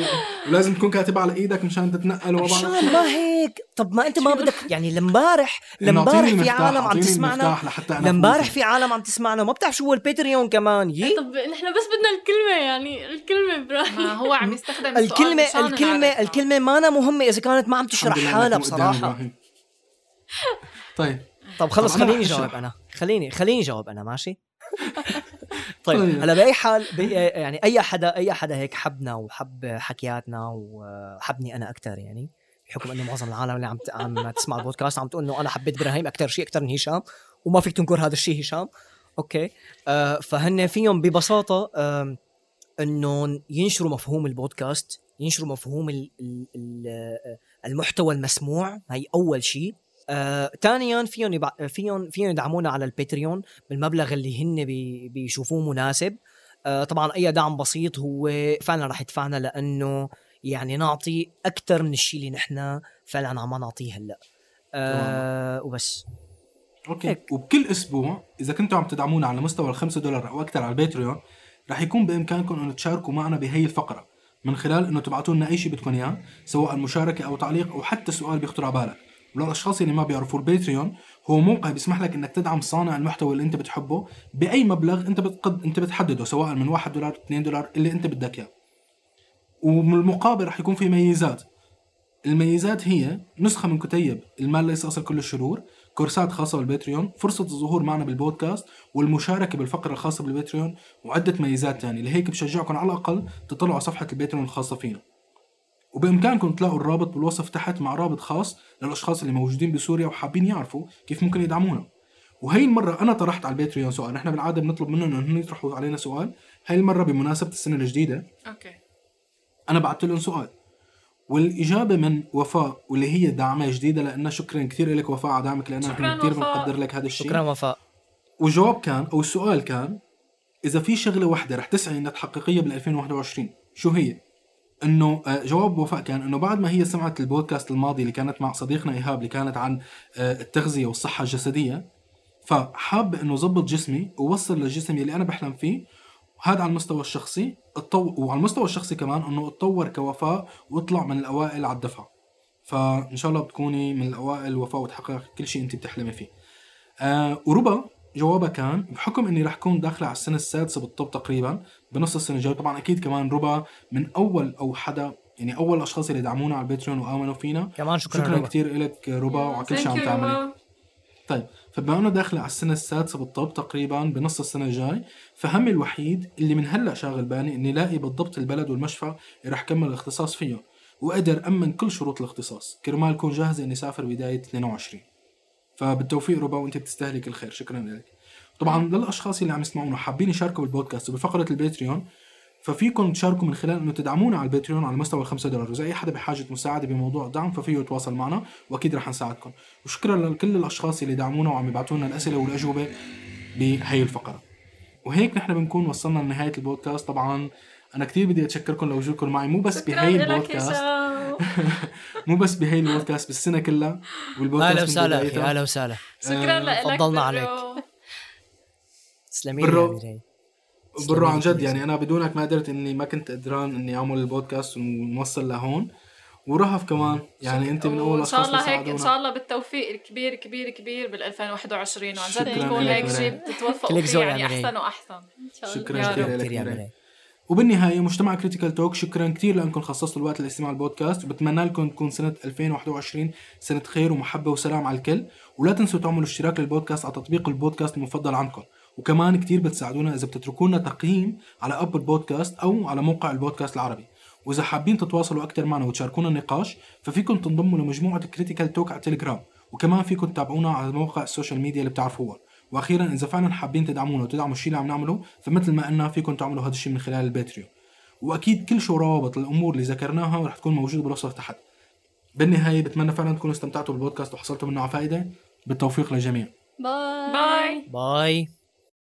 ولازم تكون كاتبها على ايدك مشان تتنقل وما بعرف
عشان ما هيك طب ما انت ما بدك يعني لمبارح لمبارح في عالم عم تسمعنا
لحتى انا
لمبارح
أفوز.
في عالم عم تسمعنا ما بتعرف شو هو الباتريون كمان يي
إيه؟
طب نحن بس بدنا الكلمة يعني الكلمة إبراهيم
ما هو عم يستخدم السؤال مشان
الكلمة
نعرف.
الكلمة الكلمة ما أنا مهمة إذا كانت ما عم
الحمد
تشرح
لله
حالها
إنك مو قدامي
بصراحة
إبراهيم. طيب
طب خلص
طب أنا
خليني
رح أشرح.
جاوب أنا خليني خليني جاوب أنا ماشي طيب
طيب.
هلا بأي حال بأي يعني أي حدا أي حدا هيك حبنا وحب حكياتنا وحبني أنا أكثر يعني بحكم انه معظم العالم اللي عم عم تسمع البودكاست عم تقول انه انا حبيت ابراهيم اكثر شيء اكثر من هشام وما فيك تنكر هذا الشيء هشام اوكي آه فهن فيهم ببساطه آم، انهم ينشروا مفهوم البودكاست ينشروا مفهوم ال- ال- ال- المحتوى المسموع هي اول شيء آه، ثانيا فيهم يبع... فيهم فيهم يدعمونا على الباتريون بالمبلغ اللي هن بي... بيشوفوه مناسب آه، طبعا اي دعم بسيط هو فعلا رح يدفعنا لانه يعني نعطي اكثر من الشيء اللي نحن فعلا عم نعطيه هلا آه وبس
اوكي
هيك.
وبكل اسبوع اذا كنتوا عم تدعمونا على مستوى الخمسة دولار او اكثر على الباتريون رح يكون بامكانكم انه تشاركوا معنا بهي الفقره من خلال انه تبعتوا لنا اي شيء بدكم اياه سواء مشاركه او تعليق او حتى سؤال بيخطر على بالك وللاشخاص اللي ما بيعرفوا الباتريون هو موقع بيسمح لك انك تدعم صانع المحتوى اللي انت بتحبه باي مبلغ انت بتقد انت بتحدده سواء من 1 دولار 2 دولار اللي انت بدك اياه وبالمقابل رح يكون في ميزات الميزات هي نسخة من كتيب المال ليس أصل كل الشرور كورسات خاصة بالباتريون فرصة الظهور معنا بالبودكاست والمشاركة بالفقرة الخاصة بالباتريون وعدة ميزات تانية لهيك بشجعكم على الأقل تطلعوا على صفحة الباتريون الخاصة فينا وبإمكانكم تلاقوا الرابط بالوصف تحت مع رابط خاص للأشخاص اللي موجودين بسوريا وحابين يعرفوا كيف ممكن يدعمونا وهي المرة أنا طرحت على الباتريون سؤال نحن بالعادة بنطلب منهم إنهم يطرحوا علينا سؤال هاي المرة بمناسبة السنة الجديدة
اوكي
انا بعثت لهم سؤال والاجابه من وفاء واللي هي دعمه جديده لانه شكرا كثير لك وفاء على دعمك لانه
شكراً
نحن كثير
وفاء.
بنقدر لك هذا الشيء
شكرا وفاء
والجواب كان او السؤال كان اذا في شغله واحده رح تسعي انها تحققيها بال 2021 شو هي؟ انه آه، جواب وفاء كان انه بعد ما هي سمعت البودكاست الماضي اللي كانت مع صديقنا ايهاب اللي كانت عن آه، التغذيه والصحه الجسديه فحابه انه ظبط جسمي ووصل للجسم اللي انا بحلم فيه وهذا على المستوى الشخصي اتطو... وعلى المستوى الشخصي كمان انه اتطور كوفاء واطلع من الاوائل على الدفعه فان شاء الله بتكوني من الاوائل وفاء وتحقق كل شيء انت بتحلمي فيه آه وربا جوابها كان بحكم اني رح كون داخله على السنه السادسه بالطب تقريبا بنص السنه الجايه طبعا اكيد كمان ربا من اول او حدا يعني اول الاشخاص اللي دعمونا على الباتريون وامنوا فينا
كمان شكرا,
شكرا
شكرا
كثير لك ربا وعلى كل شيء عم تعمليه فبما انه داخله على السنه السادسه بالطب تقريبا بنص السنه الجاي فهمي الوحيد اللي من هلا شاغل بالي اني لاقي بالضبط البلد والمشفى اللي رح كمل الاختصاص فيه واقدر امن كل شروط الاختصاص كرمال اكون جاهزه اني اسافر بدايه 22 فبالتوفيق ربا وانت بتستهلي كل خير شكرا لك طبعا للاشخاص اللي عم يسمعونا وحابين يشاركوا بالبودكاست وبفقره الباتريون ففيكم تشاركوا من خلال انه تدعمونا على الباتريون على مستوى 5 دولار واذا اي حدا بحاجه مساعده بموضوع الدعم ففيه يتواصل معنا واكيد رح نساعدكم وشكرا لكل الاشخاص اللي دعمونا وعم يبعثوا لنا الاسئله والاجوبه بهي الفقره وهيك نحن بنكون وصلنا لنهايه البودكاست طبعا انا كثير بدي اتشكركم لوجودكم معي مو بس
شكرا
بهي
لك يا
البودكاست
شاو
مو بس بهي البودكاست بالسنه كلها والبودكاست من
اهلا وسهلا اخي
بدايتها.
اهلا وسهلا
آه،
شكرا لك
فضلنا
برو.
عليك. تسلمي لي
برو.
يا ميري.
برو
تسلمي
عن
لي
جد
كثير.
يعني انا بدونك ما قدرت اني ما كنت قدران اني اعمل البودكاست ونوصل لهون ورهف كمان يعني انت من اول
وان شاء
الاشخاص اللي
الله هيك ان
ساعدونا
شاء الله بالتوفيق الكبير كبير كبير بال 2021 وعن
شكراً
جد نكون
لك
هيك
مريم.
جيب تتوفقوا
كلك
فيه
ذوق يا
يعني
مريم.
احسن واحسن
إن شاء الله.
شكرا
يا
كثير
رب
لك
كثير يا
مريم.
ميري.
وبالنهاية مجتمع كريتيكال توك شكرا كثير لأنكم خصصتوا الوقت للاستماع البودكاست وبتمنى لكم تكون سنة 2021 سنة خير ومحبة وسلام على الكل ولا تنسوا تعملوا اشتراك للبودكاست على تطبيق البودكاست المفضل عندكم وكمان كثير بتساعدونا إذا بتتركوا لنا تقييم على أبل بودكاست أو على موقع البودكاست العربي وإذا حابين تتواصلوا أكثر معنا وتشاركونا النقاش ففيكم تنضموا لمجموعة كريتيكال توك على تليجرام وكمان فيكم تتابعونا على مواقع السوشيال ميديا اللي بتعرفوها واخيرا اذا فعلا حابين تدعمونا وتدعموا الشيء اللي عم نعمله فمثل ما قلنا فيكم تعملوا هذا الشيء من خلال الباتريون واكيد كل شو روابط الامور اللي ذكرناها رح تكون موجوده بالوصف تحت بالنهايه بتمنى فعلا تكونوا استمتعتوا بالبودكاست وحصلتوا منه على فائده بالتوفيق للجميع
باي
باي
باي